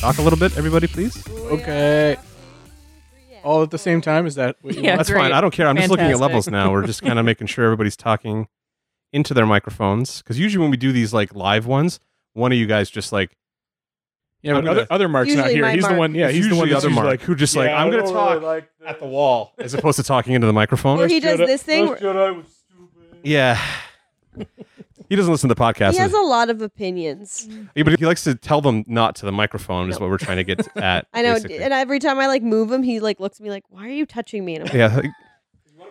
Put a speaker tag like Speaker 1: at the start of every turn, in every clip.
Speaker 1: Talk a little bit, everybody, please.
Speaker 2: Okay. All at the same time? Is that what you
Speaker 3: Yeah.
Speaker 2: want?
Speaker 1: That's fine.
Speaker 3: great.
Speaker 1: I don't care. I'm just looking at
Speaker 3: Fantastic.
Speaker 1: levels now. We're just kind of making sure everybody's talking into their microphones because usually when we do these like live ones, one of you guys just like
Speaker 2: Yeah,
Speaker 1: I'm
Speaker 2: but
Speaker 1: gonna-
Speaker 2: other, other Mark's not
Speaker 3: Usually
Speaker 2: here.
Speaker 3: my
Speaker 2: He's the
Speaker 3: Mark.
Speaker 2: one. Yeah,
Speaker 1: it's
Speaker 2: he's the
Speaker 1: usually
Speaker 2: one.
Speaker 1: the
Speaker 2: That's
Speaker 1: other mark
Speaker 2: usually
Speaker 1: who just like I'm gonna talk at the wall as opposed to talking into the microphone.
Speaker 3: Or he does
Speaker 2: Jedi-
Speaker 3: this thing.
Speaker 2: Last
Speaker 3: where-
Speaker 1: Yeah. he doesn't listen to podcasts.
Speaker 3: He has a lot of opinions.
Speaker 2: Mm-hmm.
Speaker 1: Yeah, but he likes to tell them not to the microphone is what we're trying to get at.
Speaker 3: I know.
Speaker 1: basically.
Speaker 3: And every time I like move him, he like looks at me like, "Why are you touching me?" And I'm like,
Speaker 1: yeah.
Speaker 2: like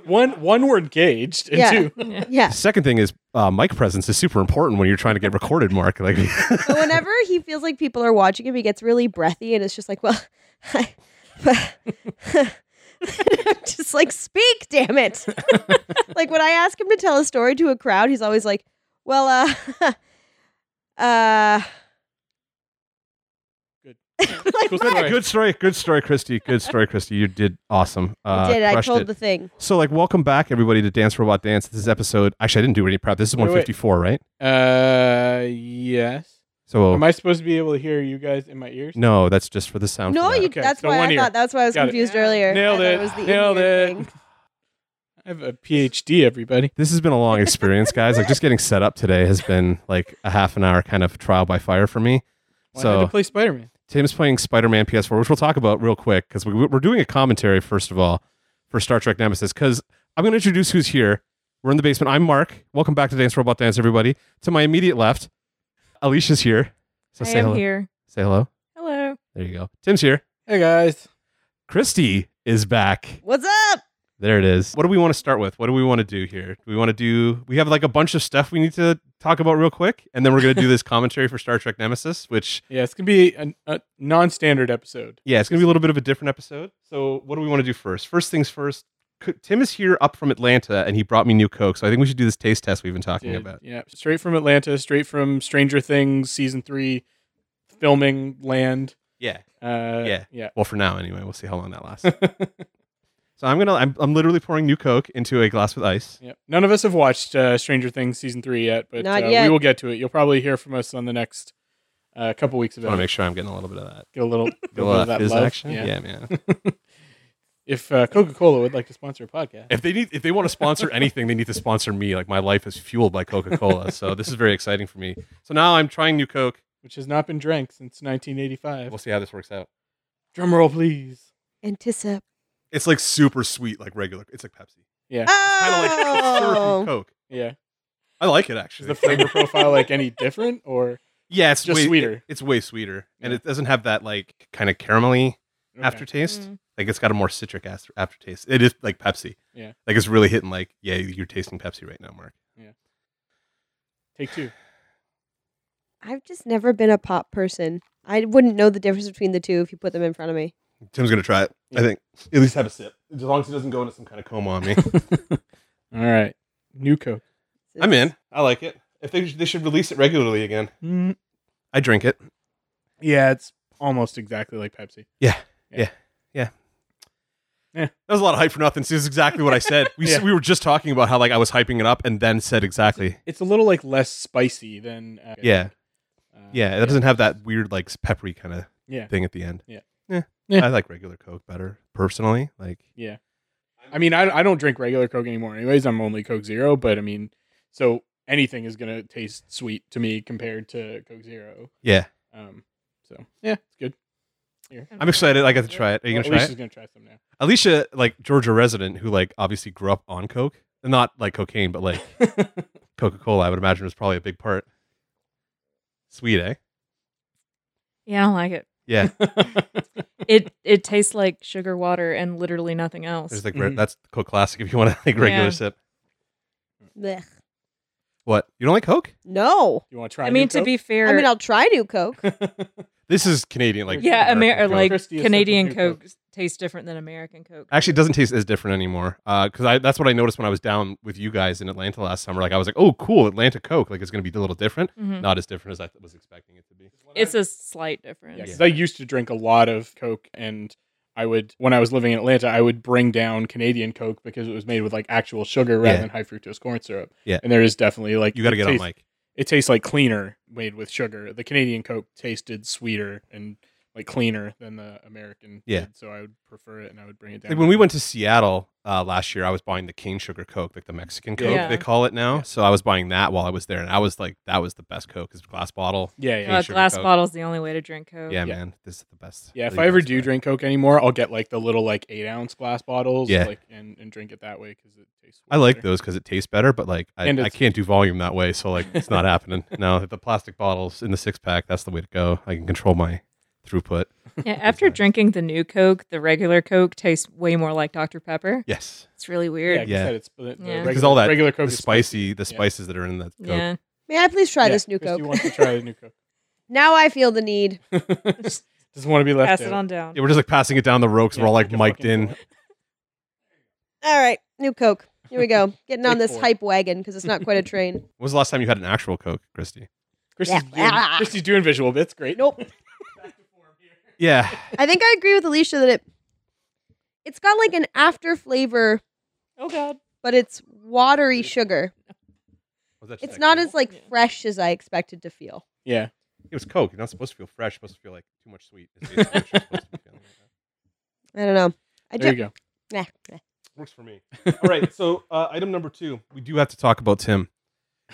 Speaker 2: one one word gauged and
Speaker 3: Yeah.
Speaker 2: two.
Speaker 3: yeah.
Speaker 1: Second thing is uh, mic presence is super important when you're trying to get recorded, Mark. Like
Speaker 3: But whenever he feels like people are watching him, he gets really breathy, and it's just like, "Well, I, just like speak, damn it!" like when I ask him to tell a story to a crowd, he's always like, "Well, uh, uh."
Speaker 2: Good.
Speaker 3: like,
Speaker 2: Cool
Speaker 3: what?
Speaker 2: story.
Speaker 1: good story, good story, Christy. Good story, Christy. You did awesome. Uh,
Speaker 3: I did. I
Speaker 1: crushed
Speaker 3: told
Speaker 1: it.
Speaker 3: the thing.
Speaker 1: So, like, welcome back, everybody, to Dance Robot Dance. This is episode. Actually, I didn't do any prep. This is
Speaker 2: Wait, wait.
Speaker 1: 154, right?
Speaker 2: Uh, yes.
Speaker 1: So,
Speaker 2: Am I supposed to be able to hear you guys in my ears?
Speaker 1: no, that's just for the sound.
Speaker 3: No,
Speaker 1: for that.
Speaker 3: you,
Speaker 2: Okay,
Speaker 3: that's
Speaker 2: so
Speaker 3: why
Speaker 2: one
Speaker 3: I
Speaker 2: ear.
Speaker 3: thought that's why I was
Speaker 2: Got it.
Speaker 3: confused earlier.
Speaker 2: Nailed
Speaker 3: I thought
Speaker 2: it.
Speaker 3: was the
Speaker 2: Nailed
Speaker 3: in-ear
Speaker 2: it.
Speaker 3: thing.
Speaker 2: I have a PhD, everybody.
Speaker 1: This has been a long experience, guys. Like, just getting set up today has been like a half an hour kind of trial by fire for me.
Speaker 2: Why
Speaker 1: So-
Speaker 2: so, to play Spider Man?
Speaker 1: Tim's playing Spider Man PS4, which we'll talk about real quick because we, we're doing a commentary, first of all, for Star Trek Nemesis. Because I'm going to introduce who's here. We're in the basement. I'm Mark. Welcome back to Dance Robot Dance, everybody. To my immediate left, Alicia's here. So
Speaker 4: I
Speaker 1: say
Speaker 4: am
Speaker 1: hello.
Speaker 4: here.
Speaker 1: Say hello.
Speaker 4: Hello.
Speaker 1: There you go. Tim's here.
Speaker 2: Hey guys.
Speaker 1: Christy is back.
Speaker 3: What's up?
Speaker 1: There it is. What do we want to start with? What do we want to do here? Do we want to do, we have like a bunch of stuff we need to talk about real quick. And then we're going to do this commentary for Star Trek Nemesis, which
Speaker 2: Yeah, it's gonna be a, a non-standard episode.
Speaker 1: Yeah, it's going to be a little bit of a different episode. So, what do we want to do first? First things first. C- Tim is here up from Atlanta, and he brought me new Coke. So, I think we should do this taste test we've been talking
Speaker 2: Did-
Speaker 1: about.
Speaker 2: Yeah, straight from Atlanta, straight from Stranger Things season three, filming land.
Speaker 1: Yeah.
Speaker 2: Uh,
Speaker 1: Yeah.
Speaker 2: yeah.
Speaker 1: Well, for now, anyway, we'll see how long that lasts. so, I'm gonna I'm, I'm literally pouring new Coke into a glass with ice.
Speaker 2: Yep. None of us have watched uh, Stranger Things season three yet, but
Speaker 3: Not
Speaker 2: uh,
Speaker 3: yet.
Speaker 2: we will get to it. You'll probably hear from us on the next uh, couple weeks of
Speaker 1: I want
Speaker 2: it.
Speaker 1: to make sure I'm getting a little bit of that.
Speaker 2: get a little, get
Speaker 1: A
Speaker 2: a little
Speaker 1: little
Speaker 2: of that
Speaker 1: fizz
Speaker 2: love.
Speaker 1: action.
Speaker 2: Yeah.
Speaker 1: Yeah, man.
Speaker 2: If uh, Coca Cola would like to sponsor a podcast,
Speaker 1: if they need if they want to sponsor anything, they need to sponsor me. Like my life is fueled by Coca Cola. So this is very exciting for me. So now I'm trying new Coke.
Speaker 2: which has not been drank since 1985,
Speaker 1: We'll see how this works out.
Speaker 2: drum roll, please.
Speaker 3: Anticip.
Speaker 1: It's like super sweet, like regular. It's like Pepsi.
Speaker 2: Yeah,
Speaker 1: Kind of like syrupy
Speaker 3: Oh,
Speaker 1: Coke.
Speaker 2: yeah.
Speaker 1: I like it
Speaker 2: Is
Speaker 1: actually.
Speaker 2: the flavor profile like any different, or
Speaker 1: yeah, it's
Speaker 2: just
Speaker 1: way,
Speaker 2: sweeter?
Speaker 1: It's way sweeter, and
Speaker 2: Yeah.
Speaker 1: it doesn't have that like kind of caramelly
Speaker 2: Okay.
Speaker 1: aftertaste.
Speaker 4: Mm.
Speaker 1: Like it's got a more citric as- aftertaste. It is like Pepsi.
Speaker 2: Yeah.
Speaker 1: like it's really hitting. Like yeah, you're tasting Pepsi right now, Mark.
Speaker 2: Take two.
Speaker 3: I've just never been a pop person. I wouldn't know the difference between the two if you put them in front of me.
Speaker 1: Tim's gonna try it. I
Speaker 2: Yeah.
Speaker 1: think at least have a sip, as long as it doesn't go into some kind of coma on me.
Speaker 2: All right, new Coke.
Speaker 1: I'm in. I like it. If they they should release it regularly again, I drink it.
Speaker 2: Mm, Yeah, it's almost exactly like Pepsi.
Speaker 1: Yeah.
Speaker 2: Yeah.
Speaker 1: Yeah. Yeah.
Speaker 2: Yeah.
Speaker 1: That was a lot of hype for nothing. See, this is exactly what I said. We, s
Speaker 2: Yeah.
Speaker 1: we were just talking about how like I was hyping it up and then said exactly.
Speaker 2: It's a little like less spicy than. Uh,
Speaker 1: Yeah.
Speaker 2: uh,
Speaker 1: Yeah, that doesn't have that weird like peppery kind of
Speaker 2: Yeah.
Speaker 1: thing at the end.
Speaker 2: Yeah.
Speaker 1: yeah,
Speaker 2: Yeah.
Speaker 1: I like regular Coke better personally. Like,
Speaker 2: I mean, I, I don't drink regular Coke anymore, anyways. I'm only Coke Zero, but I mean, so anything is gonna taste sweet to me compared to Coke Zero.
Speaker 1: yeah,
Speaker 2: Um, so yeah, it's good.
Speaker 1: I'm excited. I got to try it. Are you
Speaker 2: Well,
Speaker 1: gonna try
Speaker 2: Alicia's
Speaker 1: it?
Speaker 2: gonna try some now.
Speaker 1: Alicia, like Georgia resident, who like obviously grew up on Coke, not like cocaine, but like Coca Cola. I would imagine was probably a big part. Sweet, eh?
Speaker 4: Yeah, I don't like it.
Speaker 1: Yeah,
Speaker 4: It it tastes like sugar water and literally nothing else.
Speaker 1: there's like
Speaker 2: Mhm.
Speaker 1: that's Coke Classic. If you want to like regular
Speaker 4: Yeah.
Speaker 1: sip,
Speaker 3: Blech.
Speaker 1: what you don't like Coke?
Speaker 3: No.
Speaker 2: you want to try?
Speaker 4: I
Speaker 2: new
Speaker 4: mean, to
Speaker 2: Coke?
Speaker 4: be fair,
Speaker 3: I mean, I'll try new Coke.
Speaker 1: This is Canadian, like
Speaker 4: yeah, Ameri-
Speaker 1: American Coke.
Speaker 4: like
Speaker 2: Christie is
Speaker 4: Canadian
Speaker 2: different
Speaker 4: Coke tastes different than American Coke.
Speaker 1: Actually, it doesn't taste as different anymore. Because I that's what I noticed when I was down with you guys in Atlanta last summer. Like I was like, oh, cool, Atlanta Coke. Like it's going to be a little different.
Speaker 4: Mhm.
Speaker 1: Not as different as I was expecting it to be.
Speaker 4: It's a slight difference.
Speaker 2: Yeah, 'cause I used to drink a lot of Coke, and I would, when I was living in Atlanta, I would bring down Canadian Coke because it was made with like actual sugar rather
Speaker 1: Yeah.
Speaker 2: than high fructose corn syrup.
Speaker 1: Yeah.
Speaker 2: and there is definitely like
Speaker 1: You got to
Speaker 2: it
Speaker 1: get on
Speaker 2: tastes-
Speaker 1: mic.
Speaker 2: It tastes like cleaner made with sugar. The Canadian Coke tasted sweeter and like cleaner than the American.
Speaker 1: Yeah.
Speaker 2: did, so I would prefer it, and I would bring it down.
Speaker 1: Like when we went to Seattle uh, last year, I was buying the cane sugar Coke, like the Mexican Coke
Speaker 4: Yeah.
Speaker 1: they call it now.
Speaker 2: Yeah.
Speaker 1: So I was buying that while I was there, and I was like, that was the best Coke, is glass bottle.
Speaker 2: yeah, yeah,
Speaker 1: Yeah,
Speaker 4: Uh,
Speaker 1: sugar
Speaker 4: glass
Speaker 1: Coke.
Speaker 4: bottle's the only way to drink Coke.
Speaker 1: Yeah,
Speaker 2: Yeah.
Speaker 1: man, this is the best.
Speaker 2: yeah. If
Speaker 1: the
Speaker 2: I ever
Speaker 1: best
Speaker 2: do
Speaker 1: way.
Speaker 2: drink Coke anymore, I'll get like the little like eight ounce glass bottles.
Speaker 1: Yeah.
Speaker 2: like and, and drink it that way because it tastes.
Speaker 1: I
Speaker 2: way
Speaker 1: like
Speaker 2: better.
Speaker 1: those because it tastes better, but like I,
Speaker 2: And
Speaker 1: I
Speaker 2: it's-
Speaker 1: can't do volume that way, so like it's not happening. No, the plastic bottles in the six pack, that's the way to go. I can control my throughput.
Speaker 4: Yeah, after
Speaker 1: Exactly.
Speaker 4: drinking the new Coke, the regular Coke tastes way more like Dr. Pepper.
Speaker 1: Yes,
Speaker 4: It's really
Speaker 2: Yeah,
Speaker 4: weird.
Speaker 2: 'cause
Speaker 1: Yeah.
Speaker 2: that it's the, the
Speaker 4: Yeah.
Speaker 1: Because all that-
Speaker 2: regular Coke
Speaker 1: the
Speaker 2: is
Speaker 1: spicy, the
Speaker 2: Yeah.
Speaker 1: spices that are in that Coke.
Speaker 4: Yeah.
Speaker 3: May I please try
Speaker 2: Yeah,
Speaker 3: this new
Speaker 2: Chris, do
Speaker 3: Coke?
Speaker 2: You want to try the new
Speaker 3: now I feel the need.
Speaker 2: Coke? Doesn't want to be left
Speaker 4: Pass
Speaker 2: out.
Speaker 4: it on down.
Speaker 1: Yeah, we're just like passing it down the road 'cause
Speaker 2: Yeah,
Speaker 1: we're all like
Speaker 2: take a
Speaker 1: mic'd
Speaker 2: fucking
Speaker 1: in.
Speaker 2: bullet.
Speaker 3: All right, new Coke. Here we go. Getting on
Speaker 2: Take
Speaker 3: this
Speaker 2: four.
Speaker 3: hype wagon because it's not quite a train.
Speaker 1: When was the last time you had an actual Coke, Christy?
Speaker 2: Christy's,
Speaker 3: Yeah.
Speaker 2: doing, Christy's doing visual bits. Great. Nope.
Speaker 1: Yeah,
Speaker 3: I think I agree with Alicia that it it's got like an after flavor,
Speaker 4: Oh God.
Speaker 3: but it's watery sugar.
Speaker 1: Was that just
Speaker 3: It's
Speaker 1: that
Speaker 3: not
Speaker 1: Coke?
Speaker 3: as like
Speaker 4: Yeah.
Speaker 3: fresh as I expected to feel.
Speaker 2: Yeah.
Speaker 1: It was Coke. You're not supposed to feel fresh. Supposed to feel like too much sweet. It's basically what you're supposed to be feeling like that.
Speaker 3: I don't know. I
Speaker 2: There you
Speaker 3: just
Speaker 2: go.
Speaker 3: nah, nah.
Speaker 1: Works for me. All right. So uh, item number two, we do have to talk about Tim.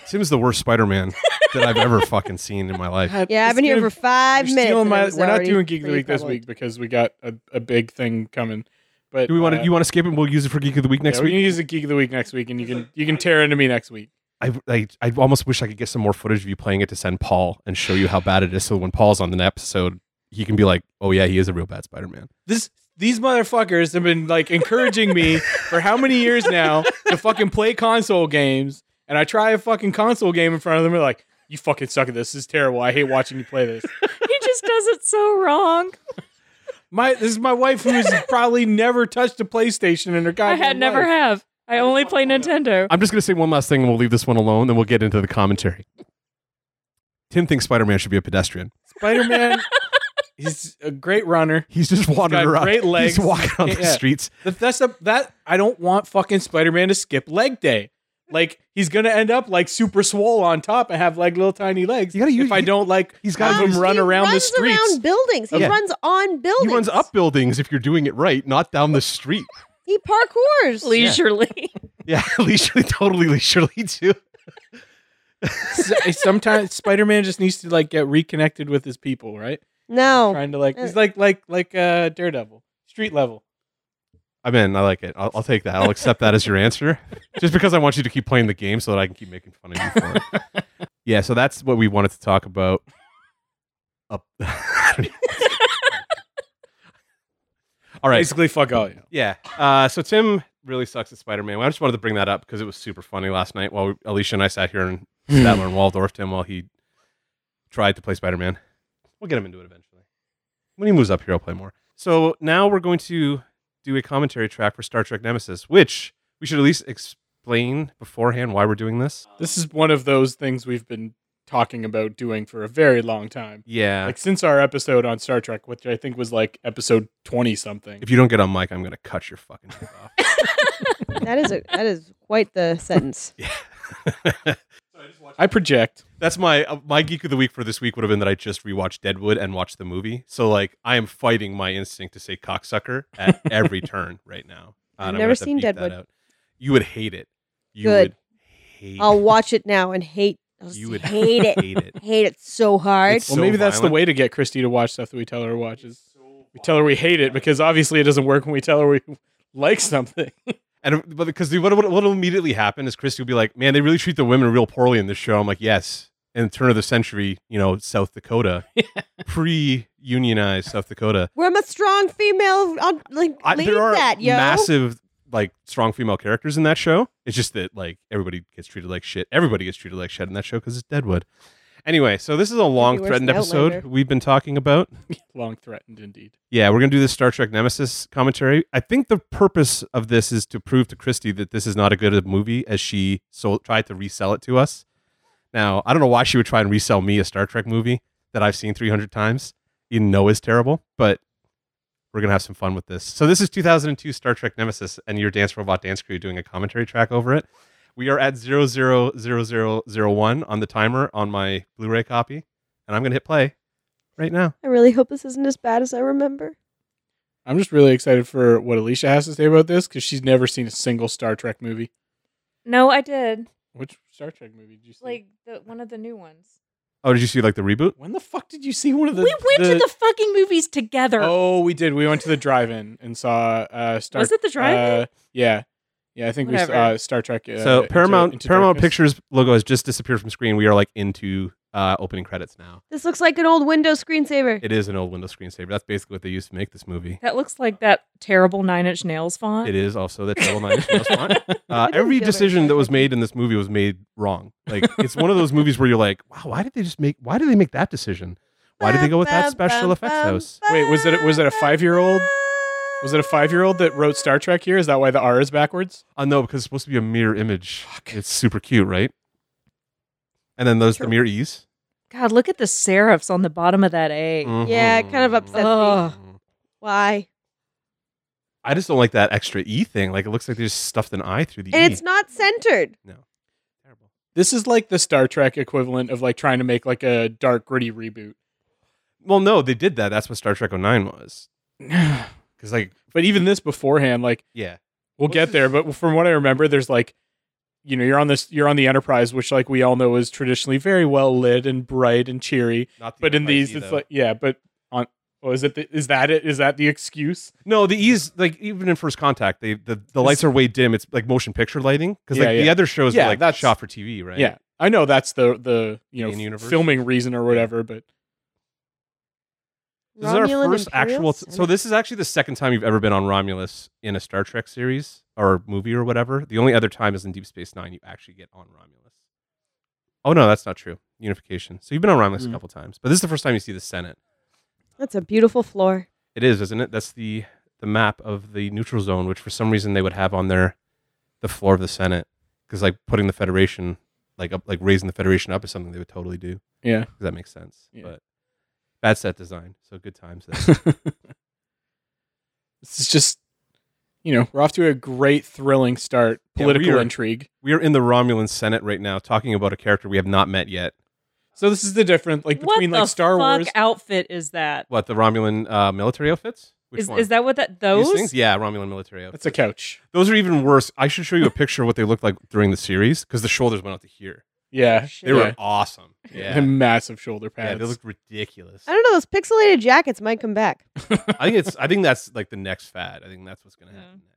Speaker 1: Tim is the worst Spider-Man that I've ever fucking seen in my life.
Speaker 3: yeah. I've been here for five
Speaker 2: You're
Speaker 3: minutes.
Speaker 2: stealing
Speaker 3: and I
Speaker 2: my-
Speaker 3: was
Speaker 2: we're not
Speaker 3: already
Speaker 2: doing Geek of the
Speaker 3: pretty
Speaker 2: Week this
Speaker 3: prevalent.
Speaker 2: week because we got a, a big thing coming. But
Speaker 1: Do we want to?
Speaker 2: uh,
Speaker 1: You want to skip it? and We'll use it for Geek of the Week next
Speaker 2: yeah, We
Speaker 1: week.
Speaker 2: can use a Geek of the Week next week, and you can you can tear into me next week.
Speaker 1: I, I I almost wish I could get some more footage of you playing it to send Paul and show you how bad it is. So when Paul's on the E episode, he can be like, "Oh yeah, he is a real bad Spider-Man."
Speaker 2: This these motherfuckers have been like encouraging me for how many years now to fucking play console games, and I try a fucking console game in front of them. They're like, "You fucking suck at this. This is terrible. I hate watching you play this."
Speaker 4: he just does it so wrong.
Speaker 2: My this is my wife who has probably never touched a PlayStation in her
Speaker 4: I
Speaker 2: goddamn
Speaker 4: had never
Speaker 2: life.
Speaker 4: have. I only play Nintendo.
Speaker 1: I'm just gonna say one last thing, and we'll leave this one alone. Then we'll get into the commentary. Tim thinks Spider-Man should be a pedestrian.
Speaker 2: Spider Man. He's a great runner.
Speaker 1: He's just wandering
Speaker 2: got
Speaker 1: around.
Speaker 2: great legs.
Speaker 1: He's walking on the
Speaker 2: Yeah.
Speaker 1: streets.
Speaker 2: That- That's a, that I don't want fucking Spider Man to skip leg day. Like he's gonna end up like super swole on top and have like little tiny legs.
Speaker 1: You gotta use-
Speaker 2: if I don't like
Speaker 1: He's
Speaker 2: have
Speaker 1: gotta
Speaker 2: him
Speaker 1: use-
Speaker 2: run
Speaker 3: He
Speaker 2: around the
Speaker 3: runs
Speaker 2: streets.
Speaker 3: around buildings. He
Speaker 1: Yeah.
Speaker 3: runs on
Speaker 1: He
Speaker 3: buildings.
Speaker 1: runs up buildings if you're doing it right, not down the street.
Speaker 3: He parkours.
Speaker 4: Leisurely.
Speaker 1: Yeah, leisurely, totally leisurely too.
Speaker 2: S- Sometimes Spider Man just needs to like get reconnected with his people, right?
Speaker 3: No.
Speaker 2: Trying to like he's like like like uh Daredevil, street level.
Speaker 1: I'm in. I like it. I'll, I'll take that. I'll accept that as your answer, just because I want you to keep playing the game so that I can keep making fun of you for it. Yeah, so that's what we wanted to talk about. Up. All right.
Speaker 2: Basically, fuck all you.
Speaker 1: Yeah. Uh, so Tim really sucks at Spider Man. I just wanted to bring that up because it was super funny last night while we, Alicia and I sat here and
Speaker 2: Hmm.
Speaker 1: Statler and Waldorfed him while he tried to play Spider Man. We'll get him into it eventually. When he moves up here, I'll play more. So now we're going to do a commentary track for Star Trek Nemesis, which we should at least explain beforehand why we're doing this.
Speaker 2: This is one of those things we've been talking about doing for a very long time.
Speaker 1: Yeah.
Speaker 2: Like since our episode on Star Trek, which I think was like episode twenty something.
Speaker 1: if you don't get on mic, I'm going to cut your fucking head off.
Speaker 3: That is a, that is quite the sentence.
Speaker 1: Yeah.
Speaker 2: I project.
Speaker 1: That's my uh, my geek of the week for this week would have been that I just rewatched Deadwood and watched the movie. So like I am fighting my instinct to say cocksucker at every turn right now. Uh,
Speaker 3: I've
Speaker 1: and I'm
Speaker 3: never
Speaker 1: gonna have to
Speaker 3: seen
Speaker 1: beep that
Speaker 3: Deadwood.
Speaker 1: out. You would hate it. You
Speaker 3: Good.
Speaker 1: would hate.
Speaker 3: I'll watch it now and hate. I'll just
Speaker 1: You would
Speaker 3: hate it.
Speaker 1: hate it.
Speaker 3: Hate it so hard.
Speaker 1: It's
Speaker 2: Well,
Speaker 1: so
Speaker 2: maybe that's the
Speaker 1: violent.
Speaker 2: way to get Christy to watch stuff that we tell her to watch. Is we tell her we hate it because obviously it doesn't work when we tell her we like something.
Speaker 1: And um, but because what what will immediately happen is Christy will be like, "Man, they really treat the women real poorly in this show." I'm like, "Yes." In the turn of the century, you know, South Dakota, pre-unionized South Dakota,
Speaker 3: Where I'm a strong female. I'll like
Speaker 1: I,
Speaker 3: lead
Speaker 1: there are
Speaker 3: that, yo.
Speaker 1: massive like strong female characters in that show. It's just that like everybody gets treated like shit. Everybody gets treated like shit in that show because it's Deadwood. Anyway, so this is a long
Speaker 3: worse
Speaker 1: threatened
Speaker 3: than
Speaker 1: episode
Speaker 3: Outlander.
Speaker 1: we've been talking about.
Speaker 2: Long threatened indeed.
Speaker 1: Yeah, we're gonna do this Star Trek Nemesis commentary. I think the purpose of this is to prove to Christy that this is not a good a movie as she sold, tried to resell it to us. Now, I don't know why she would try and resell me a Star Trek movie that I've seen 300 times. You know is terrible, but we're gonna have some fun with this. So this is 2002 Star Trek Nemesis, and your Dance Robot Dance Crew doing a commentary track over it. We are at 000001 on the timer on my Blu-ray copy, and I'm gonna hit play right now.
Speaker 3: I really hope this isn't as bad as I remember.
Speaker 2: I'm just really excited for what Alicia has to say about this because she's never seen a single Star Trek movie.
Speaker 4: No, I did.
Speaker 2: Which Star Trek movie did you see?
Speaker 4: Like the one of the new ones.
Speaker 1: Oh, did you see like the reboot?
Speaker 2: when the fuck did you see one of the?
Speaker 4: we went to the fucking movies together.
Speaker 2: Oh, we did. We went to the drive-in and saw uh, Star.
Speaker 4: Was it the drive-in?
Speaker 2: Uh, yeah, yeah. I think
Speaker 4: Whatever.
Speaker 2: we saw uh, Star Trek. Uh,
Speaker 1: so
Speaker 2: Into-
Speaker 1: Paramount
Speaker 2: Into
Speaker 1: Paramount
Speaker 2: Darkness.
Speaker 1: Pictures logo has just disappeared from screen. We are like into uh, opening credits now.
Speaker 3: This looks like an old Windows screensaver.
Speaker 1: It is an old Windows screensaver. That's basically what they used to make this movie.
Speaker 4: That looks like that terrible Nine Inch Nails font.
Speaker 1: It is also the Channel Nine Inch Nails font. Uh,
Speaker 3: didn't
Speaker 1: every
Speaker 3: feel very
Speaker 1: decision that was
Speaker 3: bad.
Speaker 1: made in this movie was made wrong. Like it's one of those movies where you're like, wow, why did they just make? Why did they make that decision? Why did they go with that special effects house?
Speaker 2: Wait, was it- was it a five-year-old? Was it a five-year-old that wrote Star Trek here? Is that why the R is backwards?
Speaker 1: Oh no, because it's supposed to be a mirror image.
Speaker 2: Fuck.
Speaker 1: It's super cute, right? And then there's the
Speaker 3: True.
Speaker 1: mirror E's.
Speaker 4: God, look at the serifs on the bottom of that A.
Speaker 2: Mm,
Speaker 3: Yeah, it kind
Speaker 2: Mm-hmm.
Speaker 3: of upsets me.
Speaker 4: Ugh.
Speaker 3: Why?
Speaker 1: I just don't like that extra E thing. Like it looks like they just stuffed an eye through the E.
Speaker 3: And it's not centered.
Speaker 1: terrible.
Speaker 2: This is like the Star Trek equivalent of like trying to make like a dark, gritty reboot.
Speaker 1: Well, no, they did that. That's what Star Trek 09 was. Because like,
Speaker 2: but even this beforehand, like
Speaker 1: yeah,
Speaker 2: we'll
Speaker 1: What's
Speaker 2: get
Speaker 1: this-
Speaker 2: there. But from what I remember, there's like, you know, you're on this, you're on the Enterprise, which like we all know is traditionally very well lit and bright and cheery.
Speaker 1: not the
Speaker 2: But in
Speaker 1: Enterprise
Speaker 2: these,
Speaker 1: E,
Speaker 2: it's
Speaker 1: though.
Speaker 2: like, yeah, but on, oh, is it? The, is that it? Is that the excuse?
Speaker 1: no, the E's like even in First Contact, they the, the lights are way dim. It's like motion picture lighting because like
Speaker 2: Yeah,
Speaker 1: the
Speaker 2: yeah.
Speaker 1: other shows
Speaker 2: Yeah,
Speaker 1: are like
Speaker 2: that's-
Speaker 1: shot for TV, right?
Speaker 2: Yeah, I know that's the the you know
Speaker 1: In-universe?
Speaker 2: filming reason or whatever. But
Speaker 1: This is our
Speaker 3: Romulan
Speaker 1: first
Speaker 3: Imperial
Speaker 1: actual.
Speaker 3: Senate.
Speaker 1: so this is actually the second time you've ever been on Romulus in a Star Trek series or movie or whatever. The only other time is in Deep Space Nine. You actually get on Romulus. Oh no, that's not true. Unification. So you've been on Romulus a
Speaker 2: Mm.
Speaker 1: couple times, but this is the first time you see the Senate.
Speaker 3: That's a beautiful floor.
Speaker 1: It is, isn't it? That's the the map of the neutral zone, which for some reason they would have on their the floor of the Senate because like putting the Federation like up, like raising the Federation up is something they would totally do.
Speaker 2: yeah,
Speaker 1: Does that make sense?
Speaker 2: Yeah.
Speaker 1: But bad set design. So good times. There.
Speaker 2: this is just you know we're off to a great, thrilling start.
Speaker 1: Yeah, we
Speaker 2: Political
Speaker 1: are-
Speaker 2: intrigue.
Speaker 1: We are in the Romulan Senate right now, talking about a character we have not met yet.
Speaker 2: So this is the difference, like
Speaker 4: what
Speaker 2: between
Speaker 4: the
Speaker 2: like Star
Speaker 4: fuck
Speaker 2: Wars.
Speaker 4: outfit is that?
Speaker 1: What the Romulan uh, military outfits? Which
Speaker 4: Is
Speaker 1: one?
Speaker 4: is that what that
Speaker 1: These
Speaker 4: those?
Speaker 1: things? Yeah, Romulan military outfits.
Speaker 2: That's a couch.
Speaker 1: Those are even worse. I should show you a picture of what they looked like during the series because the shoulders went out to here.
Speaker 2: Yeah,
Speaker 1: They
Speaker 4: Yeah.
Speaker 1: were awesome.
Speaker 2: And
Speaker 1: Yeah,
Speaker 2: massive shoulder
Speaker 1: yeah,
Speaker 2: pads.
Speaker 1: they looked ridiculous.
Speaker 3: I don't know. Those pixelated jackets might come back.
Speaker 1: I think it's. I think that's like the next fad. I think that's what's going to
Speaker 4: Yeah.
Speaker 1: happen. next.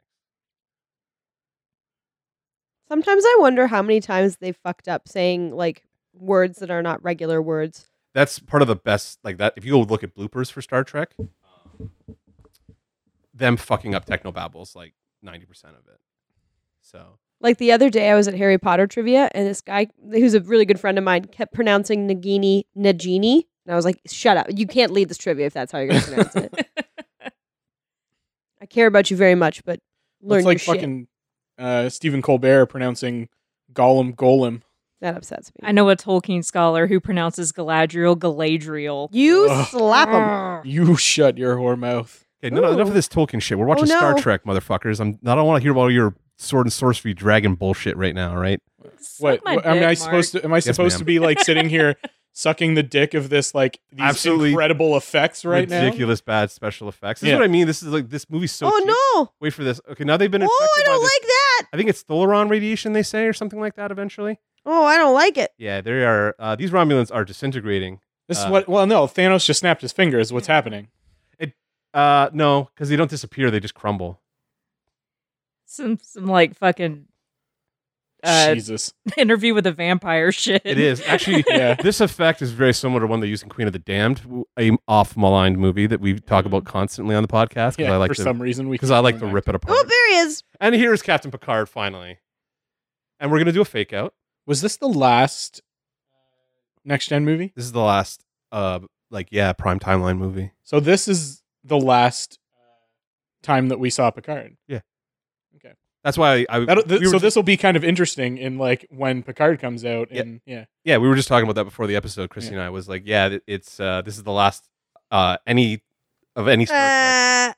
Speaker 3: Sometimes I wonder how many times they fucked up saying like words that are not regular words.
Speaker 1: that's part of the best like that if you go look at bloopers for star trek um, them fucking up technobabbles like 90% of it so
Speaker 3: Like the other day, I was at Harry Potter trivia, and this guy, who's a really good friend of mine, kept pronouncing Nagini Nagini, and I was like, "Shut up! You can't lead this trivia if that's how you're going to pronounce it." I care about you very much, but learn your
Speaker 2: That's like
Speaker 3: shit.
Speaker 2: fucking uh, Stephen Colbert pronouncing Gollum Golem.
Speaker 3: That upsets me.
Speaker 4: I know a Tolkien scholar who pronounces Galadriel Galadriel.
Speaker 3: You
Speaker 2: Ugh.
Speaker 3: slap him.
Speaker 2: You shut your whore mouth.
Speaker 1: okay no, no, enough
Speaker 3: Ooh.
Speaker 1: of this tolkien shit we're watching
Speaker 3: Oh,
Speaker 1: star
Speaker 3: no.
Speaker 1: trek motherfuckers i'm I don't want to hear about all your sword and sorcery dragon bullshit right now right
Speaker 4: Suck
Speaker 2: What?
Speaker 4: my
Speaker 2: what- am
Speaker 4: dick,
Speaker 2: I
Speaker 4: Mark.
Speaker 2: supposed to? Am I supposed to
Speaker 1: ma'am.
Speaker 2: be like sitting here sucking the dick of this like these
Speaker 1: Absolutely
Speaker 2: incredible effects right
Speaker 1: ridiculous bad special effects this
Speaker 2: Yeah.
Speaker 1: is what i mean this is like this movie's so
Speaker 3: oh
Speaker 1: cheap.
Speaker 3: no!
Speaker 1: wait for this okay now they've been infected
Speaker 3: Oh, I
Speaker 1: by
Speaker 3: don't
Speaker 1: this-
Speaker 3: like that.
Speaker 1: i think it's tholeron radiation they say or something like that eventually
Speaker 3: Oh, I don't like it.
Speaker 1: yeah they are uh, these romulans are disintegrating
Speaker 2: now? This is
Speaker 1: Uh,
Speaker 2: what? Well, no, Thanos just snapped his fingers. What's happening?
Speaker 1: uh no because they don't disappear they just crumble
Speaker 4: some some like fucking uh,
Speaker 2: Jesus.
Speaker 4: interview with a vampire shit.
Speaker 1: It is actually.
Speaker 2: Yeah.
Speaker 1: This effect is very similar to one they use in Queen of the Damned, a off maligned movie that we talk
Speaker 3: Mm.
Speaker 1: about constantly on the podcast because
Speaker 2: Yeah,
Speaker 1: I like
Speaker 2: for
Speaker 1: to
Speaker 2: some reason we
Speaker 1: because
Speaker 2: keep
Speaker 1: I like to
Speaker 2: going back.
Speaker 1: rip it
Speaker 3: Oh,
Speaker 1: apart.
Speaker 3: there he is.
Speaker 1: and here's Captain Picard finally, and we're gonna do a fake out.
Speaker 2: Was this the last next gen movie?
Speaker 1: This is the last, uh, like yeah, prime timeline movie.
Speaker 2: So this is the last time that we saw Picard.
Speaker 1: That's why I.
Speaker 2: That'll, th-
Speaker 1: we were
Speaker 2: so
Speaker 1: just-
Speaker 2: this will be kind of interesting in like when Picard comes out
Speaker 1: Yeah.
Speaker 2: and yeah.
Speaker 1: yeah, we were just talking about that before the episode. Christy
Speaker 2: Yeah.
Speaker 1: and I was like, yeah, th- it's uh, this is the last uh, any of any. Star Trek.
Speaker 3: Uh,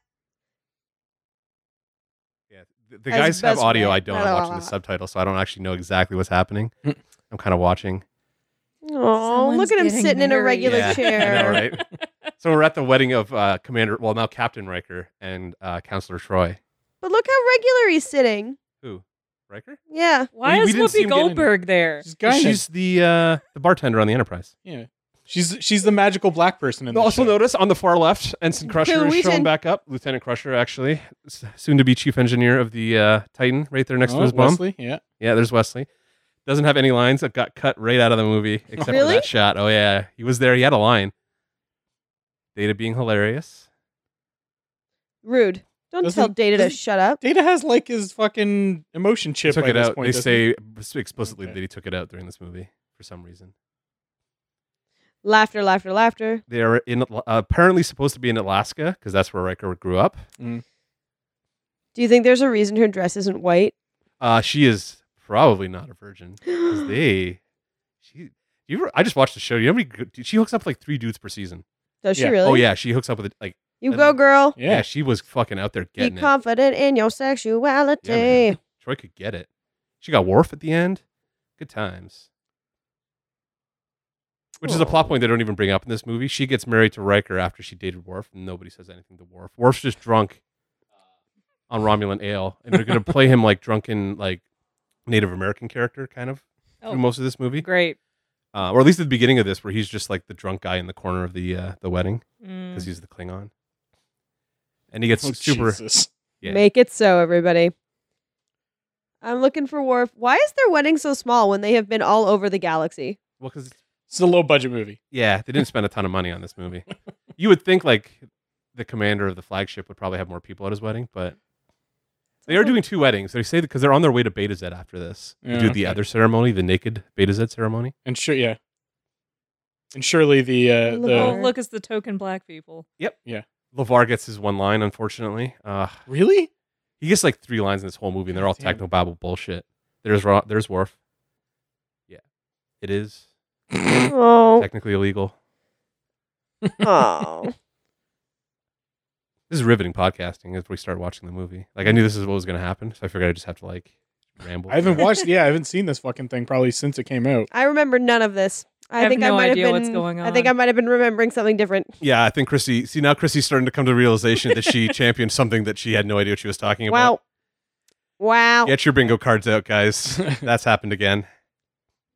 Speaker 1: Yeah, the, the
Speaker 3: As
Speaker 1: guys have
Speaker 3: best
Speaker 1: audio.
Speaker 3: way-
Speaker 1: I don't. I'm watching the subtitle, so I don't actually know exactly what's happening.
Speaker 2: Hmm.
Speaker 1: I'm kind of watching.
Speaker 3: oh,
Speaker 4: Someone's
Speaker 3: look at him
Speaker 4: getting
Speaker 3: sitting in a
Speaker 4: married.
Speaker 3: regular
Speaker 1: Yeah, I know,
Speaker 3: chair.
Speaker 1: right? So we're at the wedding of uh, Commander, well now Captain Riker and uh, Counselor Troy.
Speaker 3: But look how regular he's sitting.
Speaker 1: Who? Riker?
Speaker 3: Yeah.
Speaker 4: Why
Speaker 1: We- we
Speaker 4: is
Speaker 1: didn't see
Speaker 4: Whoopi
Speaker 1: him get in.
Speaker 4: Goldberg there?
Speaker 2: She's kind
Speaker 1: She's the uh, the bartender on the Enterprise.
Speaker 2: yeah. She's she's the magical black person in the
Speaker 1: also
Speaker 2: show.
Speaker 1: notice on the far left, Ensign Crusher
Speaker 3: Who we
Speaker 1: is showing
Speaker 3: didn't-
Speaker 1: back up. Lieutenant Crusher, actually, s- soon to be chief engineer of the uh, Titan, right there next
Speaker 2: Oh,
Speaker 1: to his bum.
Speaker 2: Wesley, yeah.
Speaker 1: Yeah, there's Wesley. Doesn't have any lines that got cut right out of the movie, except for
Speaker 3: Really?
Speaker 1: that shot. Oh yeah, he was there. He had a line. Data being hilarious.
Speaker 3: Rude. Don't
Speaker 2: Doesn't-
Speaker 3: tell Data to
Speaker 2: doesn't-
Speaker 3: shut up.
Speaker 2: Data has like his fucking emotion
Speaker 1: He
Speaker 2: chip
Speaker 1: took
Speaker 2: by
Speaker 1: it
Speaker 2: this
Speaker 1: out.
Speaker 2: point.
Speaker 1: They
Speaker 2: doesn't
Speaker 1: say explicitly
Speaker 2: Okay.
Speaker 1: that he took it out during this movie for some reason.
Speaker 3: Laughter, laughter, laughter.
Speaker 1: They are in apparently supposed to be in Alaska because that's where Riker grew up.
Speaker 3: Do you think there's a reason her dress isn't white?
Speaker 1: Uh, she is probably not a virgin. 'Cause they, she, you ever, I just watched the show. You know, how many good- she hooks up like three dudes per season.
Speaker 3: Does she
Speaker 2: Yeah.
Speaker 3: really?
Speaker 1: Oh yeah, she hooks up with like
Speaker 3: You go, girl.
Speaker 1: yeah.
Speaker 2: Yeah.
Speaker 1: she was fucking out there
Speaker 3: Be
Speaker 1: getting it.
Speaker 3: confident in your sexuality.
Speaker 1: Yeah, man. Troy could get it. She got Worf at the end. Good times. Which is a plot point they don't even bring up in this movie. She gets married to Riker after she dated Worf, and nobody says anything to Worf. Worf's just drunk on Romulan ale, and they're going to play him like drunken, like Native American character, kind of
Speaker 4: Oh.
Speaker 1: through most of this movie,
Speaker 4: Great.
Speaker 1: uh, or at least at the beginning of this, where he's just like the drunk guy in the corner of the uh, the wedding
Speaker 4: Mm.
Speaker 1: because he's the Klingon, and he gets
Speaker 2: Hmm. Oh,
Speaker 1: super.
Speaker 2: Jesus.
Speaker 1: Yeah.
Speaker 3: Make it so, everybody. I'm looking for Worf. Why is their wedding so small when they have been all over the galaxy?
Speaker 1: Well, because
Speaker 2: It's a low budget movie.
Speaker 1: Yeah, they didn't spend a ton of money on this movie. You would think like the commander of the flagship would probably have more people at his wedding, but they are doing two weddings. They say because they're on their way to Beta Z after this. They
Speaker 2: Yeah,
Speaker 1: do the
Speaker 2: okay.
Speaker 1: other ceremony, the naked Beta Z ceremony.
Speaker 2: And sure yeah. And surely the uh
Speaker 4: Oh,
Speaker 2: the
Speaker 3: Look.
Speaker 4: look, it's the token black people.
Speaker 1: Lavar gets his one line, unfortunately. Uh,
Speaker 2: Really?
Speaker 1: he gets like three lines in this whole movie, and they're all
Speaker 2: Goddamn.
Speaker 1: technobabble bullshit. There's Ro- there's Worf. Yeah, it is
Speaker 3: Oh,
Speaker 1: technically illegal.
Speaker 3: oh.
Speaker 1: This is riveting podcasting as we start watching the movie. Like I knew this is what was going to happen, so I figured I just have to like ramble.
Speaker 2: I haven't watched yeah, I haven't seen this fucking thing probably since it came out.
Speaker 3: I remember none of this. I,
Speaker 4: I have
Speaker 3: think I
Speaker 4: no
Speaker 3: might
Speaker 4: idea
Speaker 3: have been.
Speaker 4: what's going
Speaker 3: I think
Speaker 4: on.
Speaker 3: I might have been remembering something different.
Speaker 1: Yeah, I think Chrissy. See, now Chrissy's starting to come to the realization that she championed something that she had no idea what she was talking
Speaker 3: Wow,
Speaker 1: about.
Speaker 3: wow.
Speaker 1: Get your bingo cards out, guys. That's happened again.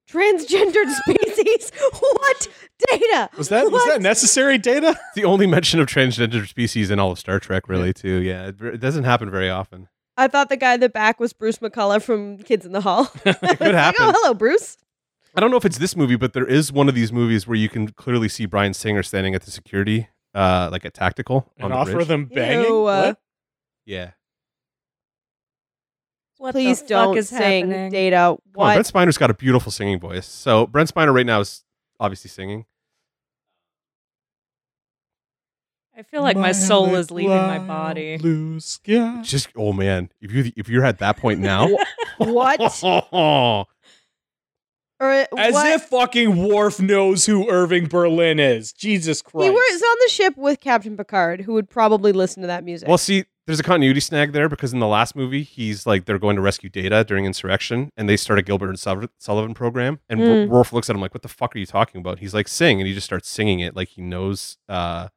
Speaker 3: Transgendered species. what data?
Speaker 2: Was that was that
Speaker 3: What?
Speaker 2: necessary data?
Speaker 1: It's the only mention of transgender species in all of Star Trek, really, too. Yeah, it, it doesn't happen very often.
Speaker 3: I thought the guy in the back was Bruce McCullough from Kids in the Hall.
Speaker 1: It could
Speaker 3: Like,
Speaker 1: happen.
Speaker 3: oh, hello, Bruce.
Speaker 1: I don't know if it's this movie, but there is one of these movies where you can clearly see Brian Singer standing at the security, uh, like at tactical on
Speaker 2: And
Speaker 1: the
Speaker 2: offer
Speaker 1: bridge.
Speaker 2: them banging?
Speaker 3: Ew, uh,
Speaker 2: What?
Speaker 1: Yeah,
Speaker 4: What the
Speaker 3: Please
Speaker 4: fuck
Speaker 3: don't
Speaker 4: is
Speaker 3: sing
Speaker 4: happening?
Speaker 3: data.
Speaker 1: Come on,
Speaker 3: What?
Speaker 1: Brent Spiner's got a beautiful singing voice. So Brent Spiner right now is obviously singing.
Speaker 4: I feel like my soul is leaving my body.
Speaker 2: Blue sky.
Speaker 1: Just oh man, if you if you're at that point now,
Speaker 3: what? Or uh,
Speaker 2: As
Speaker 3: what?
Speaker 2: if fucking Worf knows who Irving Berlin is. Jesus Christ.
Speaker 3: he was on the ship with Captain Picard, who would probably listen to that music.
Speaker 1: Well, see, there's a continuity snag there because in the last movie, he's like they're going to rescue Data during insurrection, and they start a Gilbert and Sullivan- Sullivan program. And mm.
Speaker 3: Mm.
Speaker 1: Worf looks at him like, "What the fuck are you talking about?" He's like, "Sing," and he just starts singing it like he knows. uh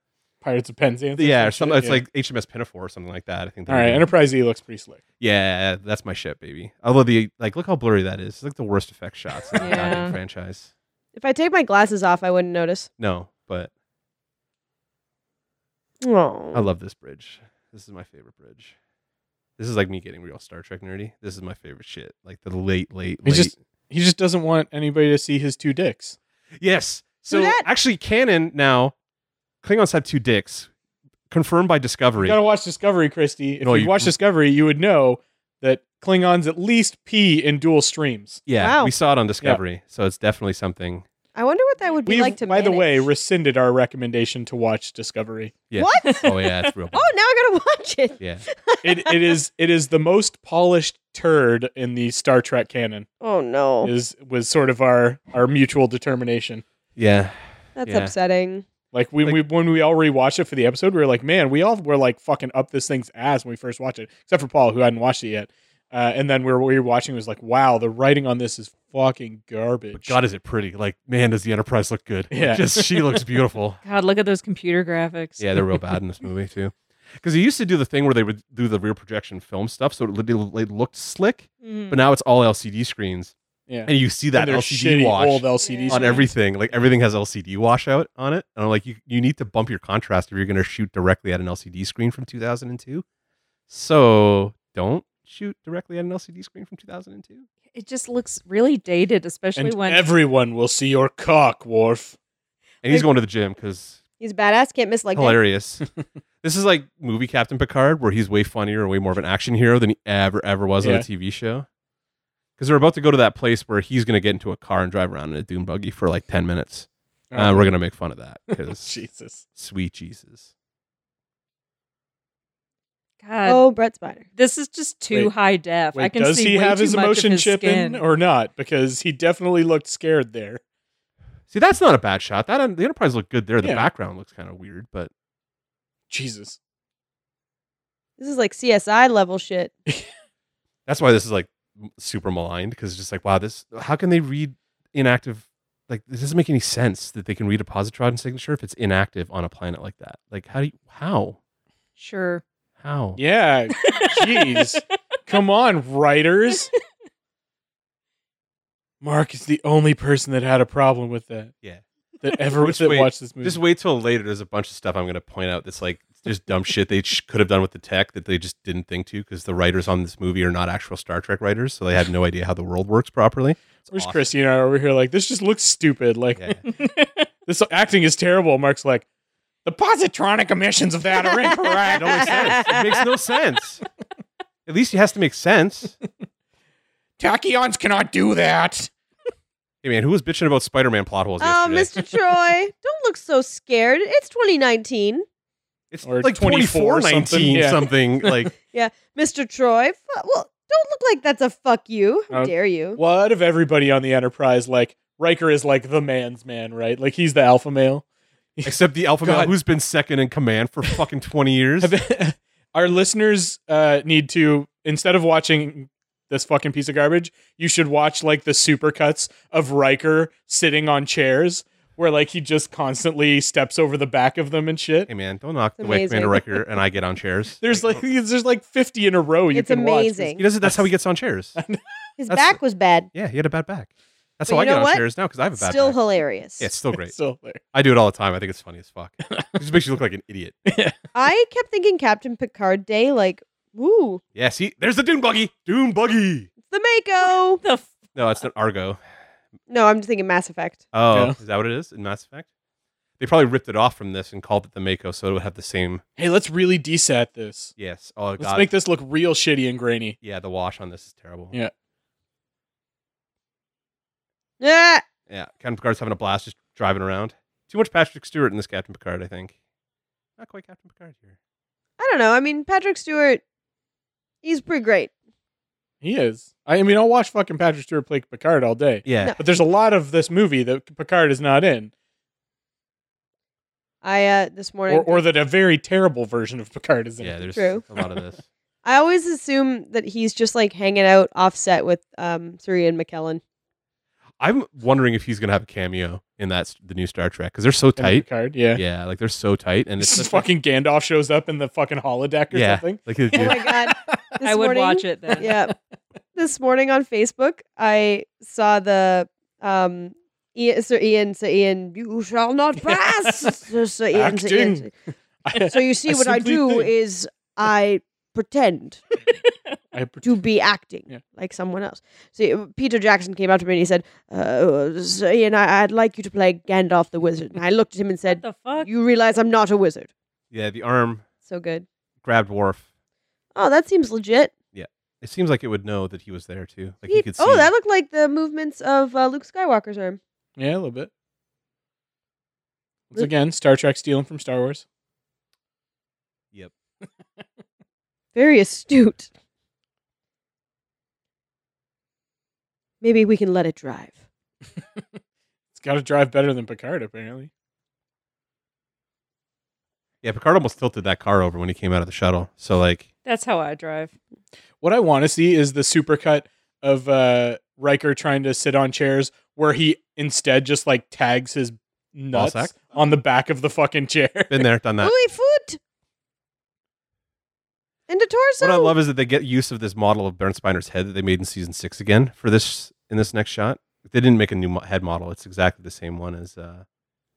Speaker 2: Pirates of Penzance. or
Speaker 1: Yeah, or
Speaker 2: some
Speaker 1: something.
Speaker 2: shit,
Speaker 1: It's
Speaker 2: yeah.
Speaker 1: like HMS Pinafore or something like that. I think.
Speaker 2: All right, Enterprise E looks pretty slick.
Speaker 1: Yeah, that's my shit, baby. Although the like, look how blurry that is. It's like the worst effect shots in the
Speaker 4: Yeah.
Speaker 1: goddamn franchise.
Speaker 3: if I take my glasses off, I wouldn't notice.
Speaker 1: No, but
Speaker 3: Oh,
Speaker 1: I love this bridge. This is my favorite bridge. This is like me getting real Star Trek nerdy. This is my favorite shit. Like the late, late,
Speaker 2: It's
Speaker 1: late.
Speaker 2: just- He just doesn't want anybody to see his two dicks.
Speaker 1: Yes. So
Speaker 3: Who dat?
Speaker 1: actually, canon now, Klingons have two dicks, confirmed by
Speaker 2: You
Speaker 1: Discovery.
Speaker 2: gotta watch Discovery, Christy. If
Speaker 1: No,
Speaker 2: you
Speaker 1: you-
Speaker 2: watch Discovery, you would know that Klingons at least pee in dual streams.
Speaker 1: yeah,
Speaker 3: Wow.
Speaker 1: we saw it on Discovery, so it's definitely something.
Speaker 3: I wonder what that would be
Speaker 2: We've,
Speaker 3: like to.
Speaker 2: by the way,
Speaker 3: manage.
Speaker 2: rescinded our recommendation to watch Discovery.
Speaker 1: Yeah.
Speaker 3: what?
Speaker 1: Oh yeah, it's real. bad.
Speaker 3: Oh, now I gotta watch it.
Speaker 1: Yeah,
Speaker 2: It, it is it is the most polished turd in the Star Trek canon.
Speaker 3: Oh no,
Speaker 2: Is was sort of our our mutual determination.
Speaker 1: yeah.
Speaker 3: that's
Speaker 1: Yeah.
Speaker 3: upsetting.
Speaker 2: Like when
Speaker 1: Like-
Speaker 2: we when we all rewatched it for the episode, we were like, man, we all were like fucking up this thing's ass when we first watched it, except for Paul who hadn't watched it yet. Uh, and then we were, we were watching. It was like, wow, the writing on this is fucking
Speaker 1: But
Speaker 2: garbage.
Speaker 1: God, is it pretty? Like, man, does the Enterprise look good?
Speaker 2: Yeah.
Speaker 1: just she looks beautiful.
Speaker 4: God, look at those computer graphics.
Speaker 1: Yeah, they're real bad in this movie too. Because they used to do the thing where they would do the rear projection film stuff, so it li- li- looked slick.
Speaker 4: Mhm.
Speaker 1: But now it's all LCD screens,
Speaker 2: yeah,
Speaker 1: Mm. and you see
Speaker 2: And
Speaker 1: that
Speaker 2: they're
Speaker 1: LCD
Speaker 2: shitty
Speaker 1: wash
Speaker 2: old LCD
Speaker 1: on
Speaker 2: screens.
Speaker 1: everything. Like everything has LCD washout on it, and I'm like, you you need to bump your contrast if you're going to shoot directly at an LCD screen from 2002. So don't shoot directly at an LCD screen from 2002.
Speaker 4: It just looks really dated, especially
Speaker 2: And
Speaker 4: when
Speaker 2: everyone will see your cock, Worf.
Speaker 1: And he's
Speaker 4: Like-
Speaker 1: going to the gym because
Speaker 3: He's a badass. Can't miss like that.
Speaker 1: hilarious. this is like movie Captain Picard, where he's way funnier and way more of an action hero than he ever ever was on
Speaker 2: Yeah.
Speaker 1: a TV show. Because they're about to go to that place where he's going to get into a car and drive around in a dune buggy for like ten minutes.
Speaker 2: Oh.
Speaker 1: Uh, we're going to make fun of that because
Speaker 2: Jesus.
Speaker 1: sweet Jesus.
Speaker 4: God,
Speaker 3: Oh, Brett Spider.
Speaker 4: this is just too
Speaker 2: Wait.
Speaker 4: high def. I
Speaker 2: Wait,
Speaker 4: can
Speaker 2: does
Speaker 4: see
Speaker 2: he
Speaker 4: way
Speaker 2: have
Speaker 4: too
Speaker 2: his
Speaker 4: much of
Speaker 2: emotion
Speaker 4: his
Speaker 2: chip
Speaker 4: skin.
Speaker 2: in or not? Because he definitely looked scared there.
Speaker 1: See, that's not a bad shot. That um, the Enterprise looked good there. The
Speaker 2: Yeah.
Speaker 1: background looks kind of weird, but
Speaker 2: Jesus.
Speaker 3: This is like CSI level shit.
Speaker 1: that's why this is like m- super maligned because it's just like wow, this how can they read inactive? Like this doesn't make any sense that they can read a positron signature if it's inactive on a planet like that. Like how do you, how
Speaker 4: Sure.
Speaker 1: how
Speaker 2: Yeah. Jeez. Come on, writers. Mark is the only person that had a problem with that.
Speaker 1: Yeah.
Speaker 2: That ever
Speaker 1: Just
Speaker 2: that
Speaker 1: wait.
Speaker 2: watched this movie.
Speaker 1: Just wait till later. There's a bunch of stuff I'm going to point out that's like just dumb shit they sh- could have done with the tech that they just didn't think to because the writers on this movie are not actual Star Trek writers, so they have no idea how the world works properly. It's
Speaker 2: Where's
Speaker 1: awesome.
Speaker 2: Christy and I are over here like this just looks stupid. Like
Speaker 1: Yeah.
Speaker 2: this acting is terrible. Mark's like, the positronic emissions of that are incorrect.
Speaker 1: It don't make sense. It makes no sense. At least it has to make sense.
Speaker 2: Tachyons cannot do that.
Speaker 1: Hey man, who was bitching about Spider-Man plot holes
Speaker 3: Oh,
Speaker 1: yesterday?
Speaker 3: Mr. Troy, don't look so scared. It's 2019.
Speaker 1: It's
Speaker 2: Or
Speaker 1: like 24,
Speaker 2: 24 something,
Speaker 1: 19
Speaker 2: yeah.
Speaker 1: something. Like
Speaker 3: Mr. Troy, fu- well, don't look like that's a fuck you. How
Speaker 2: Uh,
Speaker 3: dare you?
Speaker 2: Well, out of everybody on the Enterprise, like Riker is like the man's man, right? Like he's the alpha male.
Speaker 1: except the alpha male
Speaker 2: God.
Speaker 1: who's been second in command for fucking 20 years.
Speaker 2: Our listeners uh, need to instead of watching this fucking piece of garbage, you should watch like the supercuts of Riker sitting on chairs, where like he just constantly steps over the back of them and shit.
Speaker 1: Hey man, don't knock
Speaker 3: It's
Speaker 1: the way
Speaker 3: amazing.
Speaker 1: Commander Riker and I get on chairs.
Speaker 2: There's like there's like fifty in a row. You
Speaker 3: It's
Speaker 2: can
Speaker 3: amazing.
Speaker 1: He does it. That's how he gets on chairs.
Speaker 3: His
Speaker 1: that's-
Speaker 3: back was bad.
Speaker 1: Yeah, he had a bad back. That's
Speaker 3: But
Speaker 1: how
Speaker 3: you
Speaker 1: I get
Speaker 3: know
Speaker 1: on
Speaker 3: what?
Speaker 1: chairs now because I have a bad
Speaker 3: Still
Speaker 1: back.
Speaker 3: hilarious.
Speaker 1: Yeah, it's still
Speaker 2: Watch.
Speaker 1: great.
Speaker 2: So there.
Speaker 1: I do it all the time. I think it's funny as fuck. It just makes you look like an idiot.
Speaker 3: I kept thinking Captain Picard Day, like, ooh,
Speaker 1: Yeah, see, there's the Doom Buggy. Doom Buggy.
Speaker 3: it's the Mako.
Speaker 4: the f-
Speaker 1: No, it's not Argo.
Speaker 3: No, I'm just thinking Mass Effect.
Speaker 1: Oh,
Speaker 2: Yeah.
Speaker 1: is that what it is in Mass Effect? They probably ripped it off from this and called it the Mako, so it would have the same.
Speaker 2: Hey, let's really desat this.
Speaker 1: Yes. Oh
Speaker 2: Let's
Speaker 1: god.
Speaker 2: make this look real shitty and grainy.
Speaker 1: yeah, the wash on this is terrible.
Speaker 2: Yeah.
Speaker 3: Ah,
Speaker 1: Yeah. Captain Picard's having a blast just driving around. Too much Patrick Stewart in this Captain Picard, I think. Not quite Captain Picard here.
Speaker 3: I don't know. I mean, Patrick Stewart, he's pretty great.
Speaker 2: He is. I mean, I'll watch fucking Patrick Stewart play Picard all day.
Speaker 1: Yeah.
Speaker 3: No.
Speaker 2: But there's a lot of this movie that Picard is not in,
Speaker 3: I, uh, this morning,
Speaker 2: or, or that a very terrible version of Picard is in.
Speaker 1: Yeah, there's
Speaker 3: True.
Speaker 1: a lot of this.
Speaker 3: I always assume that he's just like hanging out offset with, um, Suri and McKellen.
Speaker 1: I'm wondering if he's gonna have a cameo in that s- the new Star Trek because they're so
Speaker 2: In
Speaker 1: tight.
Speaker 2: Picard, yeah.
Speaker 1: Yeah, like they're so tight, and it's
Speaker 2: This is
Speaker 1: such a-
Speaker 2: fucking Gandalf shows up in the fucking holodeck or
Speaker 1: yeah,
Speaker 2: something.
Speaker 1: like it-
Speaker 3: Oh my God. This
Speaker 4: I would
Speaker 3: morning-
Speaker 4: watch it then.
Speaker 3: yeah. This morning on Facebook, I saw the um Ian, Sir Ian, Sir Ian, you shall not pass. Sir, Sir Ian, Sir Ian, Sir- So you see,
Speaker 2: I
Speaker 3: what I
Speaker 2: simply
Speaker 3: do
Speaker 2: think-
Speaker 3: is I pretend
Speaker 2: I,
Speaker 3: to be acting
Speaker 2: Yeah.
Speaker 3: like someone else. See, Peter Jackson came up to me and he said, uh, Sir Ian, I- I'd like you to play Gandalf the Wizard. And I looked at him and
Speaker 4: what
Speaker 3: said,
Speaker 4: the fuck?
Speaker 3: You realize I'm not a wizard.
Speaker 1: yeah, the arm
Speaker 3: So good.
Speaker 1: grabbed Worf.
Speaker 3: Oh, that seems legit.
Speaker 1: It seems like it would know that he was there too. Like
Speaker 3: He-
Speaker 1: he could see.
Speaker 3: oh, that looked like the movements of uh, Luke Skywalker's arm.
Speaker 2: yeah, a little bit. Once again, Star Trek stealing from Star Wars.
Speaker 1: yep.
Speaker 3: Very astute. Maybe we can let it drive.
Speaker 2: It's got to drive better than Picard, apparently.
Speaker 1: Yeah, Picard almost tilted that car over when he came out of the shuttle. So like,
Speaker 4: That's how I drive.
Speaker 2: What I want to see is the supercut of uh, Riker trying to sit on chairs, where he instead just like tags his
Speaker 1: sack?
Speaker 2: nuts on the back of the fucking chair.
Speaker 1: Been there, done that.
Speaker 3: Louis foot and the torso.
Speaker 1: What I love is that they get use of this model of Bernd Spiner's head that they made in season six again for this in this next shot. They didn't make a new mo- head model. It's exactly the same one as. uh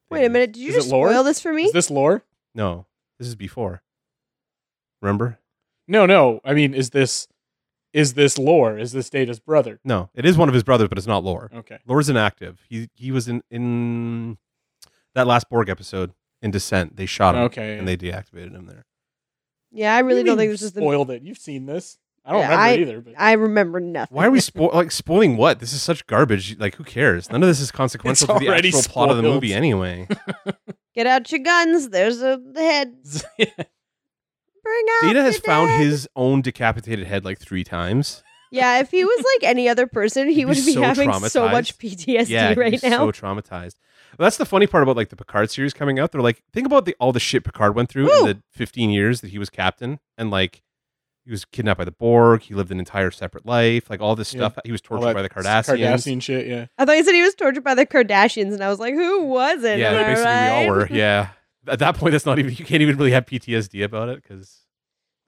Speaker 3: Wait a minute, did you
Speaker 2: Is it
Speaker 3: just
Speaker 2: Lord?
Speaker 3: spoil this for me?
Speaker 2: Is this lore?
Speaker 1: No, this is before. Remember?
Speaker 2: No, no. I mean, is this is this lore? Is this Data's brother?
Speaker 1: No, it is one of his brothers, but it's not Lore.
Speaker 2: Okay.
Speaker 1: Lore's inactive. He he was in in that last Borg episode in Descent. They shot him
Speaker 2: Okay.
Speaker 1: and they deactivated him there.
Speaker 3: yeah, I really
Speaker 2: What do you
Speaker 3: don't
Speaker 2: mean
Speaker 3: think this is the.
Speaker 2: spoiled it. You've seen this. I don't
Speaker 3: Yeah,
Speaker 2: remember
Speaker 3: I-
Speaker 2: it either. But
Speaker 3: I remember nothing.
Speaker 1: Why are we spo- like spoiling what? This is such garbage. Like who cares? None of this is consequential
Speaker 2: It's
Speaker 1: to the
Speaker 2: already
Speaker 1: actual plot of the
Speaker 2: spoiled.
Speaker 1: movie anyway.
Speaker 3: Get out your guns. There's a head. Bring out.
Speaker 1: Data has
Speaker 3: your
Speaker 1: found
Speaker 3: dead.
Speaker 1: his own decapitated head like three times.
Speaker 3: Yeah, if he was like any other person, he
Speaker 1: He'd
Speaker 3: would
Speaker 1: be
Speaker 3: be,
Speaker 1: so
Speaker 3: having so much PTSD
Speaker 1: yeah,
Speaker 3: right
Speaker 1: he's so
Speaker 3: now.
Speaker 1: traumatized. Well, that's the funny part about like the Picard series coming out. They're like, think about the all the shit Picard went through in
Speaker 3: Woo!
Speaker 1: the 15 years that he was captain, and like he was kidnapped by the Borg. He lived an entire separate life. Like all this
Speaker 2: Yeah.
Speaker 1: stuff. He was
Speaker 2: All
Speaker 1: tortured by the
Speaker 2: that
Speaker 1: Cardassians.
Speaker 2: Cardassian shit. Yeah.
Speaker 3: I thought he said he was tortured by the Kardashians, and I was like, who was it?
Speaker 1: Yeah,
Speaker 3: Am I
Speaker 1: basically we
Speaker 3: right?
Speaker 1: all were. Yeah, at that point, that's not even. You can't even really have PTSD about it because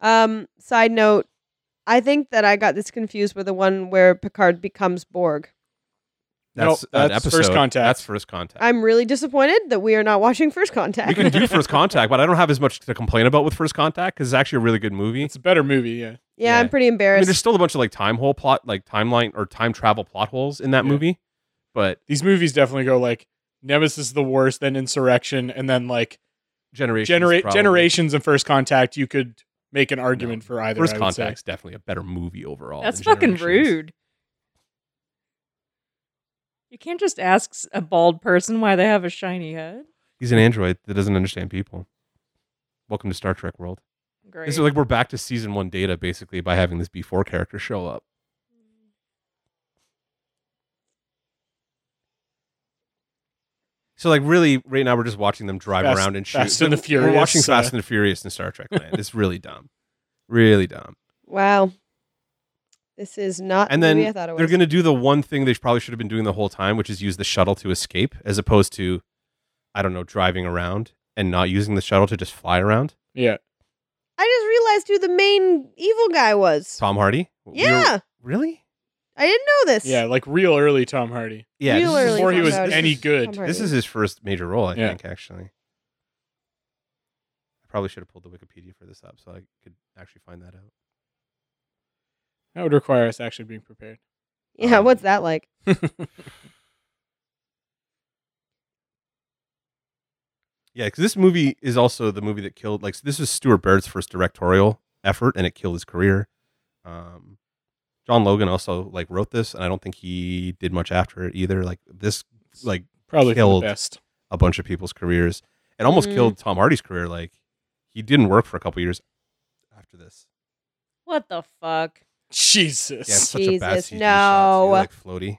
Speaker 3: Um, side note, I think that I got this confused with the one where Picard becomes Borg.
Speaker 1: that's,
Speaker 2: Nope,
Speaker 1: an
Speaker 2: that's
Speaker 1: episode.
Speaker 2: First Contact.
Speaker 1: That's first contact.
Speaker 3: I'm really disappointed that we are not watching First
Speaker 1: we
Speaker 3: Contact.
Speaker 1: can do first contact, but I don't have as much to complain about with first contact because it's actually a really good movie.
Speaker 2: It's a better movie. Yeah.
Speaker 3: yeah, I'm
Speaker 1: yeah.
Speaker 3: pretty
Speaker 1: I mean,
Speaker 3: embarrassed.
Speaker 1: there's still a bunch of like time hole plot, like timeline or time travel plot holes in that
Speaker 2: Yeah.
Speaker 1: movie, but
Speaker 2: These movies definitely go like Nemesis is the worst, then Insurrection, and then like
Speaker 1: generations,
Speaker 2: genera-
Speaker 1: probably-
Speaker 2: generations and First Contact. You could make an argument
Speaker 1: No.
Speaker 2: for either.
Speaker 1: First
Speaker 2: I would say.
Speaker 1: contact's definitely a better movie overall.
Speaker 4: That's
Speaker 1: than
Speaker 4: fucking
Speaker 1: Generations.
Speaker 4: rude. You can't just ask s- a bald person why they have a shiny head.
Speaker 1: He's an android that doesn't understand people. Welcome to Star Trek world.
Speaker 4: Great.
Speaker 1: This is like we're back to season one data basically by having this before character show up. So like really, right now we're just watching them drive
Speaker 2: Fast-
Speaker 1: around and shoot.
Speaker 2: Fast and the
Speaker 1: we're
Speaker 2: Furious,
Speaker 1: watching Fast
Speaker 2: uh,
Speaker 1: and the Furious in Star Trek Land. It's really dumb, really dumb.
Speaker 3: wow. This is not
Speaker 1: And
Speaker 3: the
Speaker 1: then
Speaker 3: movie I thought it was.
Speaker 1: They're going to do the one thing they probably should have been doing the whole time, which is use the shuttle to escape, as opposed to, I don't know, driving around and not using the shuttle to just fly around.
Speaker 2: Yeah.
Speaker 3: I just realized who the main evil guy was.
Speaker 1: Tom Hardy. We were-
Speaker 3: yeah.
Speaker 1: really?
Speaker 3: I didn't know this.
Speaker 2: Yeah. Like real early Tom Hardy.
Speaker 1: Yeah. this
Speaker 3: Real
Speaker 1: is-
Speaker 3: early
Speaker 2: Before he
Speaker 3: found
Speaker 2: was
Speaker 3: out
Speaker 2: any
Speaker 3: it
Speaker 2: good.
Speaker 3: Tom
Speaker 2: This
Speaker 3: Hardy.
Speaker 1: This is his first major role, I
Speaker 2: Yeah.
Speaker 1: think, actually. I probably should have pulled the Wikipedia for this up so I could actually find that out.
Speaker 2: That would require us actually being prepared.
Speaker 3: yeah.
Speaker 1: um,
Speaker 3: What's that like?
Speaker 1: Yeah, because this movie is also the movie that killed, like, this is Stuart Baird's first directorial effort and it killed his career. Um, John Logan also, like, wrote this, and I don't think he did much after it either. Like, this, like,
Speaker 2: Probably for
Speaker 1: Killed.
Speaker 2: the best.
Speaker 1: a bunch of people's careers. It almost
Speaker 3: Mm.
Speaker 1: killed Tom Hardy's career. Like, he didn't work for a couple years after this.
Speaker 4: what the fuck?
Speaker 2: Jesus.
Speaker 1: Yeah, it's such a bad
Speaker 3: Jesus,
Speaker 1: CG shot, too,
Speaker 3: no.
Speaker 1: like, floaty.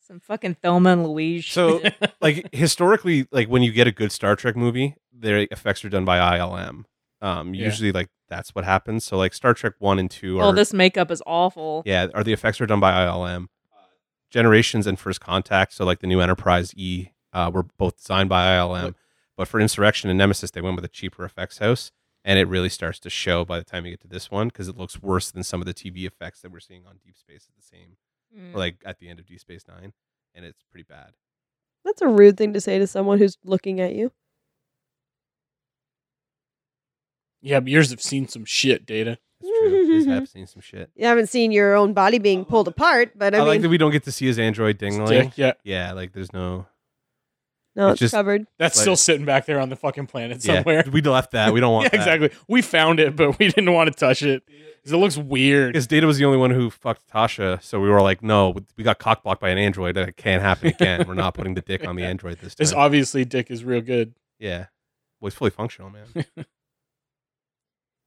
Speaker 4: Some fucking Thelma and Louise.
Speaker 1: So-
Speaker 4: shit.
Speaker 1: like historically, like when you get a good Star Trek movie, their effects are done by ILM. Um,
Speaker 2: Yeah.
Speaker 1: usually like that's what happens. So like Star Trek one and two are
Speaker 4: all this makeup is awful.
Speaker 1: yeah, are the effects are done by ILM. Generations and First Contact, so like the new Enterprise E, uh, were both designed by ILM.
Speaker 2: Look.
Speaker 1: But for Insurrection and Nemesis, they went with a cheaper effects house, and it really starts to show by the time you get to this one because it looks worse than some of the TV effects that we're seeing on Deep Space at the same,
Speaker 4: Mm.
Speaker 1: or like at the end of Deep Space Nine, and it's pretty bad.
Speaker 3: That's a rude thing to say to someone who's looking at you.
Speaker 2: Yeah, but yours have seen some shit, Data.
Speaker 1: It's true. These have seen some shit.
Speaker 3: You haven't seen your own body being pulled apart, but
Speaker 1: I,
Speaker 3: I, mean,
Speaker 1: like that we don't get to see his android dingling.
Speaker 2: Dick, yeah.
Speaker 1: Yeah, like there's no.
Speaker 3: no,
Speaker 1: it's
Speaker 3: it's
Speaker 1: just-
Speaker 3: covered.
Speaker 2: That's
Speaker 1: Like-
Speaker 2: still sitting back there on the fucking planet
Speaker 1: Yeah,
Speaker 2: somewhere.
Speaker 1: we left that. We don't want
Speaker 2: yeah, exactly. We found it, but we didn't want to touch it because it looks weird.
Speaker 1: Because Data was the only one who fucked Tasha, so we were like, no, we got cockblocked by an android. That can't happen again. We're not putting the dick on the android this
Speaker 2: It's
Speaker 1: time.
Speaker 2: obviously Dick is real good.
Speaker 1: yeah. Well, he's fully functional, man.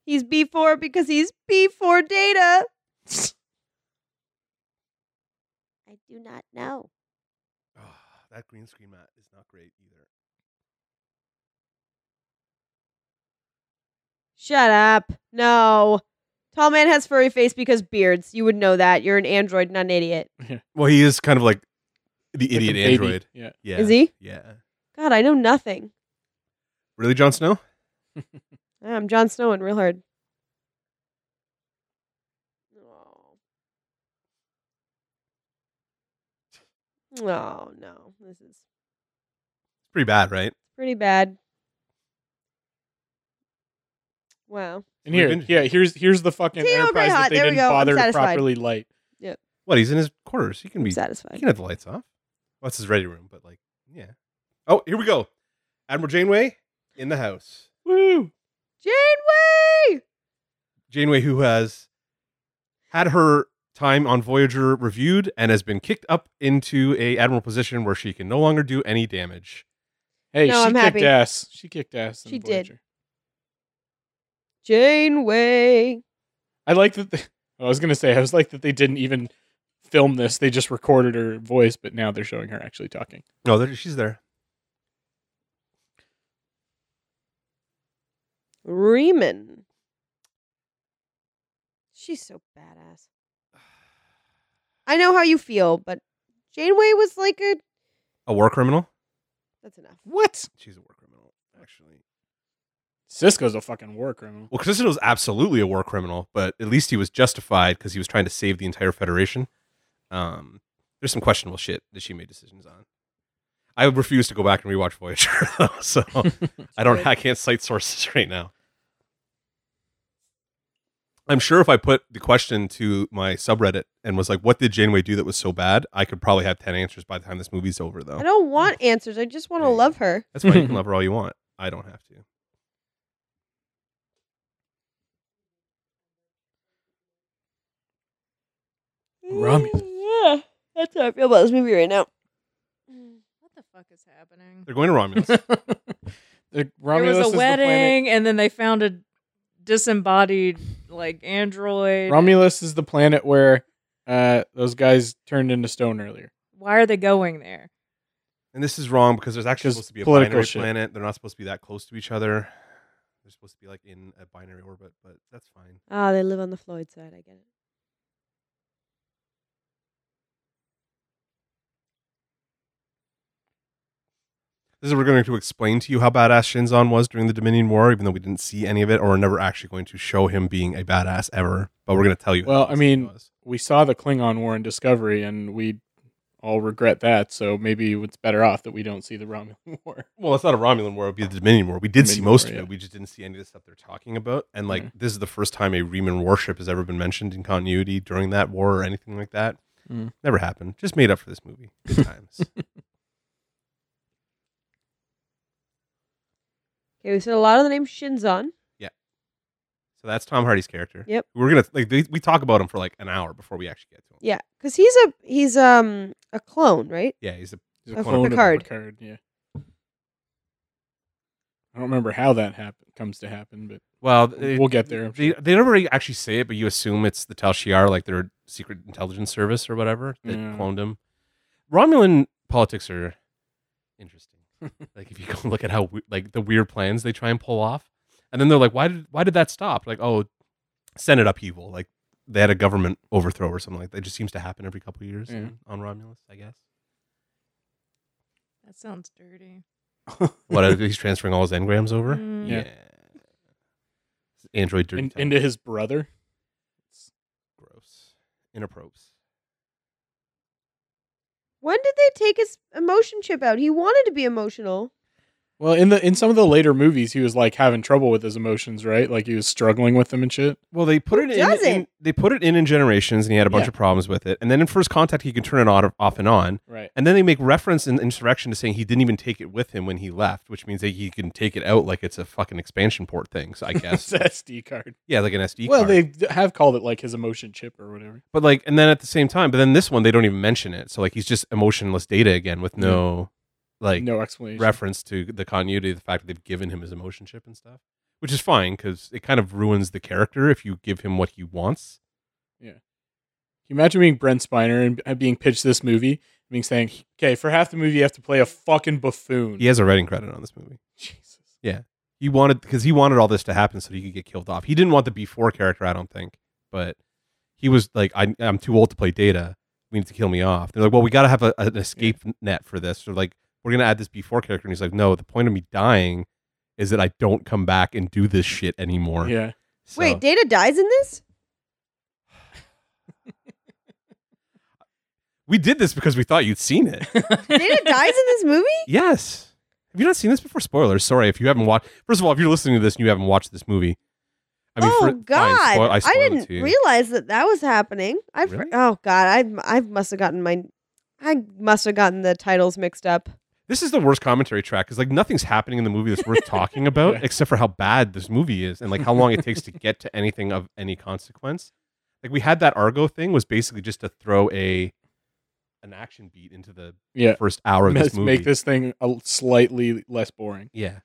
Speaker 3: He's B4 because he's B4 data. I do not know.
Speaker 1: oh, that green screen mat is not great either.
Speaker 3: Shut up. No. Tall man has furry face because beards. You would know that. You're an android, not an idiot.
Speaker 1: Well, he is kind of like the
Speaker 2: Like a
Speaker 1: idiot
Speaker 2: baby.
Speaker 1: android.
Speaker 2: Yeah.
Speaker 1: Yeah.
Speaker 3: Is he?
Speaker 1: Yeah.
Speaker 3: God, I know nothing.
Speaker 1: Really, Jon Snow?
Speaker 3: I'm Jon Snow and real hard. Oh. Oh no. This is
Speaker 1: It's pretty bad, right?
Speaker 3: pretty bad. Wow.
Speaker 2: And here,
Speaker 1: We've been-
Speaker 2: yeah, here's here's the fucking
Speaker 3: See, you're very
Speaker 2: enterprise
Speaker 3: hot.
Speaker 2: that they
Speaker 3: There we
Speaker 2: didn't
Speaker 3: go. I'm
Speaker 2: bother to
Speaker 3: satisfied.
Speaker 2: properly light.
Speaker 1: What? He's in his quarters. He can
Speaker 3: I'm
Speaker 1: be. He
Speaker 3: satisfied.
Speaker 1: can have the lights off. Well, that's his ready room, but like, yeah. Oh, here we go. Admiral Janeway in the house.
Speaker 2: Woo!
Speaker 3: Janeway!
Speaker 1: Janeway, who has had her time on Voyager reviewed and has been kicked up into a admiral position where she can no longer do any damage.
Speaker 2: Hey,
Speaker 3: No,
Speaker 2: she
Speaker 3: I'm
Speaker 2: kicked
Speaker 3: happy.
Speaker 2: ass. She kicked ass. in
Speaker 3: She did.
Speaker 2: Voyager.
Speaker 3: Janeway.
Speaker 2: I like that. They, I was gonna say I was like that they didn't even film this. They just recorded her voice, but now they're showing her actually talking.
Speaker 1: No, there, she's there.
Speaker 3: Reeman. She's so badass. I know how you feel, but Janeway was like a.
Speaker 1: A war criminal.
Speaker 3: That's enough.
Speaker 2: What?
Speaker 1: She's a war criminal, actually.
Speaker 2: Cisco's a fucking war criminal.
Speaker 1: Well, Christensen was absolutely a war criminal, but at least he was justified because he was trying to save the entire Federation. Um, there's some questionable shit that she made decisions on. I refuse to go back and rewatch Voyager, though, so I don't. I can't cite sources right now. I'm sure if I put the question to my subreddit and was like, "What did Janeway do that was so bad?" I could probably have ten answers by the time this movie's over, though.
Speaker 3: I don't want answers. I just want to
Speaker 1: Oh. There you
Speaker 3: love her.
Speaker 1: That's why you can love her all you want. I don't have to.
Speaker 2: Rummy.
Speaker 3: Yeah. That's how I feel about this movie right now.
Speaker 4: Mm. What the fuck is happening?
Speaker 1: They're going to Romulus.
Speaker 2: The
Speaker 4: There
Speaker 2: Romulus
Speaker 4: was
Speaker 2: is
Speaker 4: a
Speaker 2: the planet-
Speaker 4: wedding, and then they found a disembodied like android.
Speaker 2: Romulus is the planet where uh, those guys turned into stone earlier.
Speaker 4: Why are they going there?
Speaker 1: And this is wrong because there's actually
Speaker 2: Just
Speaker 1: supposed to be a
Speaker 2: political
Speaker 1: binary
Speaker 2: shit.
Speaker 1: planet. They're not supposed to be that close to each other. They're supposed to be like in a binary orbit, but that's fine.
Speaker 3: Ah, they live on the Floyd side. I get it.
Speaker 1: This is we're going to explain to you how badass Shinzon was during the Dominion War, even though we didn't see any of it, or we're never actually going to show him being a badass ever. But we're going to tell you. how
Speaker 2: Well, I
Speaker 1: awesome he
Speaker 2: mean-
Speaker 1: was.
Speaker 2: We saw the Klingon War in Discovery, and we all regret that. So maybe it's better off that we don't see the Romulan War.
Speaker 1: well, it's not a Romulan War; it'd be the Dominion War. We did see
Speaker 2: Dominion
Speaker 1: most
Speaker 2: War,
Speaker 1: of
Speaker 2: yeah. Mm-hmm.
Speaker 1: it. We just didn't see any of the stuff they're talking about. And like, this is the first time a Riemann warship has ever been mentioned in continuity during that war or anything like that.
Speaker 2: Mm.
Speaker 1: Never happened. Just made up for this movie. Good times.
Speaker 3: Okay, we said a lot of the name Shinzon.
Speaker 1: So that's Tom Hardy's character.
Speaker 3: Yep.
Speaker 1: We're gonna like they, we talk about him for like an hour before we actually get to him.
Speaker 3: Yeah, because he's a he's um a clone, right?
Speaker 1: Yeah, he's a
Speaker 2: He's
Speaker 3: Of
Speaker 2: clone of
Speaker 3: Picard.
Speaker 2: Picard, yeah. I don't remember how that happen comes to happen, but
Speaker 1: well.
Speaker 2: We'll get there, I'm
Speaker 1: They,
Speaker 2: sure.
Speaker 1: they never really actually say it, but you assume it's the Tal Shiar, like their secret intelligence service or whatever that
Speaker 2: Yeah.
Speaker 1: cloned him. Romulan politics are interesting. like if you go look at how we- like the weird plans they try and pull off, and then they're like, why did why did that stop? Like oh, Senate upheaval. Like they had a government overthrow or something like that. It just seems to happen every couple of years
Speaker 2: Yeah.
Speaker 1: in- on Romulus, I guess.
Speaker 4: That sounds dirty.
Speaker 1: What he's transferring all his engrams over.
Speaker 4: Mm.
Speaker 2: Yeah.
Speaker 1: Android dirty
Speaker 2: In-
Speaker 1: talk.
Speaker 2: into his brother.
Speaker 1: gross. Interprobes.
Speaker 3: When did they take his emotion chip out? He wanted to be emotional.
Speaker 2: Well, in the in some of the later movies, he was like having trouble with his emotions, right? Like he was struggling with them and shit.
Speaker 1: Well, they put
Speaker 3: Who
Speaker 1: it in, in.
Speaker 3: doesn't?
Speaker 1: They put it in in Generations, and he had a bunch
Speaker 2: Yeah.
Speaker 1: of problems with it. And then in First Contact, he can turn it on, off and on.
Speaker 2: Right.
Speaker 1: And then they make reference in Insurrection to saying he didn't even take it with him when he left, which means that he can take it out like it's a fucking expansion port thing. So I
Speaker 2: It's
Speaker 1: guess,
Speaker 2: a SD card.
Speaker 1: yeah, like an SD
Speaker 2: well,
Speaker 1: card.
Speaker 2: they d- have called it like his emotion chip or whatever.
Speaker 1: but like, and then at the same time, but then this one they don't even mention it. So like, he's just emotionless data again with no, like,
Speaker 2: no explanation.
Speaker 1: reference to the continuity, the fact that they've given him his emotion chip and stuff, which is fine because it kind of ruins the character if you give him what he wants.
Speaker 2: Can you imagine being Brent Spiner and b- being pitched this movie, and being saying, "Okay, for half the movie, you have to play a fucking buffoon."
Speaker 1: He has a writing credit on this movie.
Speaker 2: Jesus.
Speaker 1: Yeah. He wanted because he wanted all this to happen so he could get killed off. He didn't want the B4 character, I don't think, but he was like, I, "I'm too old to play Data. We need to kill me off." They're like, "Well, we got to have a, an escape net for this." So like, we're gonna add this B4 character, and he's like, "No, the point of me dying is that I don't come back and do this shit anymore."
Speaker 2: Yeah.
Speaker 1: So-
Speaker 3: Wait, Data dies in this?
Speaker 1: we did this because we thought you'd seen it.
Speaker 3: Data dies in this movie?
Speaker 1: Yes. Have you not seen this before? Spoilers. Sorry if you haven't watched. First of all, if you're listening to this and you haven't watched this movie, I mean,
Speaker 3: oh
Speaker 1: for, fine,
Speaker 3: God!
Speaker 1: spoil-
Speaker 3: I,
Speaker 1: spoiled it
Speaker 3: didn't
Speaker 1: to you.
Speaker 3: realize that that was happening. I fr-
Speaker 1: Really?
Speaker 3: oh God! I I must have gotten my I must have gotten the titles mixed up.
Speaker 1: This is the worst commentary track because like nothing's happening in the movie that's worth talking about
Speaker 2: Yeah.
Speaker 1: except for how bad this movie is and like how long it takes to get to anything of any consequence. Like we had that Argo thing was basically just to throw a an action beat into the
Speaker 2: Yeah.
Speaker 1: first hour of
Speaker 2: Let's
Speaker 1: this movie.
Speaker 2: make this thing a l- slightly less boring.
Speaker 1: yeah.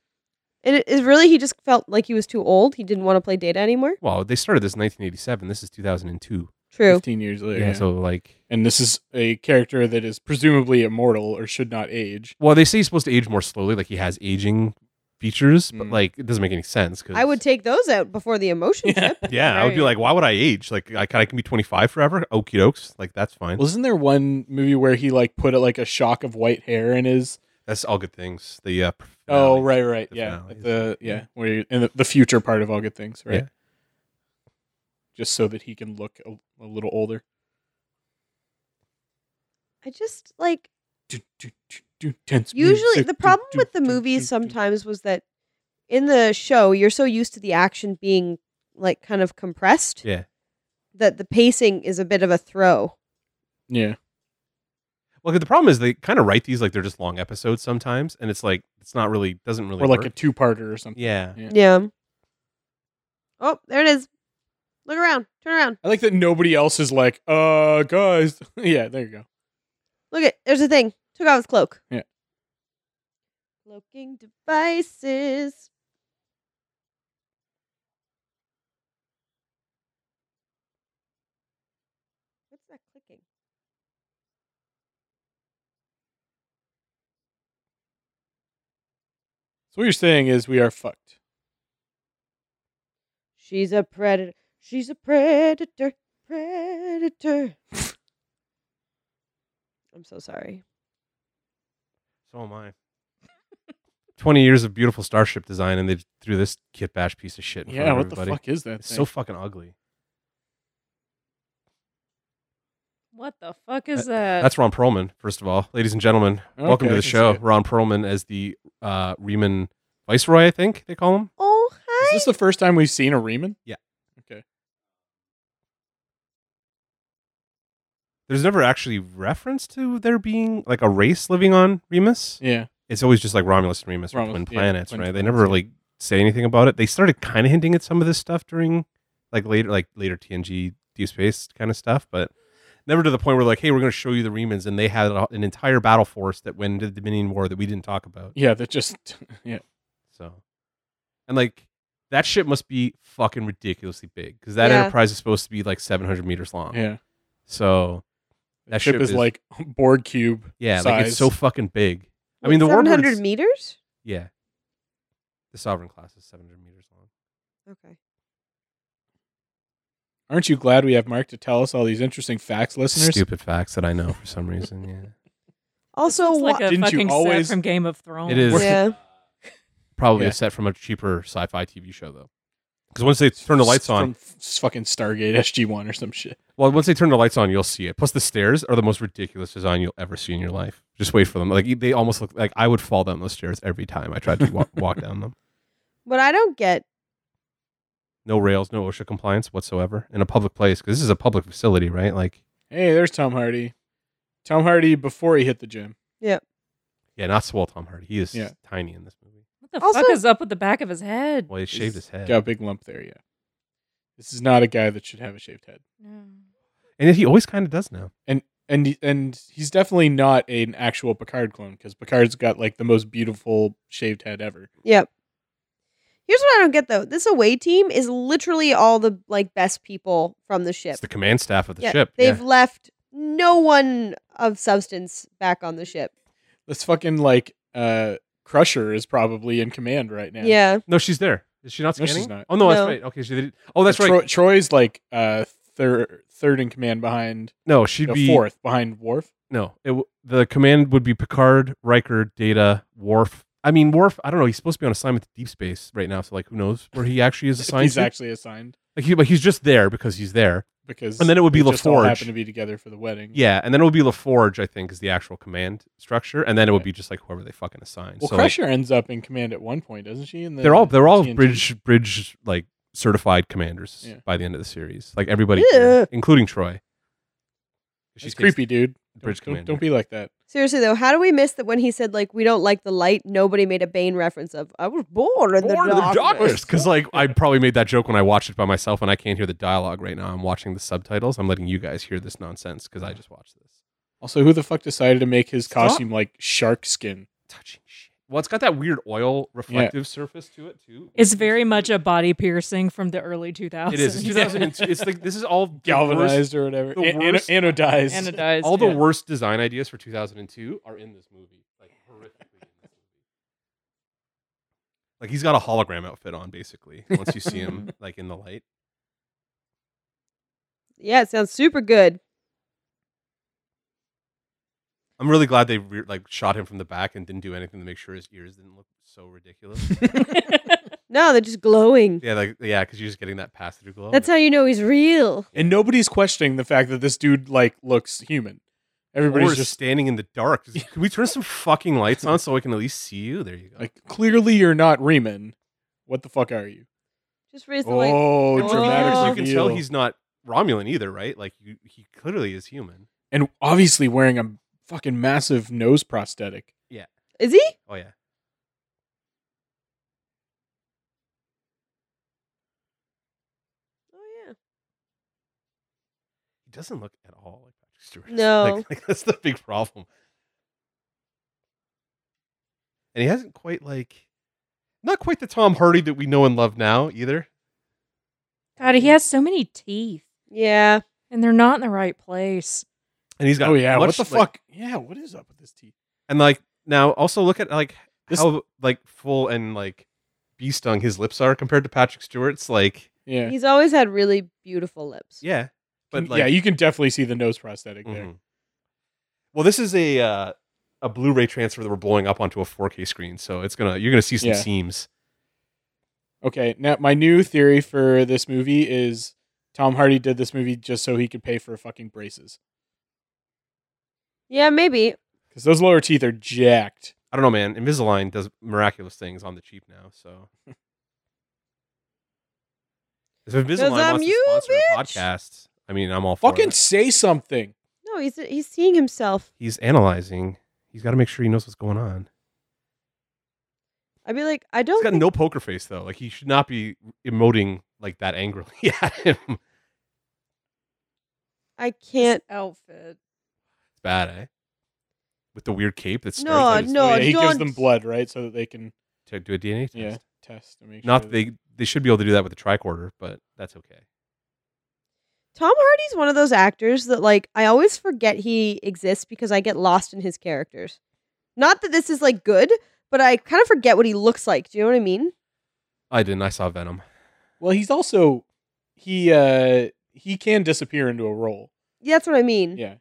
Speaker 3: And it is really he just felt like he was too old. He didn't want to play Data anymore.
Speaker 1: Well, they started this in 1987. This is 2002.
Speaker 3: True.
Speaker 2: 15 years later.
Speaker 1: yeah.
Speaker 2: yeah.
Speaker 1: So like
Speaker 2: and this is a character that is presumably immortal or should not age.
Speaker 1: Well, they say he's supposed to age more slowly, like he has aging features, but
Speaker 2: Mm.
Speaker 1: like it doesn't make any sense. 'cause-
Speaker 3: I would take those out before the emotion
Speaker 2: Yeah.
Speaker 3: trip.
Speaker 1: yeah, I would be
Speaker 3: Right.
Speaker 1: like, why would I age? Like I can I can be twenty five forever. Okie dokes, like that's fine.
Speaker 2: Wasn't there one movie where he like put like a shock of white hair in his?
Speaker 1: That's all good things. The uh, prof-
Speaker 2: Oh
Speaker 1: uh,
Speaker 2: right, right,
Speaker 1: The
Speaker 2: yeah,
Speaker 1: finale
Speaker 2: Like
Speaker 1: is-
Speaker 2: the yeah, where you in the, the future part of all good things, right?
Speaker 1: Yeah.
Speaker 2: Just so that he can look a, a little older.
Speaker 3: I just like
Speaker 2: Do, do, do, do, tense
Speaker 3: usually
Speaker 2: music,
Speaker 3: the
Speaker 2: do,
Speaker 3: problem
Speaker 2: do,
Speaker 3: with the
Speaker 2: do,
Speaker 3: movies
Speaker 2: do, do.
Speaker 3: sometimes was that in the show you're so used to the action being like kind of compressed
Speaker 1: Yeah.
Speaker 3: that the pacing is a bit of a throw.
Speaker 2: Yeah,
Speaker 1: Well, the problem is they kind of write these like they're just long episodes sometimes, and it's like it's not really doesn't really
Speaker 2: or like a
Speaker 1: work.
Speaker 2: two-parter or something.
Speaker 1: yeah.
Speaker 2: Yeah.
Speaker 3: Yeah. Oh, there it is. Look around. Turn around.
Speaker 2: I like that nobody else is like, uh, guys. yeah, there you go.
Speaker 3: Look at there's a thing. Took off his cloak.
Speaker 2: Yeah.
Speaker 3: Cloaking devices. What's that clicking?
Speaker 2: So what you're saying is we are fucked.
Speaker 3: She's a predator. She's a predator. Predator. I'm so sorry.
Speaker 1: So am I. twenty years of beautiful starship design, and they threw this kit bash piece of shit. In
Speaker 2: Yeah,
Speaker 1: front
Speaker 2: what
Speaker 1: of
Speaker 2: the
Speaker 1: everybody.
Speaker 2: fuck is that?
Speaker 1: It's
Speaker 2: thing?
Speaker 1: so fucking ugly.
Speaker 4: What the fuck is that?
Speaker 1: That's Ron Perlman, first of all. Ladies and gentlemen, welcome
Speaker 2: Uh, Okay,
Speaker 1: to
Speaker 2: I
Speaker 1: the
Speaker 2: can
Speaker 1: show.
Speaker 2: see it.
Speaker 1: Ron Perlman as the uh, Riemann Viceroy, I think they call him.
Speaker 3: Oh,
Speaker 2: Is
Speaker 3: hi.
Speaker 2: this the first time we've seen a Riemann?
Speaker 1: There's never actually reference to there being like a race living on Remus.
Speaker 2: Yeah.
Speaker 1: It's always just like Romulus and Remus are
Speaker 2: Romulus,
Speaker 1: twin
Speaker 2: yeah,
Speaker 1: planets,
Speaker 2: twin
Speaker 1: right? They
Speaker 2: planets,
Speaker 1: never
Speaker 2: yeah.
Speaker 1: really say anything about it. They started kind of hinting at some of this stuff during like later, like later TNG Deep Space kind of stuff, but never to the point where like, hey, we're going to show you the Riemanns, and they had a- an entire battle force that went into the Dominion War that we didn't talk about.
Speaker 2: Yeah, that just yeah.
Speaker 1: So, and like that ship must be fucking ridiculously big because that
Speaker 3: Yeah.
Speaker 1: Enterprise is supposed to be like 700 meters long.
Speaker 2: Yeah.
Speaker 1: So that
Speaker 2: ship, is, like Borg cube.
Speaker 1: yeah, like it's
Speaker 2: size.
Speaker 1: so fucking big. I
Speaker 3: Wait,
Speaker 1: mean, the warbirds-
Speaker 3: 700 meters?
Speaker 1: Yeah, the Sovereign class is 700 meters long.
Speaker 3: Okay.
Speaker 2: Aren't you glad we have Mark to tell us all these interesting facts, listeners?
Speaker 1: Stupid facts that I know for some reason. Yeah,
Speaker 4: This
Speaker 3: Also,
Speaker 4: looks like
Speaker 3: wha-
Speaker 4: a
Speaker 2: Didn't you
Speaker 4: fucking set
Speaker 2: always-
Speaker 4: from Game of Thrones.
Speaker 1: It is.
Speaker 3: yeah.
Speaker 1: probably
Speaker 2: Yeah.
Speaker 1: a set from a cheaper sci-fi TV show though. Because once they turn the lights on,
Speaker 2: From f- fucking Stargate SG One or some shit.
Speaker 1: well, once they turn the lights on, you'll see it. Plus, the stairs are the most ridiculous design you'll ever see in your life. Just wait for them. Like they almost look like I would fall down those stairs every time I tried to wa- walk down them.
Speaker 3: What I don't get
Speaker 1: no rails, no OSHA compliance whatsoever in a public place because this is a public facility, right? Like,
Speaker 2: Hey, there's Tom Hardy. Tom Hardy before he hit the gym.
Speaker 1: yeah, not swole Tom Hardy. He is
Speaker 2: Yeah.
Speaker 1: tiny in this movie.
Speaker 4: What the
Speaker 3: Also-
Speaker 4: fuck is up with the back of his head?
Speaker 1: Well, he shaved his head,
Speaker 2: Got a big lump there. Yeah. This is not a guy that should have a shaved head.
Speaker 4: No.
Speaker 1: and yet he always kind of does now.
Speaker 2: And and he's definitely not an actual Picard clone because Picard's got like the most beautiful shaved head ever.
Speaker 3: Yep. Here's what I don't get though. This away team is literally all the like best people from the ship.
Speaker 1: It's the command staff of the
Speaker 3: Yeah,
Speaker 1: ship.
Speaker 3: They've
Speaker 1: Yeah.
Speaker 3: left no one of substance back on the ship.
Speaker 2: let's fucking like uh Crusher is probably in command right now.
Speaker 3: Yeah.
Speaker 1: No, she's there. Is she not
Speaker 2: No, she's
Speaker 1: scanning?
Speaker 2: not.
Speaker 1: Oh no, that's
Speaker 3: No.
Speaker 1: right. Okay, she did. Oh, that's
Speaker 2: But
Speaker 1: right.
Speaker 2: Troy, Troy's like uh third third in command behind
Speaker 1: no, she'd
Speaker 2: no,
Speaker 1: be
Speaker 2: fourth behind Worf.
Speaker 1: No, it, w- the command would be Picard, Riker, Data, Worf. I mean, Worf. I don't know. He's supposed to be on assignment to deep space right now, so like, who knows where he actually is
Speaker 2: If
Speaker 1: assigned?
Speaker 2: He's
Speaker 1: to.
Speaker 2: actually assigned
Speaker 1: like, he, but he's just there because he's there.
Speaker 2: because
Speaker 1: And then it would be
Speaker 2: they just all
Speaker 1: LaForge.
Speaker 2: happen to be together for the wedding.
Speaker 1: Yeah, and then it would be LaForge, I think, is the actual command structure, and then it would be just like whoever they fucking assign.
Speaker 2: Well,
Speaker 1: so like,
Speaker 2: Crusher ends up in command at one point, doesn't she? In the
Speaker 1: they're all they're all
Speaker 2: TNG?
Speaker 1: bridge bridge like certified commanders
Speaker 2: Yeah.
Speaker 1: by the end of the series. Like everybody,
Speaker 3: Yeah.
Speaker 1: here, including Troy. takes
Speaker 2: She's creepy, dude.
Speaker 1: the Bridge
Speaker 2: don't,
Speaker 1: commander.
Speaker 2: don't, don't be like that.
Speaker 3: Seriously though, how do we miss that when he said like we don't like the light? Nobody made a Bane reference of I was born in
Speaker 1: Born in
Speaker 3: the
Speaker 1: the
Speaker 3: darkness.
Speaker 1: darkness. Because like I probably made that joke when I watched it by myself, and I can't hear the dialogue right now. I'm watching the subtitles. I'm letting you guys hear this nonsense because I just watched this.
Speaker 2: Also, who the fuck decided to make his
Speaker 1: Stop.
Speaker 2: costume like shark skin?
Speaker 1: Touching shit. Well, it's got that weird oil reflective surface to it too.
Speaker 4: It's very much a body piercing from the early 2000s.
Speaker 1: It is. It's 2002. It's like this is all the worst-
Speaker 2: Galvanized or whatever.
Speaker 1: the
Speaker 2: An- an-
Speaker 1: worst-
Speaker 2: anodized.
Speaker 4: Anodized.
Speaker 1: all the
Speaker 4: yeah.
Speaker 1: worst design ideas for 2002 are in this movie. Like horrifically. in this movie. Like he's got a hologram outfit on basically. Once you see him like in the light.
Speaker 3: Yeah, it sounds super good.
Speaker 1: I'm really glad they re- like shot him from the back and didn't do anything to make sure his ears didn't look so ridiculous.
Speaker 3: No, they're just glowing.
Speaker 1: yeah, like yeah, because you're just getting that pass through glow.
Speaker 3: That's how you know he's real.
Speaker 2: And nobody's questioning the fact that this dude like looks human. Everybody's
Speaker 1: or
Speaker 2: just
Speaker 1: standing in the dark. Just, Can we turn some fucking lights on so I can at least see you? There you go.
Speaker 2: like, clearly you're not Reman. What the fuck are you?
Speaker 3: Just raise the light.
Speaker 2: Oh,
Speaker 3: Oh.
Speaker 2: dramatic!
Speaker 1: Because you can tell
Speaker 2: reveal.
Speaker 1: he's not Romulan either, right? Like you, he clearly is human.
Speaker 2: and obviously wearing a fucking massive nose prosthetic.
Speaker 3: Is he?
Speaker 1: Oh yeah.
Speaker 3: Oh yeah.
Speaker 1: He doesn't look at all like Patrick Stewart.
Speaker 3: No.
Speaker 1: Like, like, that's the big problem. And he hasn't quite like not quite the Tom Hardy that we know and love now either.
Speaker 4: God, he has so many teeth,
Speaker 3: Yeah.
Speaker 4: and they're not in the right place.
Speaker 1: And he's got
Speaker 2: Oh yeah,
Speaker 1: much,
Speaker 2: what the
Speaker 1: like-
Speaker 2: fuck? Yeah, what is up with this teeth?
Speaker 1: And like now, also look at like
Speaker 2: This-
Speaker 1: how like full and like bee stung his lips are compared to Patrick Stewart's. Like
Speaker 2: Yeah,
Speaker 3: He's always had really beautiful lips.
Speaker 1: yeah, but
Speaker 2: Can-
Speaker 1: like
Speaker 2: yeah, you can definitely see the nose prosthetic there.
Speaker 1: mhm. Well, this is a uh, a Blu-ray transfer that we're blowing up onto a 4K screen, so it's gonna you're gonna see some
Speaker 2: Yeah.
Speaker 1: seams.
Speaker 2: Okay, now my new theory for this movie is Tom Hardy did this movie just so he could pay for fucking braces
Speaker 3: Yeah, maybe.
Speaker 2: because those lower teeth are jacked.
Speaker 1: I don't know, man. Invisalign does miraculous things on the cheap now. So if Invisalign
Speaker 3: I'm
Speaker 1: wants
Speaker 3: you,
Speaker 1: to sponsor a
Speaker 3: bitch.
Speaker 1: podcast, I mean, I'm all for
Speaker 2: Fucking
Speaker 1: it.
Speaker 2: say something.
Speaker 3: No, he's he's seeing himself.
Speaker 1: He's analyzing. He's got to make sure he knows what's going on.
Speaker 3: I'd be like, I
Speaker 1: He's
Speaker 3: don't.
Speaker 1: got
Speaker 3: think-
Speaker 1: no poker face though. Like he should not be emoting like that angrily at him. It's
Speaker 3: I can't.
Speaker 4: outfit.
Speaker 1: bad, eh? With the weird cape that's
Speaker 3: No, no.
Speaker 2: Oh, yeah, he gives
Speaker 3: don't-
Speaker 2: them blood, right, so that they can
Speaker 1: to do a DNA test.
Speaker 2: yeah test to make
Speaker 1: Not
Speaker 2: sure
Speaker 1: that they they should be able to do that with a tricorder, but that's okay.
Speaker 3: Tom Hardy's one of those actors that like I always forget he exists because I get lost in his characters. Not that this is like good, but I kind of forget what he looks like. Do you know what I mean?
Speaker 1: I didn't. I saw Venom.
Speaker 2: Well, he's also he uh he can disappear into a role.
Speaker 3: Yeah, that's what I mean.
Speaker 2: Yeah.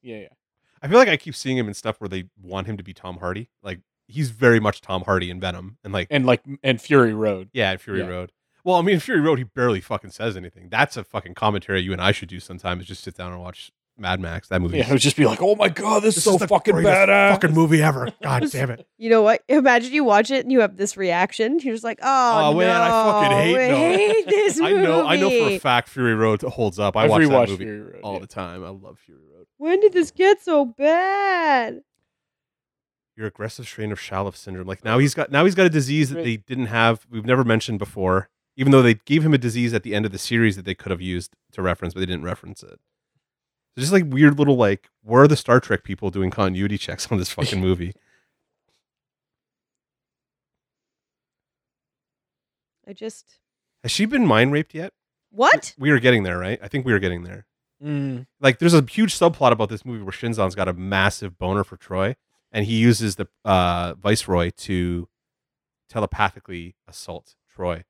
Speaker 2: Yeah, yeah.
Speaker 1: I feel like I keep seeing him in stuff where they want him to be Tom Hardy. Like he's very much Tom Hardy in Venom, and like
Speaker 2: And like and Fury Road.
Speaker 1: yeah, in Fury
Speaker 2: Yeah.
Speaker 1: Road. Well, I mean, in Fury Road, he barely fucking says anything. That's a fucking commentary you and I should do sometime. Is just sit down and watch Mad Max. That movie.
Speaker 2: Yeah, it would just be like, "Oh my god, this, is so
Speaker 1: the
Speaker 2: fucking
Speaker 1: greatest
Speaker 2: badass."
Speaker 1: Fucking movie ever. God damn it.
Speaker 3: You know what? Imagine you watch it and you have this reaction. You're just like, oh,
Speaker 1: Oh,
Speaker 3: no,
Speaker 1: man, I fucking hate-
Speaker 3: we
Speaker 1: no."
Speaker 3: hate this
Speaker 1: I
Speaker 3: movie.
Speaker 1: know. I know for a fact Fury Road holds up. I
Speaker 2: I've
Speaker 1: watch that
Speaker 2: rewatched
Speaker 1: movie
Speaker 2: Fury Road.
Speaker 1: all
Speaker 2: yeah.
Speaker 1: the time. I love Fury Road.
Speaker 3: when did this get so bad?
Speaker 1: your aggressive strain of Shalof syndrome. Like now he's got now he's got a disease that
Speaker 2: Right.
Speaker 1: they didn't have. We've never mentioned before, even though they gave him a disease at the end of the series that they could have used to reference, but they didn't reference it. So just like weird little like, where are the Star Trek people doing continuity checks on this fucking movie?
Speaker 3: I just
Speaker 1: Has she been mind raped yet?
Speaker 3: what?
Speaker 1: We are getting there, right? I think we are getting there.
Speaker 2: Mm.
Speaker 1: Like there's a huge subplot about this movie where Shinzon's got a massive boner for Troy. and he uses the uh, viceroy to telepathically assault Troy.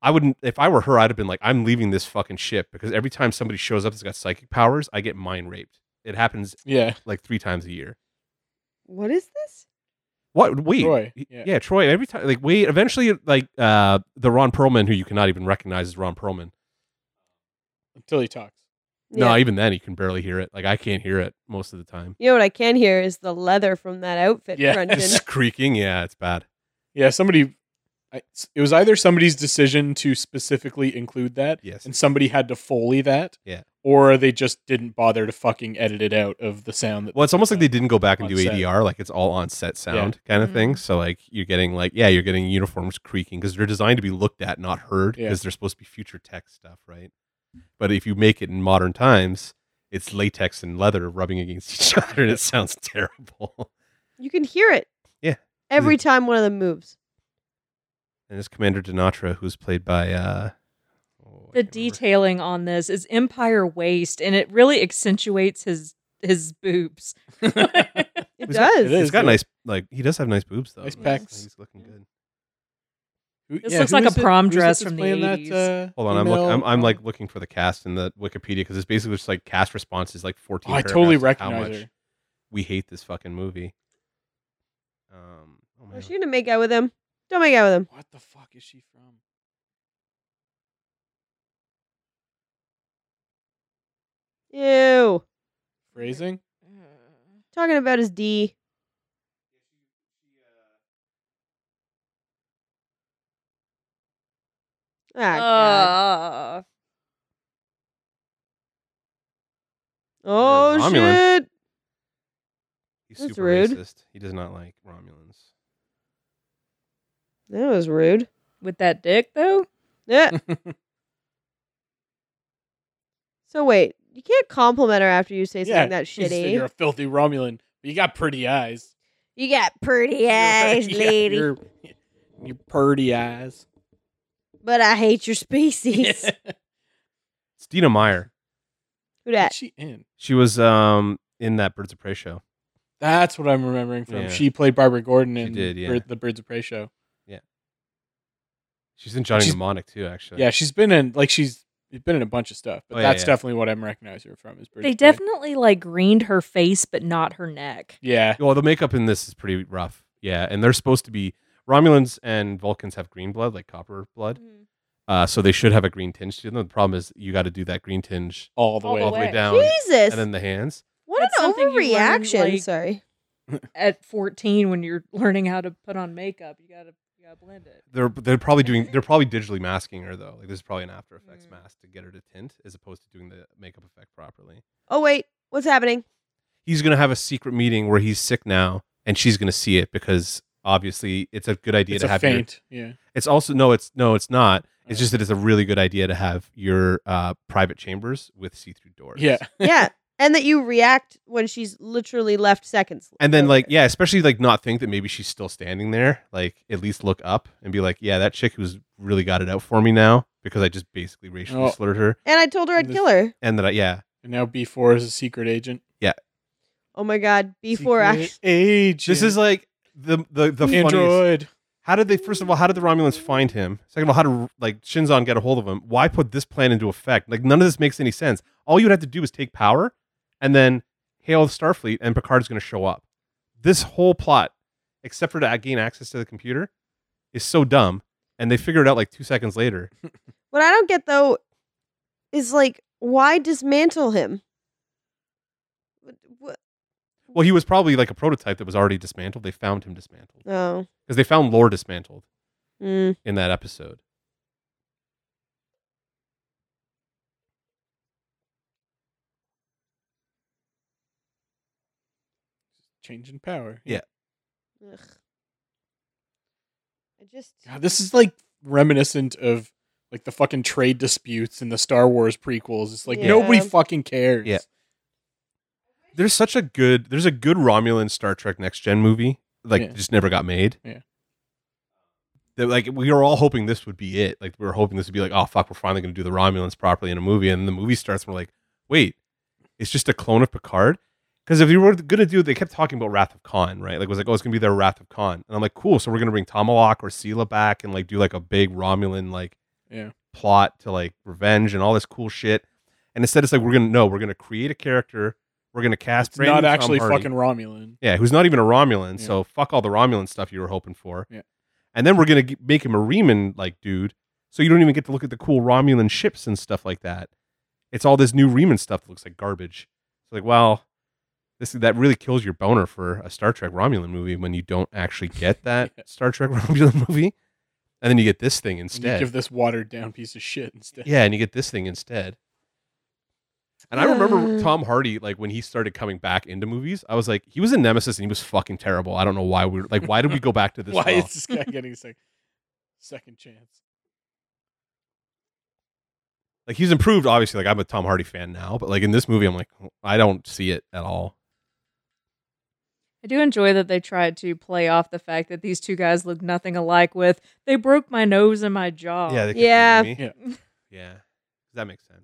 Speaker 1: I wouldn't, if I were her, I'd have been like, I'm leaving this fucking ship because every time somebody shows up that's got psychic powers, I get mind raped. It happens
Speaker 2: Yeah.
Speaker 1: like three times a year.
Speaker 3: What is this?
Speaker 1: What? Wait.
Speaker 2: Troy,
Speaker 1: Y- Yeah.
Speaker 2: yeah.
Speaker 1: Troy. Every time, like, wait. Eventually, like, uh, the Ron Perlman, who you cannot even recognize as Ron Perlman.
Speaker 2: Until he talks.
Speaker 1: No,
Speaker 3: Yeah.
Speaker 1: even then, you can barely hear it. Like, I can't hear it most of the time.
Speaker 3: You know what I can hear is the leather from that outfit
Speaker 2: Yes.
Speaker 3: crunching.
Speaker 1: It's creaking. Yeah, it's bad.
Speaker 2: Yeah, somebody. I, it was either somebody's decision to specifically include that,
Speaker 1: Yes.
Speaker 2: and somebody had to foley that,
Speaker 1: Yeah.
Speaker 2: or they just didn't bother to fucking edit it out of the sound. That
Speaker 1: Well, it's almost like they didn't go back and
Speaker 2: On
Speaker 1: do
Speaker 2: set.
Speaker 1: ADR. Like it's all on set sound kind of
Speaker 4: Mhm.
Speaker 1: thing. So like you're getting like yeah, you're getting uniforms creaking because they're designed to be looked at, not heard,
Speaker 2: Yeah.
Speaker 1: because they're supposed to be future tech stuff, right? But if you make it in modern times, it's latex and leather rubbing against each other, and it sounds terrible.
Speaker 3: You can hear it.
Speaker 1: Yeah.
Speaker 3: Every time one of them moves.
Speaker 1: And it's Commander Dinatra, who's played by uh, oh, I
Speaker 4: The
Speaker 1: can't remember.
Speaker 4: detailing on this is empire waist, and it really accentuates his his boobs.
Speaker 3: It
Speaker 1: He's got-
Speaker 3: does.
Speaker 2: it is.
Speaker 1: He's got
Speaker 2: yeah.
Speaker 1: nice like he does have nice boobs though.
Speaker 2: Nice
Speaker 1: He's-
Speaker 2: pecs.
Speaker 1: He's looking good.
Speaker 2: Who-
Speaker 4: This looks like
Speaker 2: who
Speaker 4: a
Speaker 2: is it-
Speaker 4: prom
Speaker 2: who is it
Speaker 4: dress
Speaker 2: that's
Speaker 4: from the
Speaker 2: playing
Speaker 4: 80s.
Speaker 2: That, uh,
Speaker 1: Hold on, I'm,
Speaker 2: female-
Speaker 1: look, I'm I'm
Speaker 2: uh,
Speaker 1: like looking for the cast in the Wikipedia because it's basically just like cast response is like 14.
Speaker 2: Oh, I totally
Speaker 1: paragraphs of how
Speaker 2: recognize
Speaker 1: much
Speaker 2: her.
Speaker 1: We hate this fucking movie. Um, oh my
Speaker 3: Is she
Speaker 1: God.
Speaker 3: gonna make out with him? Don't make out with him.
Speaker 2: What the fuck is she from?
Speaker 3: Ew.
Speaker 2: Phrasing?
Speaker 3: Talking about his D. Ah, God.
Speaker 4: Uh,
Speaker 3: Oh,
Speaker 1: Romulan.
Speaker 3: shit.
Speaker 1: he's
Speaker 3: that's
Speaker 1: super
Speaker 3: rude.
Speaker 1: racist. He does not like Romulans.
Speaker 3: That was rude. Eh.
Speaker 4: with that dick though,
Speaker 3: Yeah. So wait, you can't compliment her after you say something
Speaker 2: Yeah,
Speaker 3: that
Speaker 2: You said You're
Speaker 3: shitty.
Speaker 2: a filthy Romulan, but you got pretty eyes.
Speaker 3: You got pretty
Speaker 2: You're-
Speaker 3: eyes,
Speaker 2: yeah,
Speaker 3: lady,
Speaker 2: You're, you're purty eyes.
Speaker 3: but I hate your species.
Speaker 1: It's Dina Meyer.
Speaker 3: Who that?
Speaker 2: What's she in?
Speaker 1: She was um in that Birds of Prey show.
Speaker 2: That's what I'm remembering from.
Speaker 1: Yeah.
Speaker 2: She played Barbara Gordon
Speaker 1: She
Speaker 2: in
Speaker 1: did, yeah.
Speaker 2: Bir- the Birds of Prey show.
Speaker 1: She's in Johnny
Speaker 2: She's-
Speaker 1: Mnemonic too, actually.
Speaker 2: Yeah, she's been in like she's been in a bunch of stuff, but
Speaker 1: Oh, yeah,
Speaker 2: that's
Speaker 1: yeah.
Speaker 2: definitely what I'm recognizing her from. Is Birds
Speaker 4: they
Speaker 2: of Prey.
Speaker 4: definitely like greened her face, but not her neck.
Speaker 2: Yeah,
Speaker 1: Well, the makeup in this is pretty rough. Yeah, and they're supposed to be Romulans and Vulcans have green blood, like copper blood.
Speaker 4: Mm.
Speaker 1: Uh, so they should have a green tinge to them. The problem is you got to do that green tinge
Speaker 2: all the
Speaker 4: All
Speaker 2: way.
Speaker 4: the
Speaker 1: all the way
Speaker 4: Way.
Speaker 2: Um,
Speaker 1: down
Speaker 3: Jesus!
Speaker 1: and then the hands.
Speaker 3: what
Speaker 4: That's
Speaker 3: an
Speaker 4: something you learn,
Speaker 3: overreaction.
Speaker 4: like-
Speaker 3: Sorry.
Speaker 4: At 14, when you're learning how to put on makeup, you gotta you gotta blend it.
Speaker 1: They're they're probably doing they're probably digitally masking her though. Like this is probably an After Effects
Speaker 4: Mm.
Speaker 1: mask to get her to tint as opposed to doing the makeup effect properly.
Speaker 3: Oh wait, what's happening?
Speaker 1: He's gonna have a secret meeting where he's sick now, and she's gonna see it because obviously it's a good idea
Speaker 2: It's
Speaker 1: to
Speaker 2: a
Speaker 1: have. your-
Speaker 2: faint. Yeah,
Speaker 1: it's also no, it's no, it's not. It's
Speaker 2: Alright.
Speaker 1: just that it's a really good idea to have your uh, private chambers with see-through doors.
Speaker 2: yeah.
Speaker 3: Yeah, and that you react when she's literally left seconds.
Speaker 1: And then,
Speaker 3: over.
Speaker 1: like, yeah, especially like not think that maybe she's still standing there. Like, at least look up and be like, yeah, that chick who's really got it out for me now because I just basically racially
Speaker 2: Oh.
Speaker 1: slurred her.
Speaker 3: And I told her I'd
Speaker 2: This-
Speaker 3: kill her.
Speaker 1: And that, I, yeah,
Speaker 2: And now B four is a secret agent.
Speaker 3: Oh my god, before I.
Speaker 2: Secret agent.
Speaker 1: This is like the the the funniest.
Speaker 2: Android.
Speaker 1: How did they? First of all, how did the Romulans find him? Second of all, how did like Shinzon get a hold of him? Why put this plan into effect? Like none of this makes any sense. All you'd have to do is take power, and then hail Starfleet, and Picard's going to show up. This whole plot, except for to gain access to the computer, is so dumb. And they figure it out like two seconds later.
Speaker 3: What I don't get though is like why dismantle him? What?
Speaker 1: Well, he was probably like a prototype that was already dismantled. They found him dismantled
Speaker 3: Oh.
Speaker 1: because they found Lore dismantled
Speaker 3: Mm.
Speaker 1: in that episode.
Speaker 2: Change in power.
Speaker 1: Yeah.
Speaker 3: Ugh. I just.
Speaker 2: God, this is like reminiscent of like the fucking trade disputes in the Star Wars prequels. It's like
Speaker 3: Yeah.
Speaker 2: nobody fucking cares.
Speaker 1: Yeah. there's such a good there's a good Romulan Star Trek Next Gen movie like
Speaker 2: Yeah.
Speaker 1: just never got made.
Speaker 2: Yeah.
Speaker 1: That like we were all hoping this would be it. Like we were hoping this would be like oh fuck we're finally going to do the Romulans properly in a movie and the movie starts and we're like wait it's just a clone of Picard Because if you were gonna do, they kept talking about Wrath of Khan, right? Like, it was like, oh, it's gonna be their Wrath of Khan, and I'm like, cool. So we're gonna bring Tomalak or Sela back and like do like a big Romulan like
Speaker 2: Yeah.
Speaker 1: plot to like revenge and all this cool shit. And instead, it's like we're gonna no, we're gonna create a character. We're gonna cast.
Speaker 2: It's
Speaker 1: brand
Speaker 2: not
Speaker 1: new Tom
Speaker 2: actually
Speaker 1: Hardy.
Speaker 2: fucking Romulan.
Speaker 1: Yeah, who's not even a Romulan.
Speaker 2: Yeah.
Speaker 1: So fuck all the Romulan stuff you were hoping for.
Speaker 2: Yeah.
Speaker 1: And then we're gonna g- make him a Reman like dude, so you don't even get to look at the cool Romulan ships and stuff like that. It's all this new Reman stuff that looks like garbage. It's like, well, this that really kills your boner for a Star Trek Romulan movie when you don't actually get that
Speaker 2: Yeah.
Speaker 1: Star Trek Romulan movie, and then you get this thing
Speaker 2: And You
Speaker 1: instead.
Speaker 2: give this watered down piece of shit instead.
Speaker 1: Yeah, and you get this thing instead. And I remember
Speaker 3: Yeah.
Speaker 1: Tom Hardy, like when he started coming back into movies, I was like, he was in Nemesis and he was fucking terrible. I don't know why we were like, why did we go back to this?
Speaker 2: Why
Speaker 1: well?
Speaker 2: is this guy getting a sec- second chance?
Speaker 1: Like he's improved, obviously. Like I'm a Tom Hardy fan now, but like in this movie, I'm like, I don't see it at all.
Speaker 4: I do enjoy that they tried to play off the fact that these two guys look nothing alike with they broke my nose and my jaw.
Speaker 2: Oh.
Speaker 1: Yeah, they kept
Speaker 3: Yeah.
Speaker 1: blaming me.
Speaker 4: Yeah.
Speaker 1: yeah. That makes sense.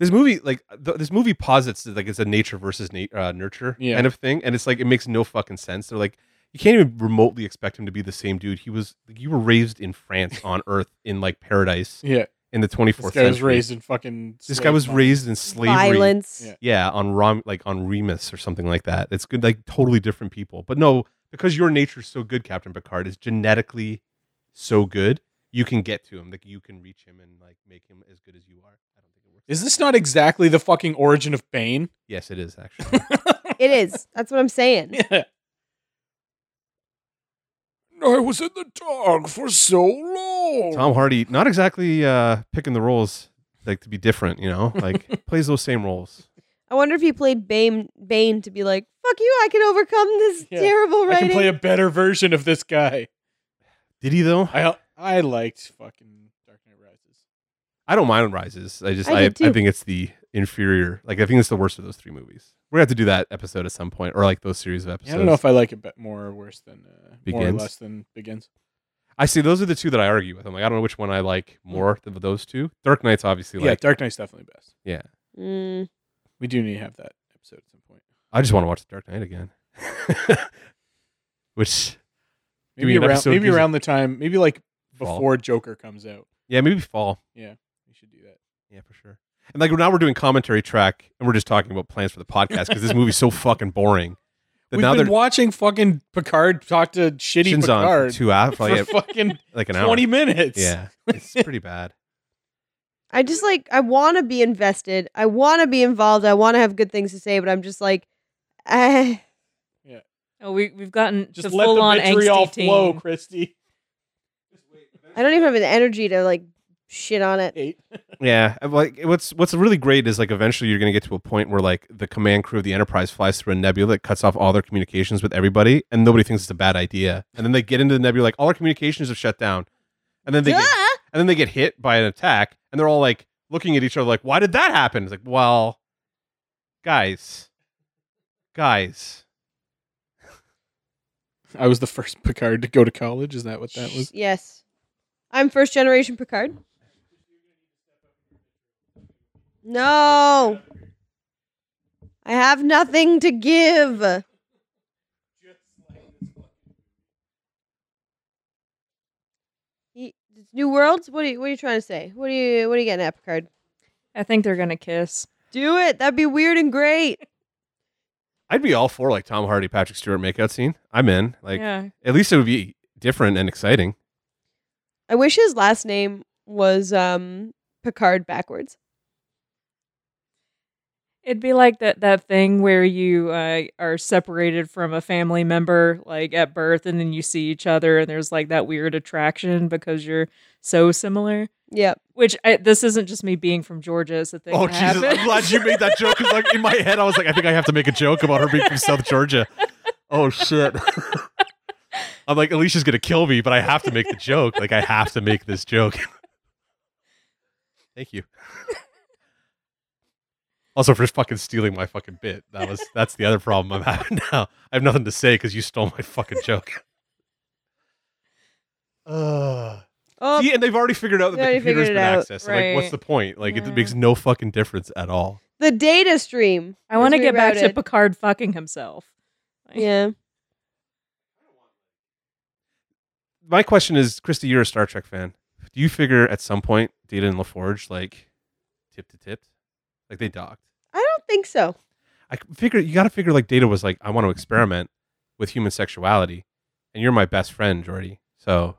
Speaker 1: This movie, like uh, th- this movie, posits that, like it's a nature versus na- uh, nurture
Speaker 2: Yeah.
Speaker 1: kind of thing, and it's like it makes no fucking sense. They're like, you can't even remotely expect him to be the same dude. He was, like, you were raised in France on Earth in like paradise
Speaker 2: Yeah.
Speaker 1: in the 24th
Speaker 2: This guy
Speaker 1: century.
Speaker 2: was raised in fucking.
Speaker 1: this guy
Speaker 2: slave
Speaker 1: was
Speaker 2: farm.
Speaker 1: raised in slavery.
Speaker 3: Violence.
Speaker 2: Yeah.
Speaker 1: Yeah, on Rom like on Remus or something like that. It's good like totally different people. But no, because your nature's so good, Captain Picard is genetically so good, you can get to him. Like you can reach him and like make him as good as you are. I don't think it works.
Speaker 2: Is this not exactly the fucking origin of Bane?
Speaker 1: Yes, it is actually.
Speaker 3: It is. That's what I'm saying.
Speaker 2: Yeah. I was in the dark for so long.
Speaker 1: Tom Hardy, not exactly uh picking the roles like to be different, you know? Like plays those same roles.
Speaker 3: I wonder if he played Bane, Bane to be like, "Fuck you! I can overcome this
Speaker 2: Yeah.
Speaker 3: terrible
Speaker 2: I can
Speaker 3: writing."
Speaker 2: play a better version of this guy.
Speaker 1: Did he though?
Speaker 2: I I liked fucking Dark Knight Rises.
Speaker 1: I don't mind Rises. I just
Speaker 3: I
Speaker 1: I, I,
Speaker 3: did, too.
Speaker 1: think it's the inferior like I think it's the worst of those three movies. We're gonna have to do that episode at some point, or like those series of episodes.
Speaker 2: Yeah, I don't know if I like it bet more or worse than uh, more or
Speaker 1: Begins?
Speaker 2: less than Begins.
Speaker 1: I see. Those are the two that I argue with. I'm like, I don't know which one I like more than those two. Dark Knight's obviously
Speaker 2: Hmm. yeah,
Speaker 1: like,
Speaker 2: Dark Knight's definitely best.
Speaker 1: yeah.
Speaker 3: Mm.
Speaker 2: We do need to have that episode at some point.
Speaker 1: I just want to watch The Dark Knight again. which, Do we
Speaker 2: Maybe
Speaker 1: need an
Speaker 2: around
Speaker 1: episode
Speaker 2: maybe
Speaker 1: gives it-
Speaker 2: around the time maybe like
Speaker 1: Fall.
Speaker 2: before Joker comes out.
Speaker 1: yeah, maybe fall.
Speaker 2: We should do that.
Speaker 1: Yeah, for sure. And like now we're doing commentary track, and we're just talking about plans for the podcast because this movie's so fucking boring. That
Speaker 2: We've
Speaker 1: now
Speaker 2: been
Speaker 1: they're
Speaker 2: watching fucking Picard talk to shitty
Speaker 1: Shin's on for
Speaker 2: Picard
Speaker 1: two hours,
Speaker 2: for
Speaker 1: like, yeah,
Speaker 2: fucking
Speaker 1: like an hour.
Speaker 2: twenty minutes.
Speaker 1: Yeah, it's pretty bad.
Speaker 3: I just like I want to be invested. I want to be involved. I want to have good things to say, but I'm just like, eh.
Speaker 4: Oh, we we've gotten
Speaker 2: Just
Speaker 4: the
Speaker 2: let
Speaker 4: full on
Speaker 2: the vitriol
Speaker 4: angsty teen.
Speaker 2: flow, Christy.
Speaker 3: I don't even have the energy to like shit on it.
Speaker 2: Eight.
Speaker 1: Yeah, and, like what's what's really great is like eventually you're going to get to a point where like the command crew of the Enterprise flies through a nebula that cuts off all their communications with everybody, and nobody thinks it's a bad idea. And then they get into the nebula, like all our communications have shut down, and then they get,
Speaker 3: Ah!
Speaker 1: and then they get hit by an attack, and they're all like looking at each other like, "Why did that happen?" It's like, well, guys, guys,
Speaker 2: I was the first Picard to go to college. Is that what that was?
Speaker 3: Yes, I'm first generation Picard. No, I have nothing to give. He- it's New worlds? What are you? What are you trying to say? What are you? What are you getting at, Picard?
Speaker 4: I think they're gonna kiss.
Speaker 3: Do it. That'd be weird and great.
Speaker 1: I'd be all for like Tom Hardy, Patrick Stewart makeout scene. I'm in. Like,
Speaker 4: yeah.
Speaker 1: at least it would be different and exciting.
Speaker 3: I wish his last name was um Picard backwards.
Speaker 4: It'd be like that that thing where you uh, are separated from a family member like at birth and then you see each other and there's like that weird attraction because you're so similar.
Speaker 3: Yep.
Speaker 4: Which I, this isn't just me being from Georgia, it's a thing.
Speaker 1: Oh
Speaker 4: that
Speaker 1: Jesus!
Speaker 4: happens.
Speaker 1: I'm glad you made that joke. Cause like in my head, I was like, I think I have to make a joke about her being from South Georgia. Oh shit! I'm like, Alicia's gonna kill me, but I have to make the joke. Like, I have to make this joke. Thank you. Also, for fucking stealing my fucking bit. That was that's the other problem I'm having now. I have nothing to say because you stole my fucking joke. Uh,
Speaker 3: Oh,
Speaker 1: See, and they've already figured out that
Speaker 3: They
Speaker 1: the
Speaker 3: already
Speaker 1: computer's
Speaker 3: figured
Speaker 1: been
Speaker 3: it out,
Speaker 1: accessed. So, Like, what's
Speaker 4: right.
Speaker 1: the point? Like,
Speaker 4: Yeah.
Speaker 1: it makes no fucking difference at all.
Speaker 3: The data stream.
Speaker 4: I want to
Speaker 3: It's
Speaker 4: get back to
Speaker 3: rerouted.
Speaker 4: Picard fucking himself.
Speaker 3: Yeah.
Speaker 1: My question is, Christy, you're a Star Trek fan. Do you figure at some point Data and LaForge like tip to tipped, like they docked?
Speaker 3: I don't think so.
Speaker 1: I figure you got to figure like Data was like, I want to experiment with human sexuality, and you're my best friend, Jordy. So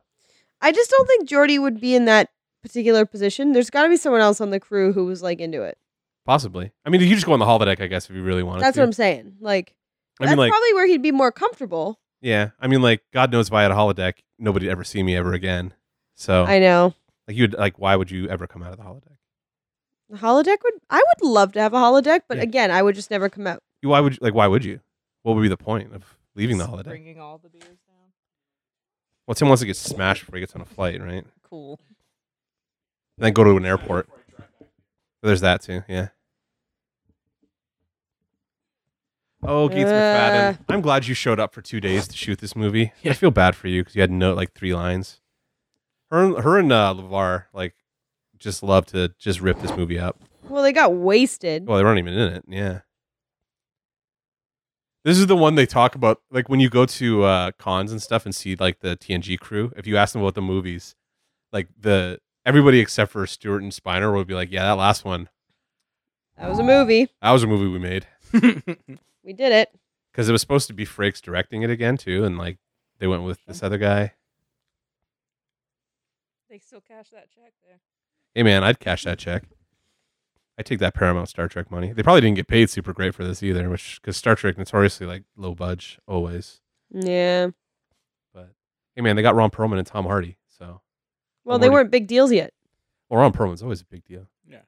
Speaker 3: I just don't think Jordy would be in that particular position. There's got to be someone else on the crew who was like into it.
Speaker 1: possibly, I mean, you just go on the holodeck, I guess, if you really wanted.
Speaker 3: That's
Speaker 1: to.
Speaker 3: what I'm saying. Like,
Speaker 1: I mean,
Speaker 3: that's
Speaker 1: like,
Speaker 3: probably where he'd be more comfortable.
Speaker 1: yeah, I mean, like, God knows, if I had a holodeck, nobody'd ever see me ever again. So,
Speaker 3: I know.
Speaker 1: like, you would like, why would you ever come out of the holodeck?
Speaker 3: The holodeck would. I would love to have a holodeck, but
Speaker 1: Yeah.
Speaker 3: again, I would just never come out.
Speaker 1: You, why would you, like, why would you? What would be the point of leaving the
Speaker 4: Just
Speaker 1: holodeck?
Speaker 4: Bringing all the beers down.
Speaker 1: Well, Tim wants to get smashed before he gets on a flight, right? And
Speaker 4: Cool.
Speaker 1: then go to an airport. There's that too. Yeah. Oh, Keith McFadden.
Speaker 3: Uh.
Speaker 1: I'm glad you showed up for two days to shoot this movie.
Speaker 2: Yeah.
Speaker 1: I feel bad for you because you had no like three lines. Her, her and uh, Levar like just love to just rip this movie up.
Speaker 3: Well, they got wasted.
Speaker 1: Well, they weren't even in it. Yeah. This is the one they talk about, like when you go to uh, cons and stuff and see like the TNG crew. If you ask them about the movies, like the everybody except for Stewart and Spiner would be like, "Yeah, that last one,
Speaker 3: That was a movie.
Speaker 1: that was a movie we made,"
Speaker 3: We did it.
Speaker 1: because it was supposed to be Frakes directing it again too, and like they went with this other guy.
Speaker 4: They still cash that check there.
Speaker 1: Hey man, I'd cash that check. I take that Paramount Star Trek money. They probably didn't get paid super great for this either, which because Star Trek notoriously like low budge always.
Speaker 3: Yeah.
Speaker 1: But hey, man, they got Ron Perlman and Tom Hardy. So,
Speaker 3: Well,
Speaker 1: I'm
Speaker 3: they
Speaker 1: already-
Speaker 3: weren't big deals yet.
Speaker 1: well, Ron Perlman's always a big deal.
Speaker 3: Yeah.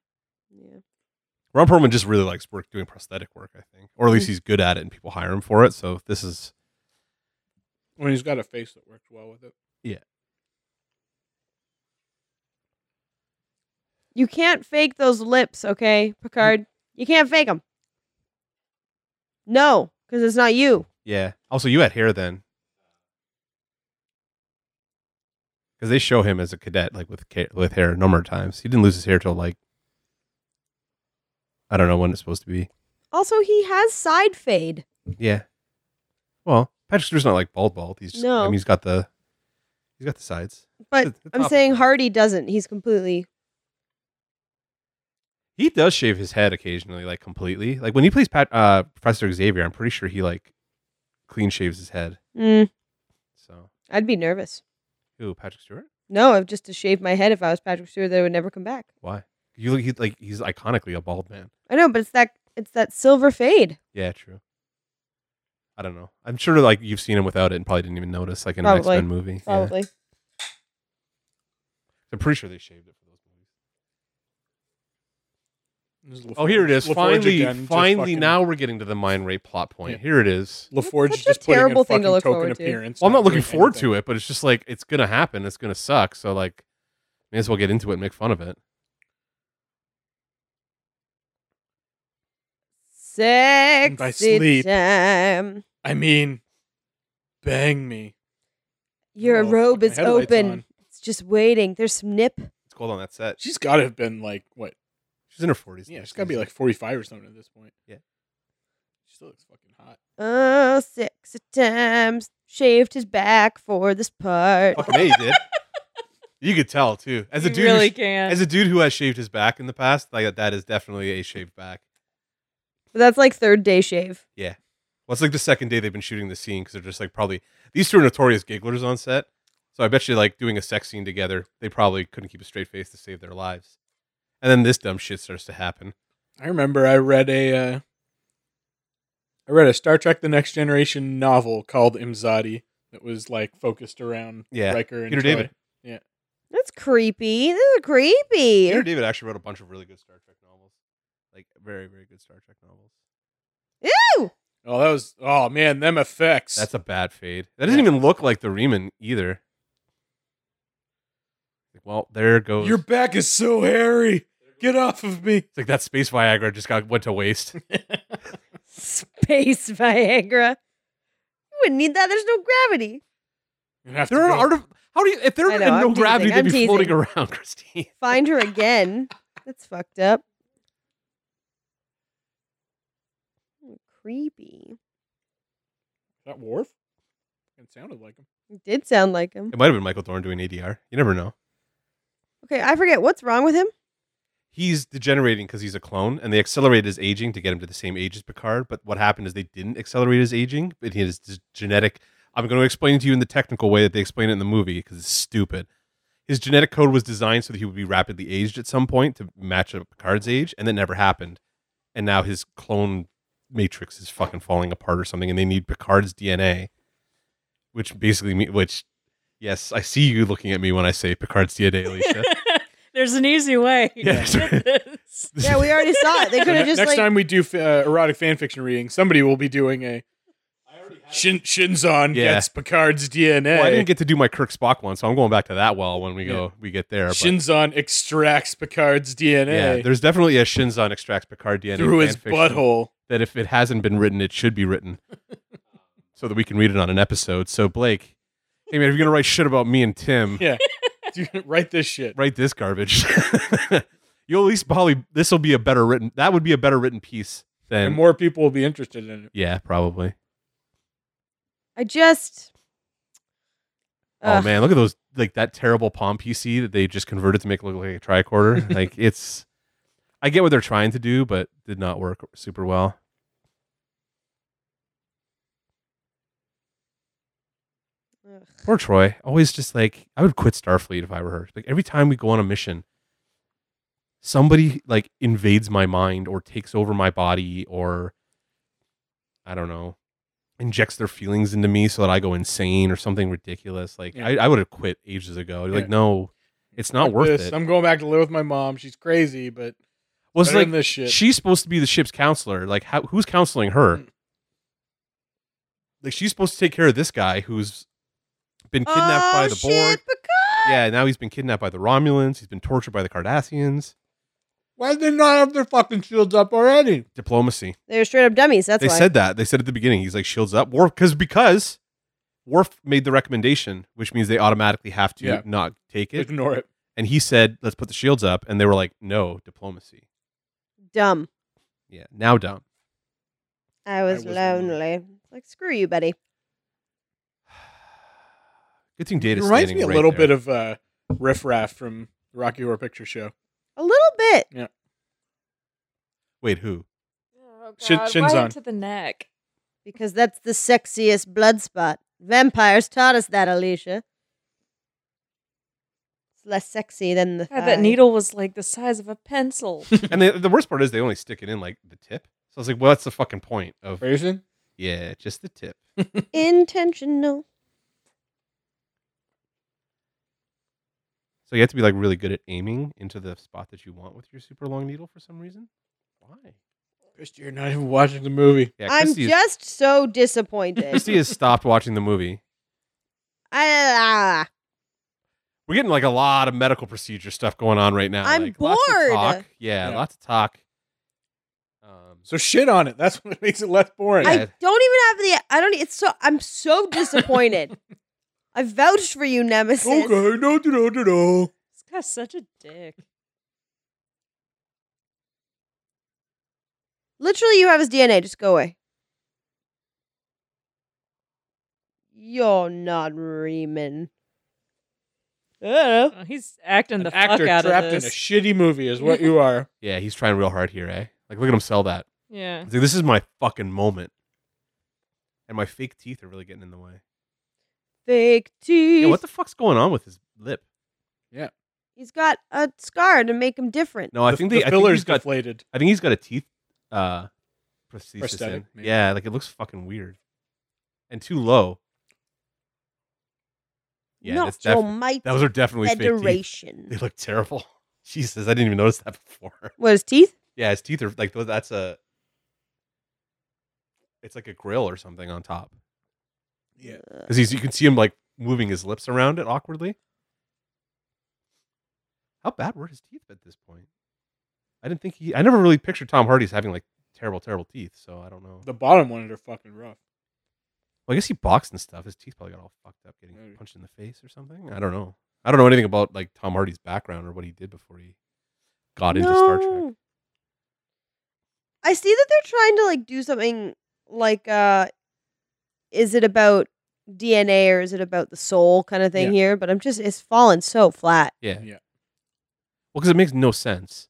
Speaker 1: Ron Perlman just really likes work doing prosthetic work, I think, or at least he's good at it, and people hire him for it. So this is
Speaker 2: when he's got a face that works well with it.
Speaker 3: You can't fake those lips, okay, Picard? You can't fake them. No, because it's not you.
Speaker 1: yeah. Also, you had hair then, because they show him as a cadet, like with ca- with hair a number of times. He didn't lose his hair till like I don't know when it's supposed to be.
Speaker 3: Also, he has side fade.
Speaker 1: Yeah. Well, Patrick Stewart's not like bald bald. He's just, I
Speaker 3: No.
Speaker 1: mean, he's got the he's got the sides.
Speaker 3: But
Speaker 1: It's- it's
Speaker 3: I'm
Speaker 1: awful.
Speaker 3: saying Hardy doesn't. He's completely.
Speaker 1: He does shave his head occasionally, like completely. Like when he plays Pat, uh, Professor Xavier, I'm pretty sure he like clean shaves his head.
Speaker 3: Mm,
Speaker 1: So
Speaker 3: I'd be nervous.
Speaker 1: who Patrick Stewart?
Speaker 3: No, I've just to shave my head if I was Patrick Stewart, that I would never come back.
Speaker 1: Why? You look he, like he's iconically a bald man.
Speaker 3: I know, but it's that it's that silver fade.
Speaker 1: Yeah, true. I don't know. I'm sure like you've seen him without it and probably didn't even notice, like in
Speaker 3: Probably.
Speaker 1: an X Men movie. Yeah.
Speaker 3: Probably.
Speaker 1: I'm pretty sure they shaved it for those movies.
Speaker 2: This is LaForge-
Speaker 1: Oh, here it is.
Speaker 2: LaForge
Speaker 1: finally,
Speaker 2: again, just
Speaker 1: finally,
Speaker 2: fucking-
Speaker 1: now we're getting to the mind rape plot point.
Speaker 2: Yeah.
Speaker 1: Here it is.
Speaker 2: LaForge
Speaker 3: That's
Speaker 2: is
Speaker 3: such a
Speaker 2: just putting in
Speaker 3: terrible thing to
Speaker 2: fucking
Speaker 3: look
Speaker 2: token
Speaker 3: forward to.
Speaker 2: appearance.
Speaker 1: Well, I'm not looking forward to it, but it's just like it's gonna happen. It's gonna suck. So like, may as well get into it and make fun of it.
Speaker 3: Sexy
Speaker 2: by sleep.
Speaker 3: time.
Speaker 2: I mean, bang me.
Speaker 3: Your
Speaker 2: Oh, fuck,
Speaker 3: robe
Speaker 2: my
Speaker 3: is
Speaker 2: headlight's
Speaker 3: open.
Speaker 2: on.
Speaker 3: It's just waiting. There's some nip.
Speaker 1: It's cold on that set.
Speaker 2: She's got to have been like what?
Speaker 1: She's in her forties.
Speaker 2: Yeah, she's got to be like 45 or something at this point.
Speaker 1: Yeah.
Speaker 2: she still looks fucking hot.
Speaker 3: Oh, sexy times. Shaved his back for this part.
Speaker 1: fucking a, you did. You could tell too. As a
Speaker 4: You
Speaker 1: dude,
Speaker 4: really
Speaker 1: who-
Speaker 4: can.
Speaker 1: as a dude who has shaved his back in the past, like that is definitely a shaved back.
Speaker 3: But that's like third day shave.
Speaker 1: Well, it's like the second day they've been shooting the scene because they're just like probably these two are notorious gigglers on set. So I bet you like doing a sex scene together, they probably couldn't keep a straight face to save their lives. And then this dumb shit starts to happen.
Speaker 2: I remember I read a uh, I read a Star Trek: The Next Generation novel called Imzadi that was like focused around
Speaker 1: Yeah,
Speaker 2: Riker and
Speaker 1: Peter
Speaker 2: Troy.
Speaker 1: David.
Speaker 3: That's creepy. This is creepy.
Speaker 1: Peter David actually wrote a bunch of really good Star Trek novels, like very very good Star Trek novels.
Speaker 2: Oh, that was oh man, them effects.
Speaker 1: That's a bad fade. That doesn't
Speaker 2: Yeah.
Speaker 1: even look like the Riemann either. Like, Well, there goes.
Speaker 2: Your back is so hairy. Get off of me.
Speaker 1: It's like that space Viagra just got went to waste.
Speaker 3: Space Viagra. You wouldn't need that. There's no gravity.
Speaker 1: They're an art how do you if they're
Speaker 3: I know,
Speaker 1: in
Speaker 3: I'm
Speaker 1: no
Speaker 3: teasing,
Speaker 1: gravity they'd
Speaker 3: I'm
Speaker 1: be
Speaker 3: teasing.
Speaker 1: floating around, Christine.
Speaker 3: Find her again. That's fucked up. creepy.
Speaker 2: that Worf? It sounded like him.
Speaker 3: It did sound like him.
Speaker 1: It might have been Michael Dorn doing ADR. You never know.
Speaker 3: Okay, I forget what's wrong with him.
Speaker 1: He's degenerating because he's a clone, and they accelerated his aging to get him to the same age as Picard. But what happened is they didn't accelerate his aging, but he has this genetic. I'm going to explain it to you in the technical way that they explain it in the movie because it's stupid. His genetic code was designed so that he would be rapidly aged at some point to match up Picard's age, and that never happened. And now his clone matrix is fucking falling apart or something, and they need Picard's DNA, which basically me, which yes, I see you looking at me when I say Picard's DNA, Alicia.
Speaker 4: There's an easy way.
Speaker 1: Yeah, sorry.
Speaker 4: This.
Speaker 3: Yeah, we already saw it. They could
Speaker 2: So
Speaker 3: have
Speaker 2: ne-
Speaker 3: just
Speaker 2: next
Speaker 3: like
Speaker 2: time we do f- uh, erotic fan fiction reading, somebody will be doing a Shin- Shinzon
Speaker 1: Yeah.
Speaker 2: gets Picard's DNA.
Speaker 1: Well, I didn't get to do my Kirk Spock one, so I'm going back to that well when we go we get there. But
Speaker 2: Shinzon extracts Picard's DNA
Speaker 1: yeah, there's definitely a Shinzon extracts Picard DNA
Speaker 2: through his
Speaker 1: fan fiction
Speaker 2: butthole.
Speaker 1: That if it hasn't been written, it should be written, so that we can read it on an episode. So Blake, hey man, if you're gonna write shit about me and Tim,
Speaker 2: Yeah. Dude, write this shit.
Speaker 1: write this garbage. You'll at least probably this will be a better written. That would be a better written piece than
Speaker 2: And more people will be interested in it.
Speaker 1: yeah, probably.
Speaker 3: I just
Speaker 1: Oh
Speaker 3: Ugh.
Speaker 1: man, look at those like that terrible Palm PC that they just converted to make it look like a tricorder. like it's I get what they're trying to do, but did not work super well.
Speaker 3: ugh.
Speaker 1: Poor Troy. Always just like I would quit Starfleet if I were her. Like every time we go on a mission, somebody like invades my mind or takes over my body or I don't know, injects their feelings into me so that I go insane or something ridiculous. Like
Speaker 2: Yeah.
Speaker 1: I, I would have quit ages ago. Like,
Speaker 2: Yeah.
Speaker 1: no, it's not
Speaker 2: Fuck
Speaker 1: worth
Speaker 2: this.
Speaker 1: it.
Speaker 2: I'm going back to live with my mom. She's crazy, but
Speaker 1: Well, it's
Speaker 2: better
Speaker 1: like
Speaker 2: than this shit.
Speaker 1: she's supposed to be the ship's counselor. Like, how, who's counseling her?
Speaker 2: Mm.
Speaker 1: Like, she's supposed to take care of this guy who's been kidnapped
Speaker 3: oh,
Speaker 1: by the
Speaker 3: shit,
Speaker 1: Borg.
Speaker 3: Picard!
Speaker 1: Yeah, now he's been kidnapped by the Romulans. He's been tortured by the Cardassians.
Speaker 2: Why did they not have their fucking shields up already?
Speaker 1: Diplomacy.
Speaker 3: They're straight up dummies. That's
Speaker 1: they
Speaker 3: why.
Speaker 1: said that. They said at the beginning. He's like shields up. Worf because because Worf made the recommendation, which means they automatically have to
Speaker 2: Yeah.
Speaker 1: not take it.
Speaker 2: Ignore it.
Speaker 1: And he said, "Let's put the shields up," and they were like, "No, diplomacy."
Speaker 3: Dumb.
Speaker 1: Yeah, now dumb.
Speaker 3: I was,
Speaker 2: was
Speaker 3: lonely. Like screw you, buddy.
Speaker 1: Good thing data
Speaker 2: It reminds me a little
Speaker 1: bit of.
Speaker 2: bit of uh, Riff Raff from Rocky Horror Picture Show.
Speaker 3: A little bit.
Speaker 1: Wait, who?
Speaker 4: Oh,
Speaker 2: Shin-
Speaker 4: God,
Speaker 2: Shinzon.
Speaker 4: right to the neck.
Speaker 3: Because that's the sexiest blood spot. Vampires taught us that, Alicia. It's less sexy than the
Speaker 4: God,
Speaker 3: thigh.
Speaker 4: that needle was like the size of a pencil.
Speaker 1: and the, the worst part is they only stick it in like the tip. So I was like, well, that's the fucking point of
Speaker 2: Grayson?
Speaker 1: yeah, just the tip.
Speaker 3: Intentional.
Speaker 1: So you have to be like really good at aiming into the spot that you want with your super long needle for some reason. Why?
Speaker 2: Christy, you're not even watching the movie.
Speaker 1: Yeah,
Speaker 3: I'm
Speaker 1: Christy, is,
Speaker 3: just so disappointed.
Speaker 1: Christy has stopped watching the movie.
Speaker 3: I, ah,
Speaker 1: We're getting like a lot of medical procedure stuff going on right now.
Speaker 3: I'm
Speaker 1: like, lots of
Speaker 3: bored.
Speaker 1: talk. Yeah,
Speaker 2: Yeah.
Speaker 1: lots of talk. Um,
Speaker 2: So shit on it. That's what makes it less boring.
Speaker 1: Yeah.
Speaker 3: I don't even have the. I don't. e, It's so. I'm so disappointed. I vouched for you, Nemesis.
Speaker 1: Oh,
Speaker 2: okay, no, no, no, no.
Speaker 4: this guy's such a dick.
Speaker 3: Literally, you have his DNA. Just go away. You're not Reeman. Yeah.
Speaker 4: Oh, he's acting
Speaker 2: An
Speaker 4: the fuck
Speaker 2: actor
Speaker 4: out
Speaker 2: trapped
Speaker 4: of
Speaker 2: in a
Speaker 4: this.
Speaker 2: shitty movie is what you are.
Speaker 1: yeah, he's trying real hard here, eh? Like, look at him sell that.
Speaker 4: yeah.
Speaker 1: He's like, this is my fucking moment, and my fake teeth are really getting in the way.
Speaker 3: Fake teeth.
Speaker 1: Yeah, what the fuck's going on with his lip?
Speaker 3: He's got a scar to make him different.
Speaker 1: No, I
Speaker 2: The-
Speaker 1: think
Speaker 2: the
Speaker 1: they, I think
Speaker 2: filler's
Speaker 1: he's got
Speaker 2: deflated.
Speaker 1: I think he's got a teeth uh prosthesis
Speaker 2: Prosthetic,
Speaker 1: in.
Speaker 2: maybe.
Speaker 1: Yeah, like it looks fucking weird. And too low. Yeah,
Speaker 3: Not
Speaker 1: that's
Speaker 3: your
Speaker 1: definitely
Speaker 3: mighty
Speaker 1: those are definitely fake teeth. They
Speaker 3: federation.
Speaker 1: look terrible. Jesus, I didn't even notice that before.
Speaker 3: What his teeth?
Speaker 1: Yeah, his teeth are like those- that's a it's like a grill or something on top.
Speaker 2: Yeah.
Speaker 1: Because he's you can see him like moving his lips around it awkwardly. How bad were his teeth at this point? I didn't think he I never really pictured Tom Hardy's having like terrible, terrible teeth, so I don't know.
Speaker 2: The bottom ones are fucking rough.
Speaker 1: Well, I guess he boxed and stuff. His teeth probably got all fucked up getting
Speaker 2: Maybe.
Speaker 1: punched in the face or something. I don't know. I don't know anything about like Tom Hardy's background or what he did before he got into Star Trek.
Speaker 3: No. I see that they're trying to like do something like uh is it about DNA or is it about the soul kind of thing
Speaker 2: Yeah.
Speaker 3: here? But I'm just it's fallen so flat.
Speaker 1: Yeah.
Speaker 2: Yeah.
Speaker 1: Well, because it makes no sense.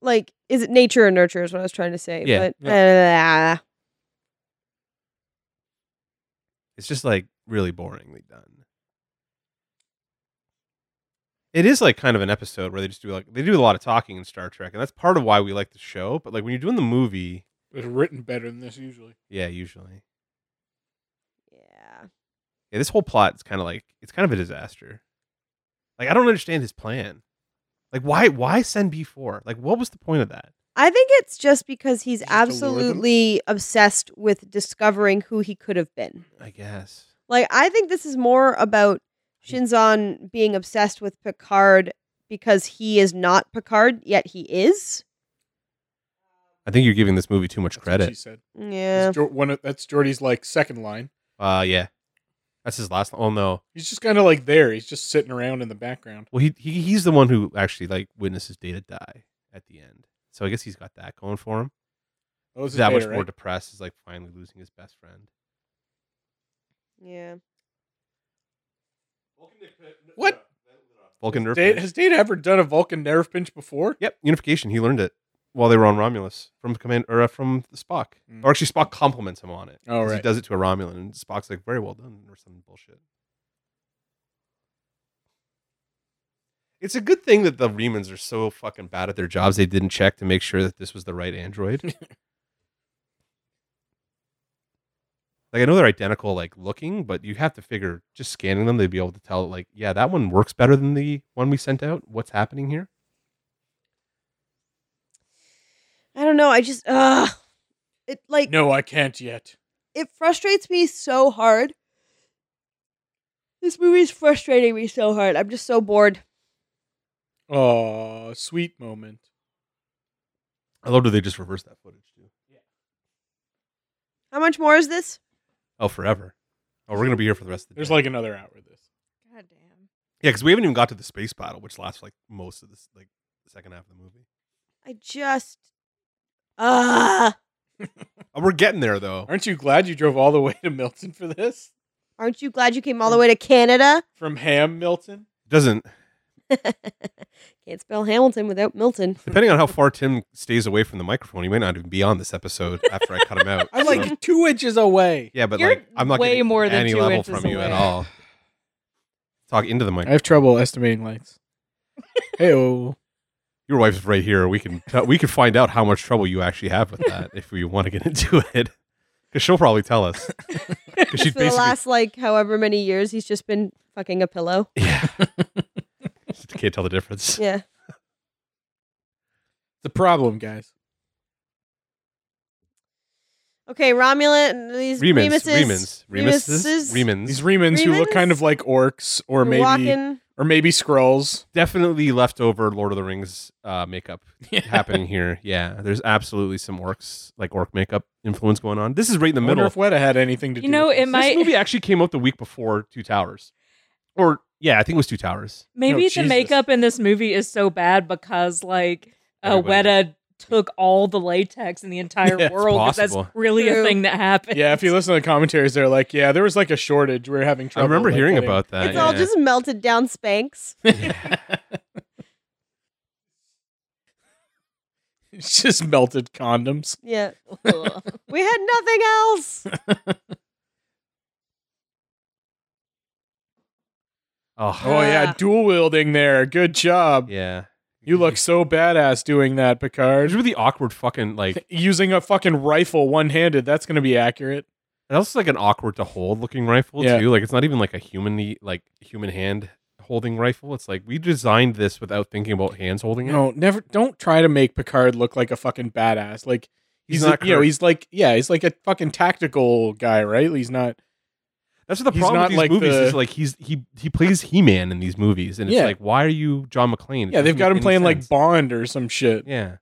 Speaker 3: Like, is it nature or nurture is what I was trying to say.
Speaker 1: Yeah.
Speaker 3: But uh,
Speaker 1: It's just like really boringly done. It is like kind of an episode where they just do like they do a lot of talking in Star Trek, and that's part of why we like the show. But like when you're doing the movie,
Speaker 2: It's written better than this usually.
Speaker 1: yeah, usually,
Speaker 3: yeah.
Speaker 1: yeah, this whole plot is kind of like it's kind of a disaster. Like I don't understand his plan. Like why why send B four? Like what was the point of that?
Speaker 3: I think it's just because he's
Speaker 2: Just to lure them?
Speaker 3: absolutely obsessed with discovering who he could have been.
Speaker 1: I guess.
Speaker 3: Like I think this is more about Shinzon being obsessed with Picard because he is not Picard yet he is.
Speaker 1: I think you're giving this movie too much
Speaker 2: That's what she
Speaker 1: credit.
Speaker 2: said.
Speaker 3: Yeah.
Speaker 2: That's Jo- one of- that's Jordy's like second line.
Speaker 1: Uh yeah. That's his last oh no.
Speaker 2: He's just kind of like there. He's just sitting around in the background.
Speaker 1: Well, he, he he's the one who actually like witnesses Data die at the end. So I guess he's got that going for him.
Speaker 2: Oh, this is
Speaker 1: that much
Speaker 2: Data,
Speaker 1: more
Speaker 2: right?
Speaker 1: depressed is like finally losing his best friend.
Speaker 3: Yeah.
Speaker 2: What?
Speaker 1: Vulcan nerve.
Speaker 2: Data,
Speaker 1: pinch.
Speaker 2: has Data ever done a Vulcan nerve pinch before?
Speaker 1: Yep, unification. He learned it while they were on Romulus from command or uh, from Spock.
Speaker 2: Mm.
Speaker 1: Or actually, Spock compliments him on it.
Speaker 2: Oh,
Speaker 1: 'cause He
Speaker 2: right.
Speaker 1: does it to a Romulan, and Spock's like, "Very well done," or some bullshit. It's a good thing that the Remans are so fucking bad at their jobs. They didn't check to make sure that this was the right android. like I know they're identical, like looking, but you have to figure just scanning them, they'd be able to tell. Like, yeah, that one works better than the one we sent out. What's happening here?
Speaker 3: I don't know. I just uh it like
Speaker 2: No, I can't yet.
Speaker 3: it frustrates me so hard. This movie is frustrating me so hard. I'm just so bored.
Speaker 2: Oh, sweet moment.
Speaker 1: I love that they just reverse that footage too.
Speaker 3: How much more is this?
Speaker 1: Oh, forever. Oh, we're gonna be here for the rest of the
Speaker 2: There's
Speaker 1: day.
Speaker 2: like another hour of this.
Speaker 4: God damn.
Speaker 1: yeah, because we haven't even got to the space battle, which lasts like most of this, like the second half of the movie.
Speaker 3: I just uh
Speaker 1: Oh, we're getting there though.
Speaker 2: Aren't you glad you drove all the way to Milton for this?
Speaker 3: aren't you glad you came
Speaker 2: Mm.
Speaker 3: all the way to Canada?
Speaker 2: From Ham Milton?
Speaker 1: Doesn't
Speaker 3: Can't spell Hamilton without Milton.
Speaker 1: depending on how far Tim stays away from the microphone, he might not even be on this episode after I cut him out.
Speaker 2: I'm
Speaker 1: So-
Speaker 2: like two inches away.
Speaker 1: yeah, but
Speaker 4: You're
Speaker 1: like I'm not
Speaker 4: way
Speaker 1: getting
Speaker 4: more than
Speaker 1: any
Speaker 4: two
Speaker 1: level
Speaker 4: inches
Speaker 1: from you at
Speaker 4: away.
Speaker 1: all. Talk into the mic.
Speaker 2: I have trouble estimating lengths. hey, oh.
Speaker 1: Your wife's right here. We can tell, we can find out how much trouble you actually have with that if we want to get into it, because she'll probably tell us. Because
Speaker 3: For the last like however many years, he's just been fucking a pillow.
Speaker 1: Yeah. Just can't tell the difference.
Speaker 3: Yeah.
Speaker 2: The problem, guys.
Speaker 3: Okay, Romulan. These
Speaker 1: Remans,
Speaker 3: Remuses.
Speaker 1: Remans, Remuses,
Speaker 3: Remuses.
Speaker 2: These
Speaker 1: Remans.
Speaker 2: Remans who look
Speaker 3: Remans?
Speaker 2: kind of like orcs or
Speaker 3: You're
Speaker 2: maybe
Speaker 3: walking.
Speaker 2: or maybe Skrulls.
Speaker 1: Definitely leftover Lord of the Rings uh, makeup happening here. Yeah, there's absolutely some orcs, like orc makeup influence going on. This is right in the
Speaker 2: I
Speaker 1: middle.
Speaker 2: wonder if Weta had anything to
Speaker 4: You
Speaker 2: do
Speaker 4: know,
Speaker 2: with
Speaker 4: it
Speaker 2: this.
Speaker 4: might-
Speaker 1: this movie actually came out the week before Two Towers, or yeah, I think it was Two Towers.
Speaker 4: Maybe the
Speaker 2: Jesus.
Speaker 4: makeup in this movie is so bad because like uh,
Speaker 1: Everybody-
Speaker 4: Weta took all the latex in the entire
Speaker 2: Yeah, it's
Speaker 4: world 'cause that's
Speaker 1: possible.
Speaker 4: really a
Speaker 3: True.
Speaker 4: thing that happened.
Speaker 2: Yeah, if you listen to the commentaries, they're like, yeah, there was like a shortage. We were having
Speaker 1: I
Speaker 2: trouble.
Speaker 1: remember
Speaker 2: like,
Speaker 1: hearing
Speaker 2: getting-
Speaker 1: about that.
Speaker 3: It's all
Speaker 1: yeah.
Speaker 3: just melted down Spanx.
Speaker 2: it's just melted condoms.
Speaker 3: Yeah. we had nothing else.
Speaker 1: oh
Speaker 2: Oh yeah,
Speaker 3: Ah.
Speaker 2: dual wielding there. Good job.
Speaker 1: yeah.
Speaker 2: You look so badass doing that,
Speaker 1: There's
Speaker 2: Picard.
Speaker 1: really awkward fucking like.
Speaker 2: Using a fucking rifle one handed, that's gonna be accurate.
Speaker 1: And also like an awkward to hold looking rifle
Speaker 2: Yeah.
Speaker 1: too. Like it's not even like a human like human hand holding rifle. It's like we designed this without thinking about hands holding it.
Speaker 2: No, never don't try to make Picard look like a fucking badass. Like he's,
Speaker 1: He's not
Speaker 2: a- you know,
Speaker 1: Kirk.
Speaker 2: he's like yeah, he's like a fucking tactical guy, right? He's not
Speaker 1: That's what the
Speaker 2: he's
Speaker 1: problem with
Speaker 2: not
Speaker 1: these
Speaker 2: like
Speaker 1: movies
Speaker 2: the-
Speaker 1: is like he's he he plays He Man in these movies, and it's
Speaker 2: Yeah.
Speaker 1: like why are you John McClane? It
Speaker 2: Yeah, they've
Speaker 1: doesn't
Speaker 2: got
Speaker 1: make
Speaker 2: him
Speaker 1: any
Speaker 2: playing like
Speaker 1: sense.
Speaker 2: Bond or some shit.
Speaker 1: Yeah,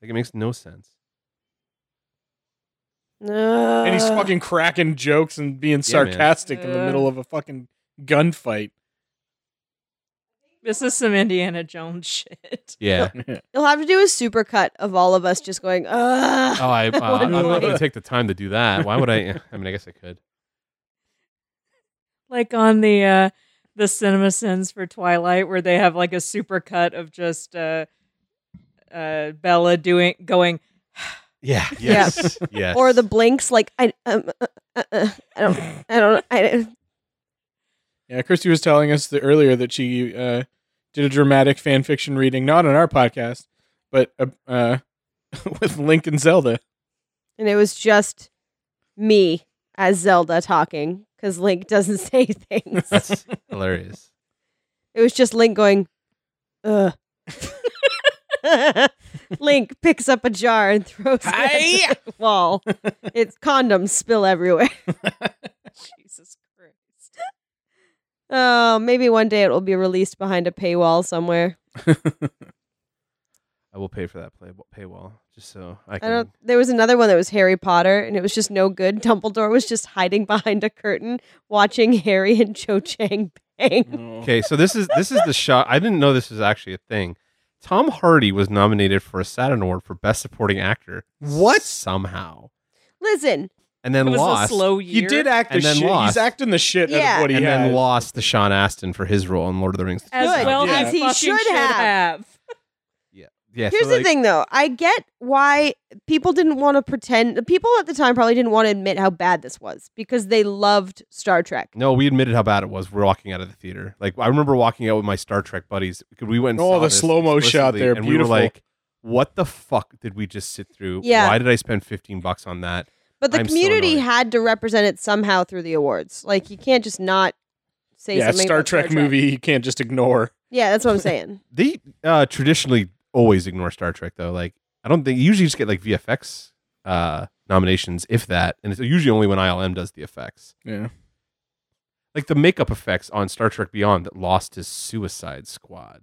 Speaker 1: like it makes no sense.
Speaker 3: No.
Speaker 2: And he's fucking cracking jokes and being
Speaker 1: Yeah, man.
Speaker 2: sarcastic in the
Speaker 4: Uh.
Speaker 2: middle of a fucking gunfight.
Speaker 4: This is some Indiana Jones shit.
Speaker 1: Yeah.
Speaker 3: You'll have to do a supercut of all of us just going, ugh.
Speaker 1: Oh, I, uh, I'm not going
Speaker 2: Why?
Speaker 1: to take the time to do that. Why would I? I mean, I guess I could.
Speaker 4: Like on the uh the cinema sins for Twilight where they have like a super cut of just uh uh Bella doing going
Speaker 1: Yeah.
Speaker 3: Yeah.
Speaker 1: Yes.
Speaker 2: Oh,
Speaker 1: yes.
Speaker 3: Or the blinks, like I, um, uh, uh, uh, I don't, I don't, I,
Speaker 2: Yeah, Christy was telling us that earlier that she uh, did a dramatic fan fiction reading, not on our podcast, but uh, uh, with Link and Zelda.
Speaker 3: and it was just me as Zelda talking because Link doesn't say things.
Speaker 1: That's hilarious.
Speaker 3: It was just Link going, ugh. Link picks up a jar and throws it
Speaker 2: Hi-ya!
Speaker 3: at the wall. It's condoms spill everywhere.
Speaker 4: Jesus Christ.
Speaker 3: Oh, maybe one day it will be released behind a paywall somewhere.
Speaker 1: I will pay for that play- paywall just so I
Speaker 3: I
Speaker 1: can.
Speaker 3: don't. There was another one that was Harry Potter, and it was just no good. Dumbledore was just hiding behind a curtain, watching Harry and Cho Chang bang.
Speaker 1: Okay, so this is this is the shot. I didn't know this was actually a thing. Tom Hardy was nominated for a Saturn Award for Best Supporting Actor.
Speaker 2: What?
Speaker 1: Somehow,
Speaker 3: Listen,
Speaker 1: and then
Speaker 4: It was
Speaker 1: lost.
Speaker 4: a slow year.
Speaker 2: He did act the
Speaker 1: And then
Speaker 2: shit.
Speaker 1: lost.
Speaker 2: He's acting the shit out
Speaker 3: Yeah.
Speaker 2: of what he
Speaker 1: and
Speaker 2: has.
Speaker 1: then lost to Sean Astin for his role in Lord of the Rings.
Speaker 4: as
Speaker 3: Good,
Speaker 4: well
Speaker 2: yeah.
Speaker 4: as he should, have.
Speaker 1: Yeah. so
Speaker 3: here's the
Speaker 1: like-
Speaker 3: thing, though. I get why people didn't want to pretend. The people at the time probably didn't want to admit how bad this was because they loved Star Trek.
Speaker 1: No, we admitted how bad it was. We're walking out of the theater. Like I remember walking out with my Star Trek buddies. We went. And
Speaker 2: Oh,
Speaker 1: saw
Speaker 2: the
Speaker 1: this
Speaker 2: slow-mo shot
Speaker 1: explicitly,
Speaker 2: there,
Speaker 1: and
Speaker 2: beautiful.
Speaker 1: we were like, "What the fuck did we just sit through?
Speaker 3: Yeah.
Speaker 1: Why did I spend fifteen bucks on that?"
Speaker 3: But the
Speaker 1: I'm so
Speaker 3: community
Speaker 1: annoyed.
Speaker 3: had to represent it somehow through the awards. Like you can't just not say
Speaker 2: yeah,
Speaker 3: something.
Speaker 2: Star
Speaker 3: about
Speaker 2: Trek, movie you can't just ignore.
Speaker 3: Yeah, that's what I'm saying.
Speaker 1: They uh, traditionally always ignore Star Trek though. Like I don't think you usually just get like VFX uh, nominations, if that, and it's usually only when ILM does the effects.
Speaker 2: Yeah.
Speaker 1: Like the makeup effects on Star Trek Beyond that lost his Suicide Squad.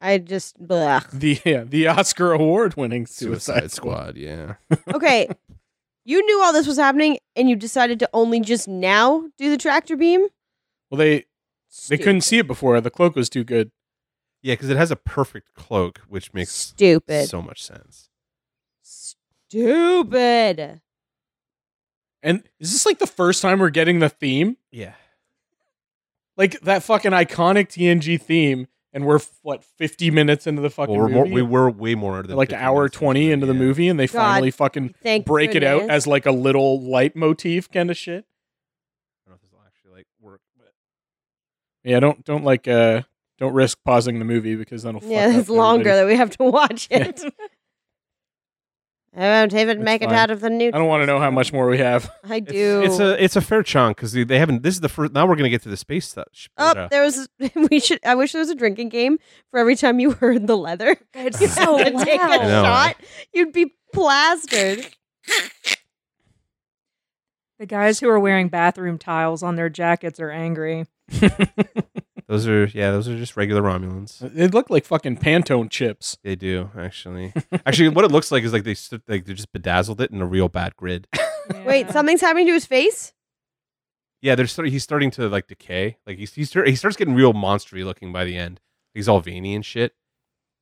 Speaker 3: I just blah.
Speaker 2: the yeah, the Oscar award winning Suicide,
Speaker 1: Squad, yeah.
Speaker 3: Okay, you knew all this was happening, and you decided to only just now do the tractor beam.
Speaker 2: Well, they they
Speaker 3: Stupid.
Speaker 2: couldn't see it before. The cloak was too good.
Speaker 1: Yeah, because it has a perfect cloak, which makes
Speaker 3: stupid.
Speaker 1: so much sense.
Speaker 3: stupid.
Speaker 2: And is this like the first time we're getting the theme?
Speaker 1: Yeah.
Speaker 2: Like that fucking iconic TNG theme, and we're what fifty minutes into the fucking
Speaker 1: Well, we're more,
Speaker 2: movie.
Speaker 1: we were way more than
Speaker 2: like
Speaker 1: 15
Speaker 2: hour
Speaker 1: minutes
Speaker 2: twenty into the
Speaker 1: yeah.
Speaker 2: movie, and they
Speaker 3: God.
Speaker 2: finally fucking
Speaker 3: Thank
Speaker 2: break it out
Speaker 3: goodness.
Speaker 2: as like a little light motif kind of shit.
Speaker 1: I don't know if this will actually like work, but
Speaker 2: Yeah, don't don't like uh don't risk pausing the movie because that'll fuck
Speaker 3: yeah,
Speaker 2: up
Speaker 3: it's longer
Speaker 2: everybody.
Speaker 3: that we have to watch it. I won't even
Speaker 2: It's
Speaker 3: make it
Speaker 2: fine.
Speaker 3: out of the new.
Speaker 2: I don't want to know how much more we have.
Speaker 3: I
Speaker 1: it's,
Speaker 3: do.
Speaker 1: it's a it's a fair chunk because they, they haven't. This is the first. Now we're gonna get to the space stuff. sh-
Speaker 3: Oh,
Speaker 1: uh,
Speaker 3: there was. We should. I wish there was a drinking game for every time you heard the leather.
Speaker 4: It's so
Speaker 3: Take a
Speaker 1: I know,
Speaker 3: shot.
Speaker 1: right?
Speaker 3: You'd be plastered.
Speaker 4: The guys who are wearing bathroom tiles on their jackets are angry.
Speaker 1: Those are yeah. Those are just regular Romulans.
Speaker 2: They look like fucking Pantone chips.
Speaker 1: They do actually. actually, what it looks like is like they stood, like they just bedazzled it in a real bad grid.
Speaker 3: Wait,
Speaker 4: Yeah.
Speaker 3: something's happening to his face.
Speaker 1: Yeah, they're start, he's starting to like decay. Like he's, he's he starts getting real monstery looking by the end. He's all veiny and shit.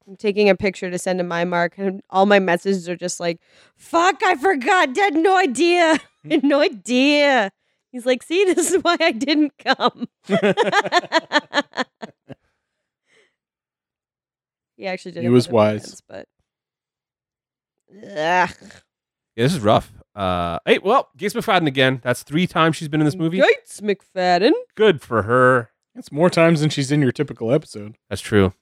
Speaker 3: I'm taking a picture to send to my mark, and all my messages are just like, "Fuck, I forgot. Had no idea. Had no idea." He's like, "See, this is why I didn't come." he actually did.
Speaker 2: He
Speaker 3: have
Speaker 2: was
Speaker 3: other
Speaker 2: wise.
Speaker 3: plans, but Ugh.
Speaker 1: Yeah, this is rough. Uh, hey, well, Gates McFadden again. That's three times she's been in this movie.
Speaker 3: Yikes, McFadden.
Speaker 1: Good for her.
Speaker 2: It's more times than she's in your typical episode.
Speaker 1: That's true.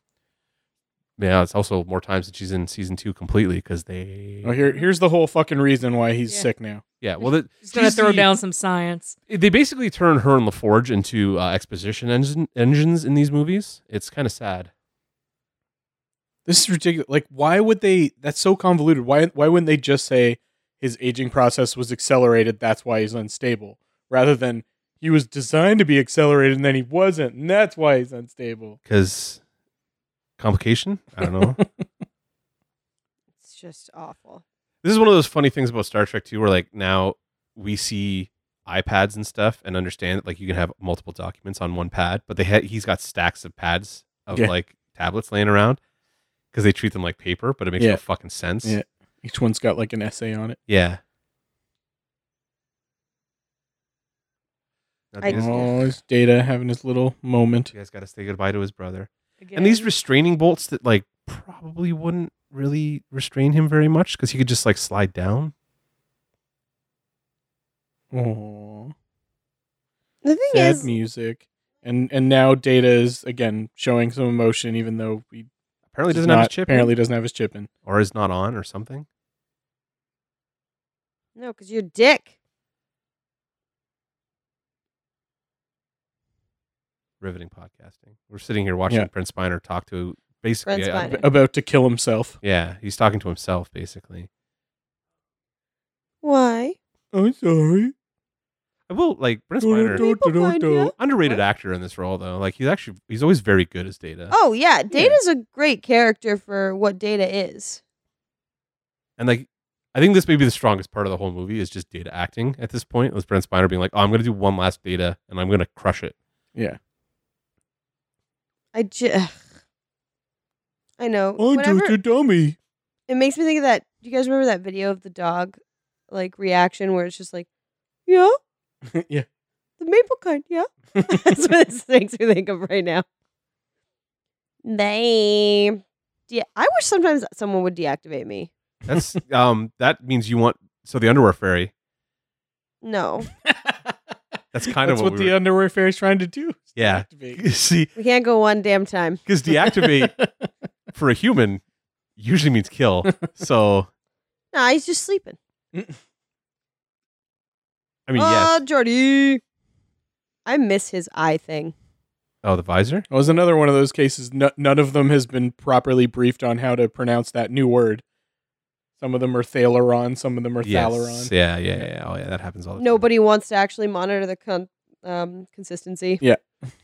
Speaker 1: Yeah, it's also more times that she's in season two completely because they.
Speaker 2: Oh, here here's the whole fucking reason why he's
Speaker 4: Yeah.
Speaker 2: sick now.
Speaker 1: Yeah, well, the,
Speaker 4: Just gonna
Speaker 1: she's
Speaker 4: throw
Speaker 1: the-
Speaker 4: down some science.
Speaker 1: They basically turn her and LaForge into uh, exposition engine, engines in these movies. It's kind of sad.
Speaker 2: This is ridiculous. Like, why would they? That's so convoluted. Why why wouldn't they just say his aging process was accelerated? That's why he's unstable, rather than he was designed to be accelerated and then he wasn't, and that's why he's unstable.
Speaker 1: because complication. I don't know.
Speaker 3: It's just awful.
Speaker 1: this is one of those funny things about Star Trek too, where like now we see iPads and stuff and understand that like you can have multiple documents on one pad, but they had he's got stacks of pads of
Speaker 2: Yeah.
Speaker 1: like tablets laying around because they treat them like paper, but it makes
Speaker 2: Yeah.
Speaker 1: no fucking sense.
Speaker 2: Yeah. Each one's got like an essay on it.
Speaker 1: Yeah. Now,
Speaker 3: I-
Speaker 1: you guys-
Speaker 2: Oh, it's Data having his little moment.
Speaker 1: you guys got to say goodbye to his brother.
Speaker 4: Again,
Speaker 1: And these restraining bolts that like probably wouldn't really restrain him very much because he could just like slide down.
Speaker 2: Oh,
Speaker 3: The thing
Speaker 2: sad
Speaker 3: is,
Speaker 2: music. And and now Data is again showing some emotion, even though he
Speaker 1: Apparently
Speaker 2: does
Speaker 1: doesn't
Speaker 2: not-
Speaker 1: have his chip. in,
Speaker 2: Apparently doesn't have his chip in.
Speaker 1: or is not on or something.
Speaker 3: no, because you're a dick.
Speaker 1: Riveting podcasting. We're sitting here watching
Speaker 2: Yeah.
Speaker 1: Prince Spiner talk to basically.
Speaker 3: Brent
Speaker 1: yeah,
Speaker 3: Spiner.
Speaker 2: About to kill himself.
Speaker 1: yeah, he's talking to himself basically.
Speaker 3: Why?
Speaker 2: I'm sorry.
Speaker 1: I will like Prince
Speaker 2: Do,
Speaker 1: Spiner.
Speaker 2: do, do, do,
Speaker 3: People
Speaker 2: do.
Speaker 3: find
Speaker 1: Underrated actor in this role though. Like he's actually he's always very good as Data.
Speaker 3: Oh yeah, Data's a great character for what Data is.
Speaker 1: And like, I think this may be the strongest part of the whole movie is just data acting at this point. With Brent Spiner being like, "Oh, I'm going to do one last data, and I'm going to crush it."
Speaker 2: Yeah.
Speaker 3: I just, I know.
Speaker 2: I'm
Speaker 3: Whenever-
Speaker 2: just a dummy.
Speaker 3: it makes me think of that. Do you guys remember that video of the dog, like reaction where it's just like, yeah,
Speaker 2: yeah.
Speaker 3: the maple kind, yeah. That's what this makes me think of right now. Name. Yeah, I wish sometimes someone would deactivate me.
Speaker 1: That's um, that means you want so the underwear fairy.
Speaker 3: No,
Speaker 1: That's kind of
Speaker 2: That's
Speaker 1: what, we
Speaker 2: the
Speaker 1: were-
Speaker 2: underwear fairy's trying to do. is
Speaker 1: Yeah.
Speaker 2: deactivate.
Speaker 1: see
Speaker 3: we can't go one damn time.
Speaker 1: because deactivate for a human usually means kill. So
Speaker 3: Nah, he's just sleeping.
Speaker 1: I mean,
Speaker 3: oh,
Speaker 2: Uh,
Speaker 1: yes.
Speaker 3: Jordy. I miss his eye thing.
Speaker 1: Oh, the visor.
Speaker 2: That was another one of those cases. No, none of them has been properly briefed on how to pronounce that new word. Some of them are Thaleron, some of them are
Speaker 1: Yes.
Speaker 2: Thaleron.
Speaker 1: Yeah, yeah, yeah. Oh, yeah. That happens all the time.
Speaker 3: Nobody wants to actually monitor the con- um, consistency.
Speaker 1: Well,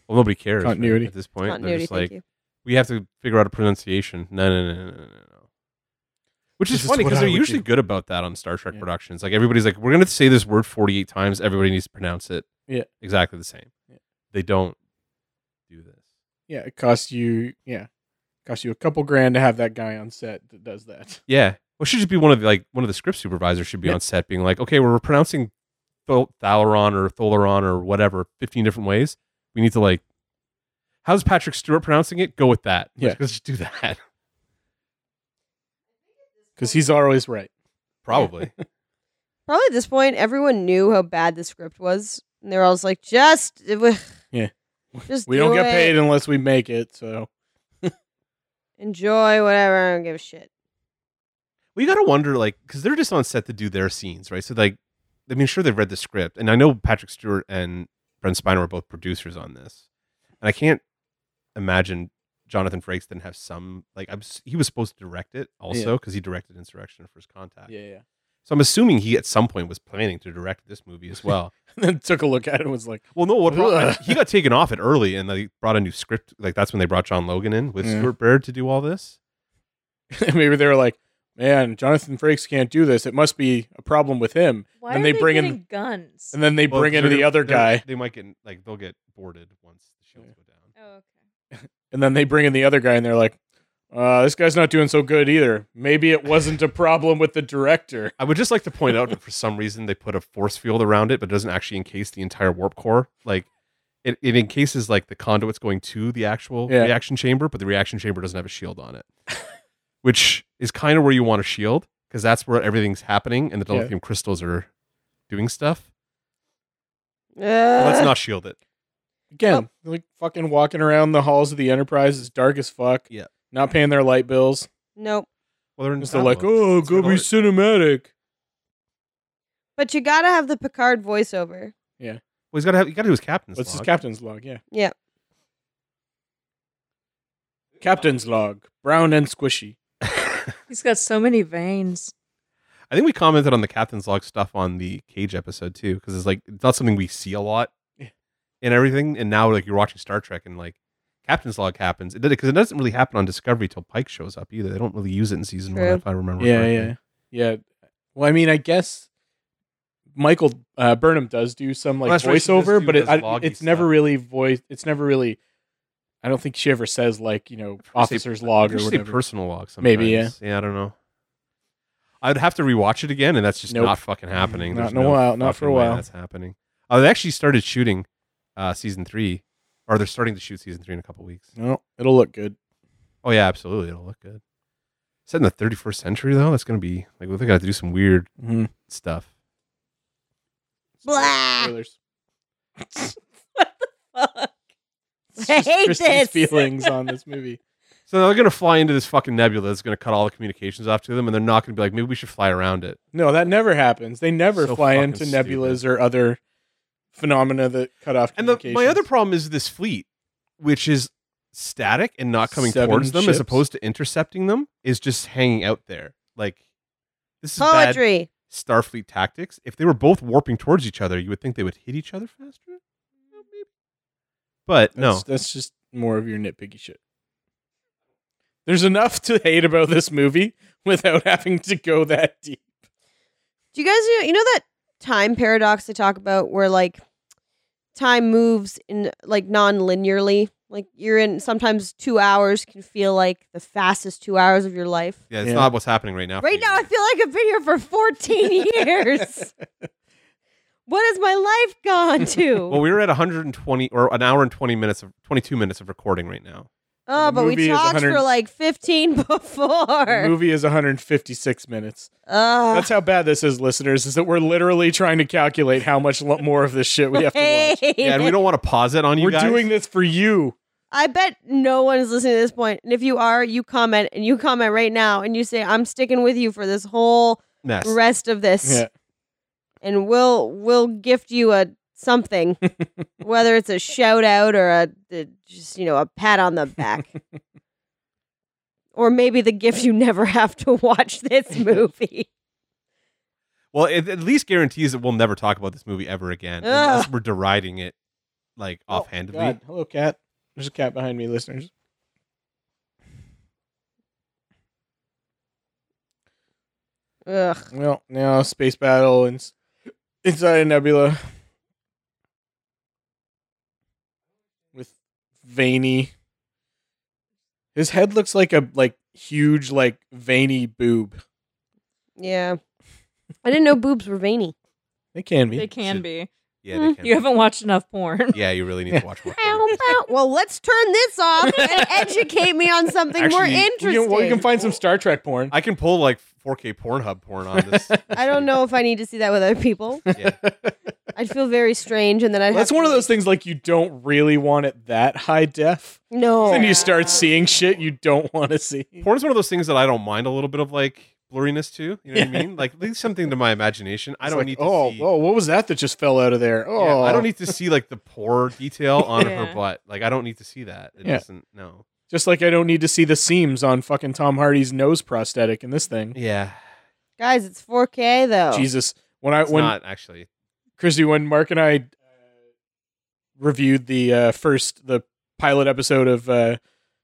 Speaker 1: nobody cares right,
Speaker 2: Continuity.
Speaker 1: at this point. They're
Speaker 3: Continuity,
Speaker 1: just
Speaker 3: thank
Speaker 1: like,
Speaker 3: you.
Speaker 1: we have to figure out a pronunciation. No, no, no, no, no, no, no. Which is
Speaker 2: This is
Speaker 1: funny
Speaker 2: what
Speaker 1: because
Speaker 2: I
Speaker 1: they're
Speaker 2: would
Speaker 1: usually
Speaker 2: do.
Speaker 1: good about that on Star Trek
Speaker 2: Yeah.
Speaker 1: productions. Like everybody's like, we're going to say this word 48 times. Everybody needs to pronounce it.
Speaker 2: Yeah.
Speaker 1: Exactly the same.
Speaker 2: Yeah.
Speaker 1: They don't do this.
Speaker 2: Yeah, it costs you yeah. Costs you a couple grand to have that guy on set that does that.
Speaker 1: Yeah. Well, it should just be one of the, like one of the script supervisors should be
Speaker 2: Yeah.
Speaker 1: on set being like, okay, we're pronouncing Thol- Thaleron or Tholeron or whatever 15 different ways. We need to like, how's Patrick Stewart pronouncing it? Go with that.
Speaker 2: Yeah.
Speaker 1: Let's just do that.
Speaker 2: Because he's always right.
Speaker 1: Probably.
Speaker 3: Probably at this point, everyone knew how bad the script was, and they were all just like, "Just, ugh,
Speaker 2: Yeah.
Speaker 3: just
Speaker 2: We don't
Speaker 3: do
Speaker 2: get
Speaker 3: it.
Speaker 2: paid unless we make it, so
Speaker 3: Enjoy whatever. I don't give a shit."
Speaker 1: Well, you got to wonder, like, because they're just on set to do their scenes, right? So, like, I mean, sure, they've read the script. And I know Patrick Stewart and Brent Spiner were both producers on this. And I can't imagine Jonathan Frakes didn't have some, like, I'm, s- he was supposed to direct it also because he directed Insurrection and First Contact.
Speaker 2: yeah, yeah.
Speaker 1: So I'm assuming he at some point was planning to direct this movie as well.
Speaker 2: And then took a look at it and was like,
Speaker 1: well, no, what
Speaker 2: Ugh.
Speaker 1: he got taken off it early and they brought a new script. Like, that's when they brought John Logan in with
Speaker 2: Yeah.
Speaker 1: Stuart Baird to do all this.
Speaker 2: maybe they were like, Man, Jonathan Frakes can't do this. It must be a problem with him.
Speaker 4: why
Speaker 2: and
Speaker 4: are
Speaker 2: they
Speaker 4: they,
Speaker 2: bring in-
Speaker 4: getting guns?
Speaker 2: And then they
Speaker 1: Well,
Speaker 2: bring in
Speaker 1: they're-
Speaker 2: the other
Speaker 1: they're-
Speaker 2: guy.
Speaker 1: They might get, like, they'll get boarded once the shields
Speaker 2: Yeah.
Speaker 1: go down.
Speaker 4: oh, okay.
Speaker 2: And then they bring in the other guy and they're like, uh, this guy's not doing so good either. Maybe it wasn't a problem with the director.
Speaker 1: I would just like to point out that for some reason they put a force field around it, but it doesn't actually encase the entire warp core. Like it, it encases like the conduits going to the actual
Speaker 2: Yeah.
Speaker 1: reaction chamber, but the reaction chamber doesn't have a shield on it, which is kind of where you want a shield because that's where everything's happening and the
Speaker 2: Yeah.
Speaker 1: dilithium crystals are doing stuff.
Speaker 3: Ugh.
Speaker 1: But let's not shield it.
Speaker 2: Again, like fucking walking around the halls of the Enterprise. It's dark as fuck.
Speaker 1: Yeah.
Speaker 2: Not paying their light bills.
Speaker 3: Nope.
Speaker 1: Well, they're in
Speaker 2: Just they're
Speaker 1: dialogue.
Speaker 2: like, oh,
Speaker 1: It's good
Speaker 2: go be
Speaker 1: art.
Speaker 2: cinematic.
Speaker 3: But you gotta have the Picard voiceover.
Speaker 1: Well, he's got to have, you got to do his captain's.
Speaker 2: What's his
Speaker 1: log.
Speaker 2: captain's log? Yeah.
Speaker 3: Yeah.
Speaker 2: Captain's log. Brown and squishy.
Speaker 4: He's got so many veins.
Speaker 1: I think we commented on the captain's log stuff on the cage episode too, because it's like it's not something we see a lot
Speaker 2: Yeah.
Speaker 1: in everything. And now like you're watching Star Trek and like captain's log happens. It did because it doesn't really happen on Discovery till Pike shows up either. They don't really use it in season
Speaker 3: True.
Speaker 1: one if I remember.
Speaker 2: Yeah,
Speaker 1: correctly.
Speaker 2: yeah. Yeah. Well, I mean, I guess Michael uh, Burnham does do some like
Speaker 1: that's right, she does
Speaker 2: voiceover,
Speaker 1: do
Speaker 2: but it,
Speaker 1: his
Speaker 2: I,
Speaker 1: vloggy
Speaker 2: it's never
Speaker 1: stuff.
Speaker 2: really voice. It's never really. I don't think she ever says like you know officer's log
Speaker 1: You
Speaker 2: or
Speaker 1: say
Speaker 2: whatever.
Speaker 1: personal log sometimes.
Speaker 2: Maybe, yeah.
Speaker 1: Yeah, I don't know. I'd have to rewatch it again, and that's just
Speaker 2: Nope.
Speaker 1: not fucking happening.
Speaker 2: Not
Speaker 1: There's
Speaker 2: in a while. Not for a
Speaker 1: fucking way
Speaker 2: while.
Speaker 1: That's happening. Oh, they actually started shooting uh, season three, or they're starting to shoot season three in a couple weeks.
Speaker 2: no, it'll look good.
Speaker 1: Oh yeah, absolutely. It'll look good. Set in the 31st century though, that's gonna be like we're gonna have to do some weird
Speaker 2: Mm-hmm.
Speaker 1: stuff.
Speaker 3: Blah.
Speaker 2: Spoilers. It's
Speaker 3: I
Speaker 2: just
Speaker 3: hate
Speaker 2: Kristen's
Speaker 3: this.
Speaker 2: feelings on this movie.
Speaker 1: So they're gonna fly into this fucking nebula that's gonna cut all the communications off to them, and they're not gonna be like, maybe we should fly around it.
Speaker 2: No, that never happens. They never
Speaker 1: So
Speaker 2: fly
Speaker 1: fucking
Speaker 2: into nebulas or other phenomena that cut off.
Speaker 1: And the, my
Speaker 2: communications.
Speaker 1: other problem is this fleet, which is static and not coming
Speaker 2: Seven
Speaker 1: towards them, as
Speaker 2: ships.
Speaker 1: opposed to intercepting them, is just hanging out there. Like this is bad
Speaker 3: Poetry.
Speaker 1: Starfleet tactics. If they were both warping towards each other, you would think they would hit each other faster. Well, maybe. But no,
Speaker 2: That's, that's just more of your nitpicky shit. There's enough to hate about this movie without having to go that deep.
Speaker 3: Do you guys know you know that time paradox they talk about where like time moves in like non-linearly? Like you're in sometimes 2 hours can feel like the fastest 2 hours of your life.
Speaker 1: yeah, it's
Speaker 2: Yeah.
Speaker 1: not what's happening right now. for
Speaker 3: Right
Speaker 1: you.
Speaker 3: now I feel like I've been here for 14 years. What has my life gone to?
Speaker 1: Well, we were at 120 or an hour and 20 minutes of 22 minutes of recording right now.
Speaker 3: oh,
Speaker 2: the
Speaker 3: but we
Speaker 2: movie is
Speaker 3: talked
Speaker 2: 100
Speaker 3: for like 15
Speaker 2: The
Speaker 3: before.
Speaker 2: movie is 156 minutes.
Speaker 3: Oh,
Speaker 2: That's how bad this is, listeners, is that we're literally trying to calculate how much lo- more of this shit we have to watch.
Speaker 1: Yeah, and we don't want to pause it on you
Speaker 2: We're
Speaker 1: guys.
Speaker 2: doing this for you.
Speaker 3: I bet no one is listening to this point. And if you are, you comment and you comment right now and you say, I'm sticking with you for this whole
Speaker 1: mess.
Speaker 3: rest of this.
Speaker 2: Yeah.
Speaker 3: And we'll we'll gift you a something. whether it's a shout out or a, a just, you know, a pat on the back. or maybe the gift you never have to watch this movie.
Speaker 1: Well, it at least guarantees that we'll never talk about this movie ever again
Speaker 3: Ugh.
Speaker 1: unless we're deriding it like
Speaker 2: Oh,
Speaker 1: offhandedly.
Speaker 2: God. Hello, cat. There's a cat behind me, listeners.
Speaker 3: Ugh.
Speaker 2: Well, now space battle and s- inside a nebula with veiny. His head looks like a like huge like veiny boob.
Speaker 3: Yeah. I didn't know boobs were veiny.
Speaker 2: They can be.
Speaker 4: They can
Speaker 1: should-
Speaker 4: be.
Speaker 1: Yeah,
Speaker 2: Mm-hmm.
Speaker 1: they can
Speaker 4: You haven't watched enough porn.
Speaker 1: Yeah, you really need to watch more.
Speaker 3: Ow, ow. well, let's turn this off and educate me on something more
Speaker 1: Actually, we
Speaker 2: We
Speaker 3: interesting.
Speaker 2: can, well, you can find some Star Trek porn.
Speaker 1: I can pull like 4K Pornhub porn on this. this
Speaker 3: I don't
Speaker 1: thing.
Speaker 3: know if I need to see that with other people.
Speaker 1: Yeah.
Speaker 3: I'd feel very strange, and then I'd.
Speaker 2: That's
Speaker 3: have
Speaker 2: one
Speaker 3: to-
Speaker 2: of those things like you don't really want it that high def.
Speaker 3: No.
Speaker 2: Then you start seeing shit you don't want to see.
Speaker 1: Porn is one of those things that I don't mind a little bit of like blurriness to. You know what I mean? Like leave something to my imagination. I
Speaker 2: It's
Speaker 1: don't
Speaker 2: like,
Speaker 1: need to
Speaker 2: Oh,
Speaker 1: see.
Speaker 2: oh, what was that that just fell out of there?
Speaker 1: Yeah,
Speaker 2: Oh,
Speaker 1: I don't need to see like the pore detail on her
Speaker 4: Yeah.
Speaker 1: butt. Like I don't need to see that. It
Speaker 2: Yeah.
Speaker 1: doesn't. No.
Speaker 2: Just like I don't need to see the seams on fucking Tom Hardy's nose prosthetic in this thing.
Speaker 1: Yeah.
Speaker 3: guys. It's 4K though.
Speaker 2: Jesus, when I
Speaker 1: It's
Speaker 2: when
Speaker 1: not actually.
Speaker 2: Chrissy, when Mark and I uh, reviewed the uh, first the pilot episode of uh,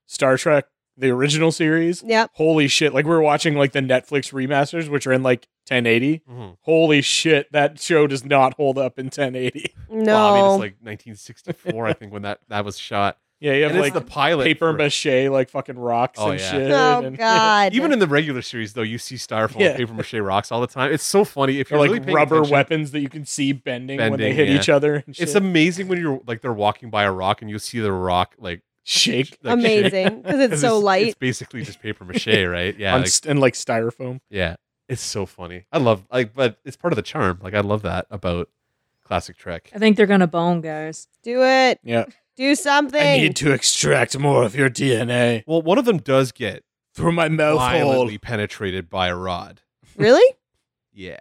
Speaker 2: Star Trek, the original series,
Speaker 3: Yep.
Speaker 2: holy shit! Like we were watching like the Netflix remasters, which are in like 1080.
Speaker 1: Mhm.
Speaker 2: Holy shit, that show does not hold up in 1080.
Speaker 3: No.
Speaker 1: Well, I mean, it's like 1964, I think, when that that was shot.
Speaker 2: Yeah, you have
Speaker 1: and
Speaker 2: like
Speaker 1: it's the pilot.
Speaker 2: paper
Speaker 1: for-
Speaker 2: mache, like fucking rocks
Speaker 1: Oh,
Speaker 2: and
Speaker 1: yeah.
Speaker 2: shit.
Speaker 3: oh
Speaker 2: and-
Speaker 3: God.
Speaker 1: Even in the regular series, though, you see styrofoam
Speaker 2: Yeah.
Speaker 1: and paper mache rocks all the time. It's so funny if
Speaker 2: Or
Speaker 1: you're
Speaker 2: like
Speaker 1: really paying
Speaker 2: rubber
Speaker 1: attention-
Speaker 2: weapons that you can see bending, when they
Speaker 1: Bending,
Speaker 2: hit
Speaker 1: yeah.
Speaker 2: each other. And
Speaker 1: It's
Speaker 2: shit.
Speaker 1: amazing when you're like they're walking by a rock and you see the rock like
Speaker 2: shake
Speaker 1: like, shake.
Speaker 3: amazing because it's
Speaker 1: 'Cause
Speaker 3: so light.
Speaker 1: It's basically just paper mache, right? Yeah,
Speaker 2: on
Speaker 1: like-
Speaker 2: st- and like styrofoam.
Speaker 1: yeah. It's so funny. I love like, but it's part of the charm. Like I love that about classic Trek.
Speaker 4: I think they're gonna bone, guys.
Speaker 3: Do it.
Speaker 2: Yeah.
Speaker 3: Do something.
Speaker 2: to extract more of your DNA
Speaker 1: Well, one of them does get
Speaker 2: through my mouth
Speaker 1: violently penetrated by a rod.
Speaker 3: really?
Speaker 1: Yeah,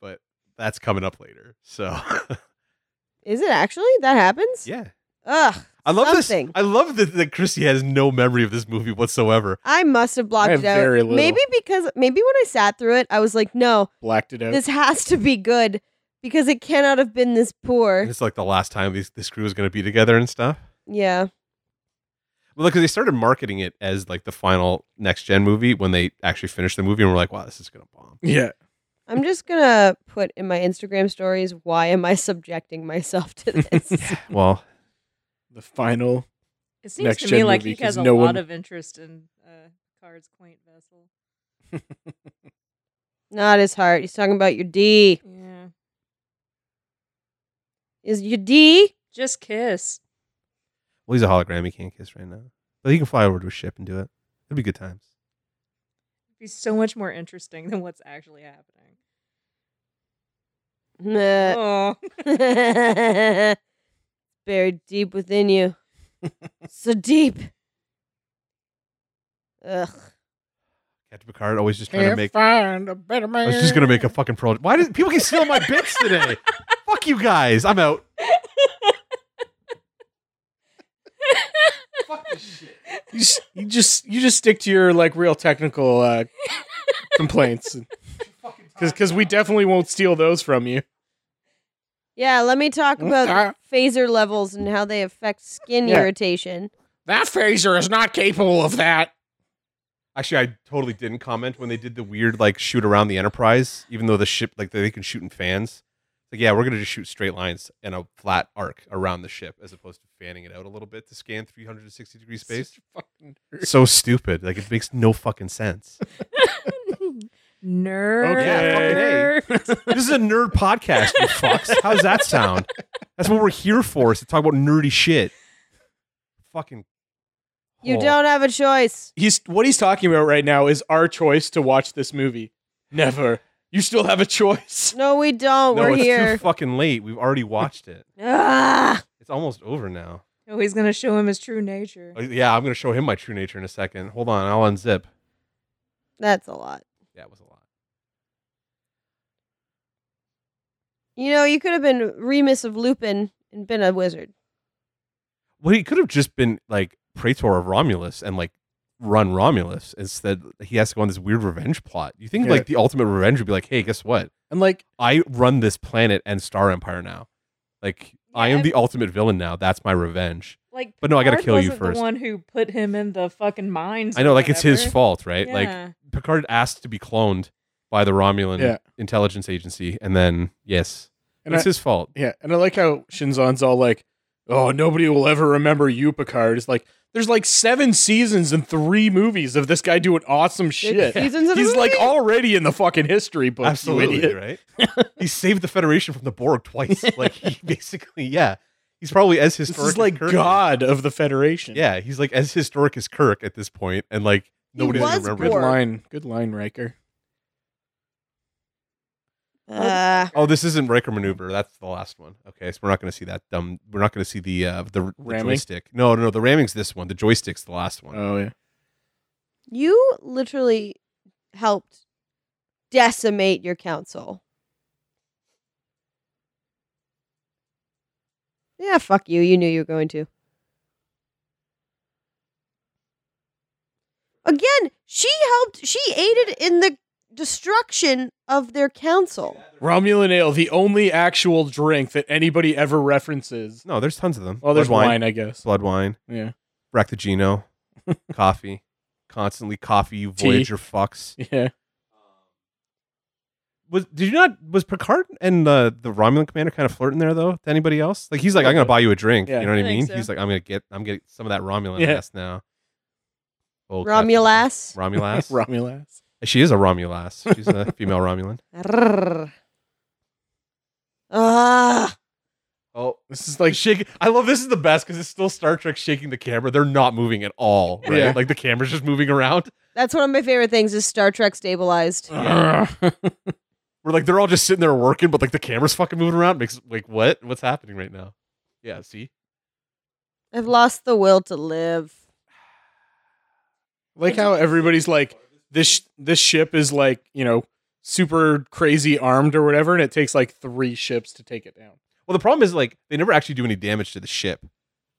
Speaker 1: but that's coming up later. So
Speaker 3: Is it actually that happens?
Speaker 1: yeah,
Speaker 3: Ugh.
Speaker 1: I love
Speaker 3: Something.
Speaker 1: this. I love that, that Chrissy has no memory of this movie whatsoever.
Speaker 3: I must have blocked
Speaker 2: I have
Speaker 3: it out.
Speaker 2: very little.
Speaker 3: Maybe because maybe when I sat through it, I was like, no,
Speaker 2: Blacked it out.
Speaker 3: this has to be good because it cannot have been this
Speaker 1: And
Speaker 3: poor.
Speaker 1: it's like the last time these, this crew was going to be together and stuff.
Speaker 3: Yeah.
Speaker 1: Well, because they started marketing it as like the final next gen movie when they actually finished the movie, and we're like, wow, this is going to bomb.
Speaker 2: yeah.
Speaker 3: I'm just gonna put in my Instagram stories. Why am I subjecting myself to this?
Speaker 1: Well,
Speaker 2: The final.
Speaker 4: It seems
Speaker 2: Next
Speaker 4: to me
Speaker 2: Gen
Speaker 4: like
Speaker 2: movie,
Speaker 4: he has
Speaker 2: 'cause
Speaker 4: a
Speaker 2: no
Speaker 4: lot
Speaker 2: one-
Speaker 4: of interest in uh, Card's quaint vessel.
Speaker 3: Not his heart. He's talking about your D.
Speaker 4: Yeah.
Speaker 3: Is your D?
Speaker 4: Just kiss.
Speaker 1: well, he's a hologram. He can't kiss right now, but he can fly over to a ship and do it. It'd be good times.
Speaker 4: It'd be so much more interesting than what's actually happening.
Speaker 3: Nah.
Speaker 4: Oh.
Speaker 3: Buried deep within you. so deep. Ugh.
Speaker 1: Captain Picard always just trying to make.
Speaker 2: find a better
Speaker 1: I
Speaker 2: man.
Speaker 1: was just gonna make a fucking pro. Why did people can steal my bits today? Fuck you guys. I'm out.
Speaker 2: You just, you just you just stick to your like real technical uh, complaints, because we definitely won't steal those from you.
Speaker 3: Yeah, let me talk about
Speaker 2: Okay.
Speaker 3: phaser levels and how they affect skin
Speaker 2: Yeah.
Speaker 3: irritation.
Speaker 2: That phaser is not capable of that.
Speaker 1: Actually, I totally didn't comment when they did the weird like shoot around the Enterprise, even though the ship like they can shoot in fans. Like, yeah, we're gonna just shoot straight lines and a flat arc around the ship as opposed to fanning it out a little bit to scan 360 degree space.
Speaker 2: Such a fucking nerd.
Speaker 1: So stupid. Like it makes no fucking sense.
Speaker 4: Nerd.
Speaker 1: this is a nerd podcast, you fucks. How does that sound? That's what we're here for, is to talk about nerdy shit. Fucking
Speaker 3: You
Speaker 1: Oh.
Speaker 3: don't have a choice.
Speaker 2: He's what he's talking about right now is our choice to watch this movie. Never. You still have a choice.
Speaker 3: No, we don't.
Speaker 1: No,
Speaker 3: We're
Speaker 1: it's
Speaker 3: here.
Speaker 1: too fucking late. We've already watched it.
Speaker 3: Ah,
Speaker 1: It's almost over now.
Speaker 4: Oh, he's gonna show him his true nature.
Speaker 2: Oh,
Speaker 1: Uh, Yeah, I'm gonna show him my true nature in a second. Hold on, I'll unzip.
Speaker 3: that's a lot.
Speaker 1: That was a lot.
Speaker 3: You know, you could have been Remus of Lupin and been a wizard.
Speaker 1: Well, he could have just been like Praetor of Romulus and like run Romulus instead. He has to go on this weird revenge plot. You think
Speaker 2: Yeah.
Speaker 1: like the ultimate revenge would be like, hey, guess what?
Speaker 2: And like
Speaker 1: I run this planet and Star Empire now. Like I
Speaker 4: Yeah,
Speaker 1: am
Speaker 4: I-
Speaker 1: the ultimate villain now. That's my revenge.
Speaker 4: Like,
Speaker 1: But no, I gotta
Speaker 4: Picard
Speaker 1: kill you
Speaker 4: wasn't
Speaker 1: first.
Speaker 4: The one who put him in the fucking mines.
Speaker 1: I know,
Speaker 4: or
Speaker 1: like it's his
Speaker 4: whatever.
Speaker 1: fault, right? Like
Speaker 4: Yeah.
Speaker 1: Picard asked to be cloned by the Romulan
Speaker 2: Yeah.
Speaker 1: intelligence agency, and then yes,
Speaker 2: And
Speaker 1: it's
Speaker 2: I-
Speaker 1: his fault.
Speaker 2: yeah, and I like how Shinzon's all like, "Oh, nobody will ever remember you, Picard." It's like there's like seven seasons and three movies of this guy doing awesome shit.
Speaker 3: Seasons of the
Speaker 2: He's like
Speaker 3: movie.
Speaker 2: already in the fucking history book. you idiot.
Speaker 1: right? he saved the Federation from the Borg twice. Like he basically, yeah, he's probably as
Speaker 2: This
Speaker 1: historic.
Speaker 2: is
Speaker 1: as
Speaker 2: like
Speaker 1: Kirk
Speaker 2: God of the Federation.
Speaker 1: Yeah, he's like as historic as Kirk at this point, and like
Speaker 3: He
Speaker 1: nobody's gonna
Speaker 3: was
Speaker 1: remember.
Speaker 2: Good
Speaker 1: him.
Speaker 3: Borg.
Speaker 2: line. Good line, Riker.
Speaker 3: Ah,
Speaker 1: Oh, this isn't Riker maneuver. That's the last one. Okay, so we're not going to see that dumb. We're not going to see the uh, the, the
Speaker 2: Ramming?
Speaker 1: joystick. No, no, no. The ramming's this one. The joystick's the last one.
Speaker 2: Oh yeah.
Speaker 3: you literally helped decimate your council. Yeah, fuck you. You knew you were going to. Again, she helped. She aided in the destruction of their
Speaker 2: Oh.
Speaker 3: council.
Speaker 2: Romulan ale, the only actual drink that anybody ever references.
Speaker 1: No, there's tons of them.
Speaker 2: Well, Oh, there's
Speaker 1: Blood
Speaker 2: wine,
Speaker 1: wine,
Speaker 2: I guess.
Speaker 1: blood wine,
Speaker 2: Yeah.
Speaker 1: Bractogino, coffee, constantly coffee. You
Speaker 2: Tea.
Speaker 1: Voyager fucks.
Speaker 2: Yeah.
Speaker 1: Was did you not? Was Picard and uh, the Romulan commander kind of flirting there though? To anybody else? Like he's like, I'm gonna buy you a drink.
Speaker 2: Yeah.
Speaker 1: You know what I,
Speaker 4: I think
Speaker 1: mean?
Speaker 4: so.
Speaker 1: He's like, I'm gonna get, I'm getting some of that Romulan
Speaker 2: Yeah.
Speaker 1: ass now. Oh, Captain-
Speaker 3: Romulas.
Speaker 1: Romulas.
Speaker 2: Romulas.
Speaker 1: she is a Romulas. She's a female Romulan.
Speaker 3: Rrrr. Ah,
Speaker 1: Oh,
Speaker 2: This is like
Speaker 1: shaking. I love this is the best because it's still Star Trek shaking the camera. They're not moving at all. Right?
Speaker 2: Yeah.
Speaker 1: Like the camera's just moving around.
Speaker 3: that's one of my favorite things is Star Trek stabilized.
Speaker 1: We're like they're all just sitting there working, but like the camera's fucking moving around. Makes like what? What's happening right now? Yeah. See.
Speaker 3: I've lost the will to live.
Speaker 2: like how everybody's like this sh- this ship is like, you know, super crazy armed or whatever and it takes like 3 ships to take it down.
Speaker 1: Well, the problem is like they never actually do any damage to the ship.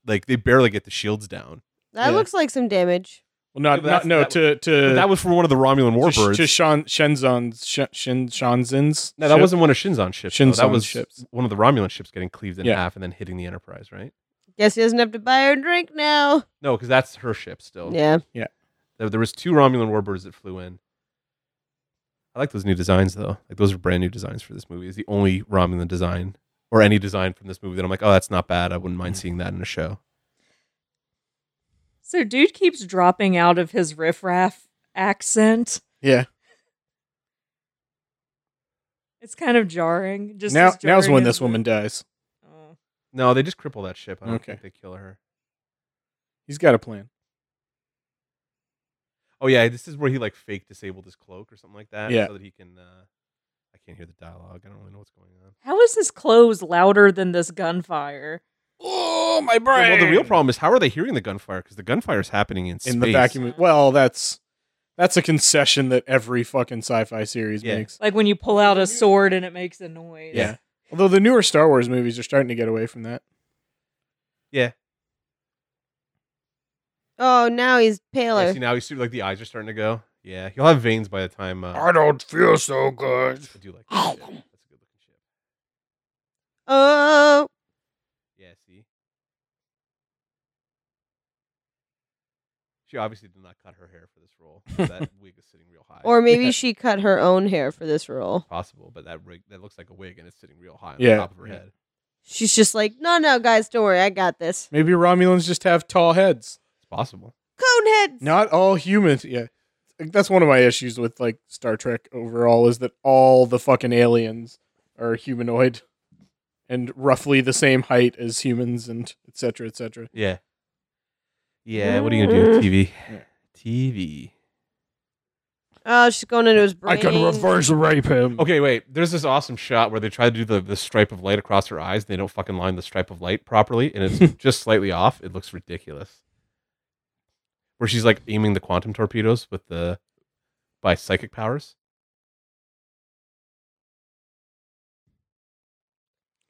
Speaker 1: Like they barely get the shields down.
Speaker 3: That
Speaker 2: Yeah.
Speaker 3: looks like some damage.
Speaker 2: Well, not,
Speaker 1: Yeah, but
Speaker 2: not
Speaker 1: that's-
Speaker 2: no
Speaker 1: that
Speaker 2: to to
Speaker 1: But that was from one of the Romulan warbirds.
Speaker 2: to, to Shan, Shenzon's Shen, Shen, Shenzon's
Speaker 1: no, that
Speaker 2: ship.
Speaker 1: wasn't one of Shinzon's ships. though. that
Speaker 2: Shinzon's
Speaker 1: was
Speaker 2: ships.
Speaker 1: one of the Romulan ships getting cleaved in
Speaker 2: Yeah.
Speaker 1: half and then hitting the Enterprise, right?
Speaker 3: Guess he doesn't have to buy her a drink now.
Speaker 1: No, because that's
Speaker 2: Oh.
Speaker 1: her ship still.
Speaker 3: Yeah.
Speaker 1: There, there was two Romulan warbirds that flew in. I like those new designs though. Like those are brand new designs for this movie. Is the only Romulan design or any design from this movie that I'm like, oh, that's not bad. I wouldn't mind
Speaker 2: Mm.
Speaker 1: seeing that in a show.
Speaker 4: So, dude keeps dropping out of his riffraff accent.
Speaker 2: Yeah.
Speaker 4: It's kind of jarring. Just
Speaker 2: now,
Speaker 4: as
Speaker 2: now's
Speaker 4: jarring
Speaker 2: when
Speaker 4: as
Speaker 2: this
Speaker 4: the-
Speaker 2: woman dies.
Speaker 4: Oh.
Speaker 1: No, they just cripple that ship. I don't
Speaker 2: Okay.
Speaker 1: think they kill her.
Speaker 2: He's got a plan.
Speaker 1: Oh yeah, this is where he like fake disabled his cloak or something like that.
Speaker 2: Yeah.
Speaker 1: So that he can. Uh, I can't hear the dialogue. I don't really know what's going on.
Speaker 4: How is his clothes louder than this gunfire?
Speaker 2: Oh, my
Speaker 1: Yeah,
Speaker 2: brain!
Speaker 1: well, the real problem is how are they hearing the gunfire? Because the gunfire is happening in,
Speaker 2: in
Speaker 1: space.
Speaker 2: the vacuum. Well, that's that's a concession that every fucking sci-fi series
Speaker 1: Yeah.
Speaker 2: makes.
Speaker 4: Like when you pull out a sword and it makes a noise.
Speaker 1: Yeah.
Speaker 2: Although the newer Star Wars movies are starting to get away from that.
Speaker 3: Oh, now he's paler.
Speaker 1: Yeah, see now he's sort of like the eyes are starting to go. Yeah, he'll have veins by the time. Uh, I
Speaker 2: don't feel so good.
Speaker 1: do like that ship. That's a good looking ship.
Speaker 3: oh,
Speaker 1: Yeah, see. She obviously did not cut her hair for this role. 'cause That wig is sitting real high.
Speaker 3: or maybe
Speaker 2: Yeah.
Speaker 3: she cut her own hair for this role.
Speaker 1: possible, but that rig that looks like a wig and it's sitting real high on
Speaker 2: Yeah,
Speaker 1: the top of her
Speaker 2: yeah.
Speaker 1: head.
Speaker 3: She's just like, no, no, guys, don't worry, I got this.
Speaker 2: Maybe Romulans just have tall heads.
Speaker 1: It's possible.
Speaker 3: Coneheads.
Speaker 2: Not all humans. Yeah, Like, that's one of my issues with like Star Trek overall is that all the fucking aliens are humanoid and roughly the same height as humans and et cetera, et cetera.
Speaker 1: Yeah. Yeah. What are you gonna do? TV.
Speaker 2: Yeah.
Speaker 1: TV.
Speaker 3: Oh, she's going into his brain.
Speaker 2: rape him.
Speaker 1: Okay, wait. There's this awesome shot where they try to do the, the stripe of light across her eyes. And they don't fucking line the stripe of light properly, and it's just slightly off. It looks ridiculous. Where she's like aiming the quantum torpedoes with the by psychic powers.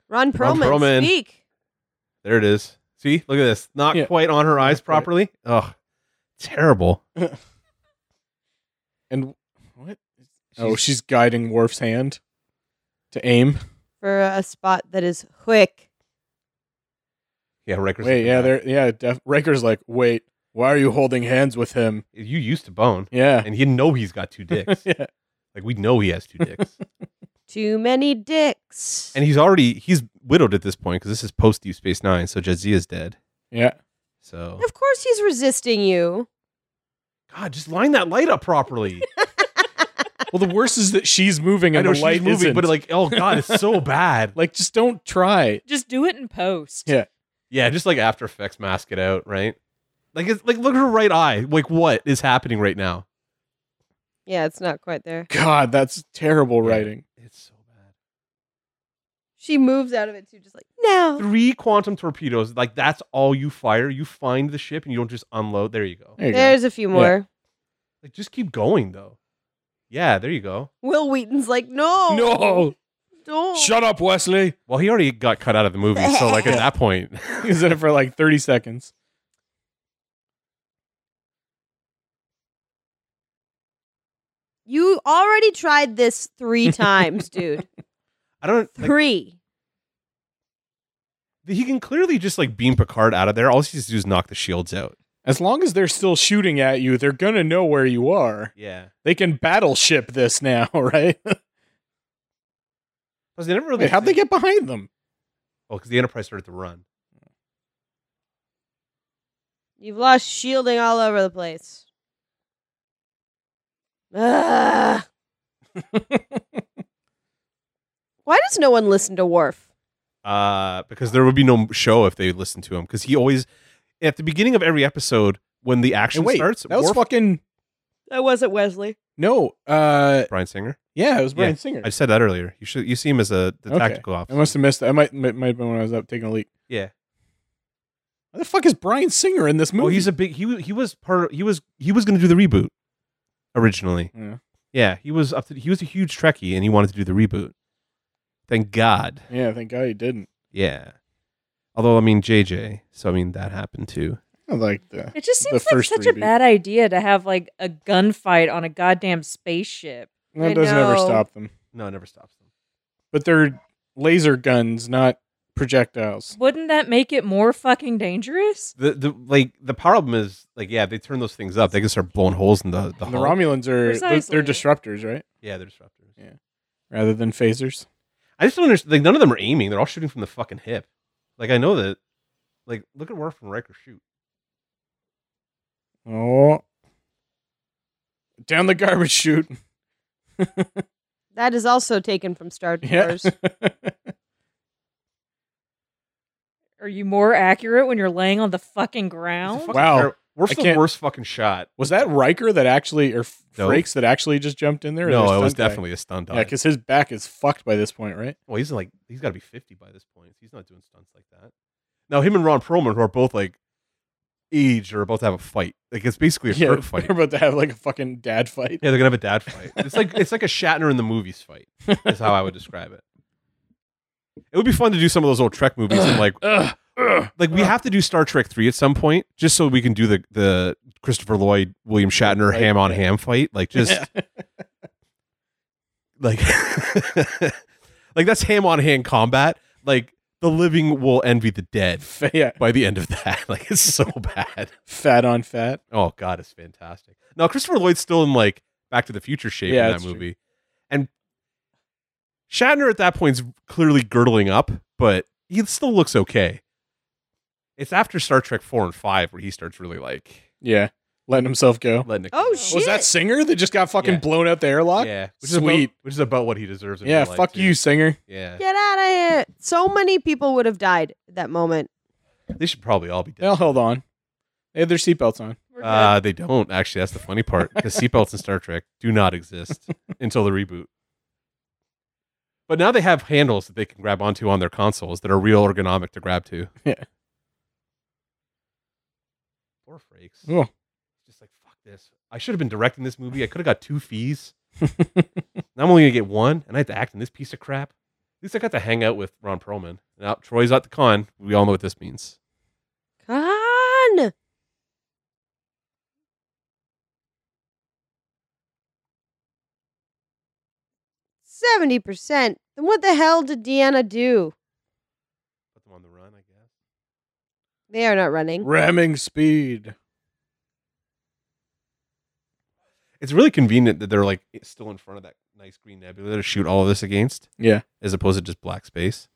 Speaker 3: Ron
Speaker 1: Ron
Speaker 3: Perlman,
Speaker 1: Perlman.
Speaker 3: speak.
Speaker 1: There it is. See, look at this. Not
Speaker 2: Yeah.
Speaker 1: quite on her eyes
Speaker 2: quite.
Speaker 1: properly. Ugh, terrible.
Speaker 2: And what? oh, she's guiding Worf's hand to aim.
Speaker 3: For a spot that is quick.
Speaker 1: yeah. Riker's
Speaker 2: wait,
Speaker 1: looking
Speaker 2: yeah,
Speaker 1: back.
Speaker 2: there. Yeah, def- Riker's like, wait, why are you holding hands with him?
Speaker 1: You used to bone,
Speaker 2: Yeah,
Speaker 1: and you know he's got two dicks.
Speaker 2: yeah.
Speaker 1: like we know he has two dicks.
Speaker 3: Too many dicks.
Speaker 1: And he's already he's widowed at this point because this is post Deep Space Nine, so Jazia's dead.
Speaker 2: yeah.
Speaker 1: So
Speaker 3: of course he's resisting you.
Speaker 1: God, just line that light up properly.
Speaker 2: Well, the worst is that she's moving
Speaker 1: I
Speaker 2: and
Speaker 1: know
Speaker 2: the light
Speaker 1: she's moving,
Speaker 2: isn't.
Speaker 1: but like, oh God, it's so bad.
Speaker 2: like, just don't try.
Speaker 4: Just do it in post.
Speaker 2: Yeah.
Speaker 1: Yeah, just like After Effects mask it out, right? Like, it's, like look at her right eye. Like, what is happening right now?
Speaker 3: Yeah, it's not quite there.
Speaker 2: God, that's terrible
Speaker 1: Yeah.
Speaker 2: writing.
Speaker 1: It's so bad.
Speaker 3: She moves out of it too, just like, no.
Speaker 1: Three quantum torpedoes. Like, that's all you fire. You find the ship and you don't just unload. There you go.
Speaker 2: There you go.
Speaker 3: There's a few more.
Speaker 1: Like, just keep going though. Yeah, there you go.
Speaker 3: Will Wheaton's like, no.
Speaker 2: No,
Speaker 3: Don't.
Speaker 2: shut up, Wesley.
Speaker 1: Well, he already got cut out of the movie, so like at that point,
Speaker 2: He's in it for like thirty seconds.
Speaker 3: you already tried this three times, dude.
Speaker 1: I don't. Like,
Speaker 3: Three.
Speaker 1: he can clearly just like beam Picard out of there. All he has to do is knock the shields out.
Speaker 2: As long as they're still shooting at you, they're gonna know where you are.
Speaker 1: Yeah,
Speaker 2: They can battleship this now, right?
Speaker 1: because they never really.
Speaker 2: Wait, how'd they get behind them?
Speaker 1: Oh, because the Enterprise started to run.
Speaker 3: You've lost shielding all over the place. Ugh. Why does no one listen to Worf?
Speaker 1: Uh, because there would be no show if they listened to him. Because he always, at the beginning of every episode, when the action
Speaker 2: And wait,
Speaker 1: starts,
Speaker 2: that was
Speaker 1: Worf-
Speaker 2: fucking
Speaker 3: That wasn't Wesley.
Speaker 2: no. Uh,
Speaker 1: Brian Singer.
Speaker 2: yeah, it was Brian
Speaker 1: Yeah,
Speaker 2: Singer.
Speaker 1: I said that earlier. You should. You see him as a the
Speaker 2: Okay.
Speaker 1: tactical
Speaker 2: I
Speaker 1: officer.
Speaker 2: must have missed. That. I might might might have been when I was up taking a leak.
Speaker 1: yeah.
Speaker 2: Why the fuck is Brian Singer in this movie?
Speaker 1: Oh, he's a big. He wa- he was part. Of, he was he was going to do the reboot originally.
Speaker 2: Yeah.
Speaker 1: Yeah, he was up to. He was a huge Trekkie, and he wanted to do the reboot. Thank God.
Speaker 2: yeah. Thank God he didn't.
Speaker 1: Yeah. Although I mean JJ, so I mean that happened too.
Speaker 2: I like that.
Speaker 4: It just
Speaker 2: The
Speaker 4: seems like
Speaker 2: first
Speaker 4: such a
Speaker 2: reboot.
Speaker 4: bad idea to have like a gunfight on a goddamn spaceship.
Speaker 3: I
Speaker 2: That doesn't ever
Speaker 3: know.
Speaker 2: stop them.
Speaker 1: No, it never stops them.
Speaker 2: But they're laser guns, not projectiles.
Speaker 4: Wouldn't that make it more fucking dangerous?
Speaker 1: The, the like the problem is like yeah they turn those things up they can start blowing holes in the the,
Speaker 2: And the
Speaker 1: hull.
Speaker 2: Romulans are they're,
Speaker 4: Precisely.
Speaker 2: they're disruptors, right?
Speaker 1: yeah they're disruptors
Speaker 2: Rather than phasers.
Speaker 1: I just don't understand like none of them are aiming they're all shooting from the fucking hip like I know that like look at Worf and Riker shoot
Speaker 2: Oh, down the garbage chute.
Speaker 3: That is also taken from Star
Speaker 2: Yeah.
Speaker 3: Wars.
Speaker 4: Are you more accurate when you're laying on the fucking
Speaker 1: It's a
Speaker 4: ground?
Speaker 1: fucking
Speaker 2: Wow.
Speaker 1: terri- Worf's
Speaker 2: I
Speaker 1: the
Speaker 2: can't-
Speaker 1: worst fucking shot
Speaker 2: was that Riker that actually, or F-
Speaker 1: No.
Speaker 2: Frakes that actually just jumped in there? or
Speaker 1: no
Speaker 2: there's
Speaker 1: it was
Speaker 2: some guy?
Speaker 1: definitely a stun dive
Speaker 2: Yeah, because his back is fucked by this point, right?
Speaker 1: Well, he's like he's got to be fifty by this point. He's not doing stunts like that. Now, him and Ron Perlman, who are both like aged, are about to have a fight. Like it's basically a
Speaker 2: yeah,
Speaker 1: Kirk fight.
Speaker 2: We're about to have like a fucking dad fight.
Speaker 1: Yeah, they're gonna have a dad fight. It's like it's like a Shatner in the movies fight. Is how I would describe it. It would be fun to do some of those old Trek movies and like
Speaker 2: Ugh, ugh.
Speaker 1: like we have to do Star Trek three at some point just so we can do the the Christopher Lloyd William Shatner
Speaker 2: Right.
Speaker 1: ham on ham fight. Like just like like that's ham on hand combat. Like the living will envy the dead.
Speaker 2: Fa- yeah,
Speaker 1: by the end of that. Like it's so bad.
Speaker 2: fat on fat.
Speaker 1: Oh god, it's fantastic. Now Christopher Lloyd's still in like Back to the Future shape
Speaker 2: Yeah,
Speaker 1: in that
Speaker 2: that's true.
Speaker 1: movie. And Shatner at that point's clearly girdling up, but he still looks okay. It's after Star Trek 4 and 5 where he starts really like
Speaker 2: Yeah, letting himself go.
Speaker 1: letting it
Speaker 3: Oh
Speaker 1: go.
Speaker 3: shit!
Speaker 2: Was that Singer that just got fucking
Speaker 1: Yeah.
Speaker 2: blown out the airlock? Yeah,
Speaker 1: Yeah, which is
Speaker 2: Sweet.
Speaker 1: about, which is about what he deserves. in real life,
Speaker 2: fuck
Speaker 1: too.
Speaker 2: you, Singer.
Speaker 1: Yeah.
Speaker 3: Get out of here! So many people would have died at that moment.
Speaker 1: they should probably all be
Speaker 2: They all
Speaker 1: dead.
Speaker 2: held on. They had their seatbelts on.
Speaker 4: We're good.
Speaker 1: Uh, they don't actually. That's the funny part because seatbelts in Star Trek do not exist until the reboot. But now they have handles that they can grab onto on their consoles that are real ergonomic to grab to.
Speaker 2: Yeah.
Speaker 1: Poor Frakes.
Speaker 2: Oh.
Speaker 1: Just like fuck this. I should have been directing this movie. I could have got two fees. now I'm only gonna get one, and I have to act in this piece of crap. At least I got to hang out with Ron Perlman. Now Troy's at the con. We all know what this means.
Speaker 3: Con. Seventy percent. Then what the hell did Deanna do?
Speaker 1: Put them on the run, I guess.
Speaker 3: They are not running.
Speaker 2: Ramming speed.
Speaker 1: it's really convenient that they're like still in front of that nice green nebula to shoot all of this against
Speaker 2: Yeah.
Speaker 1: as opposed to just black space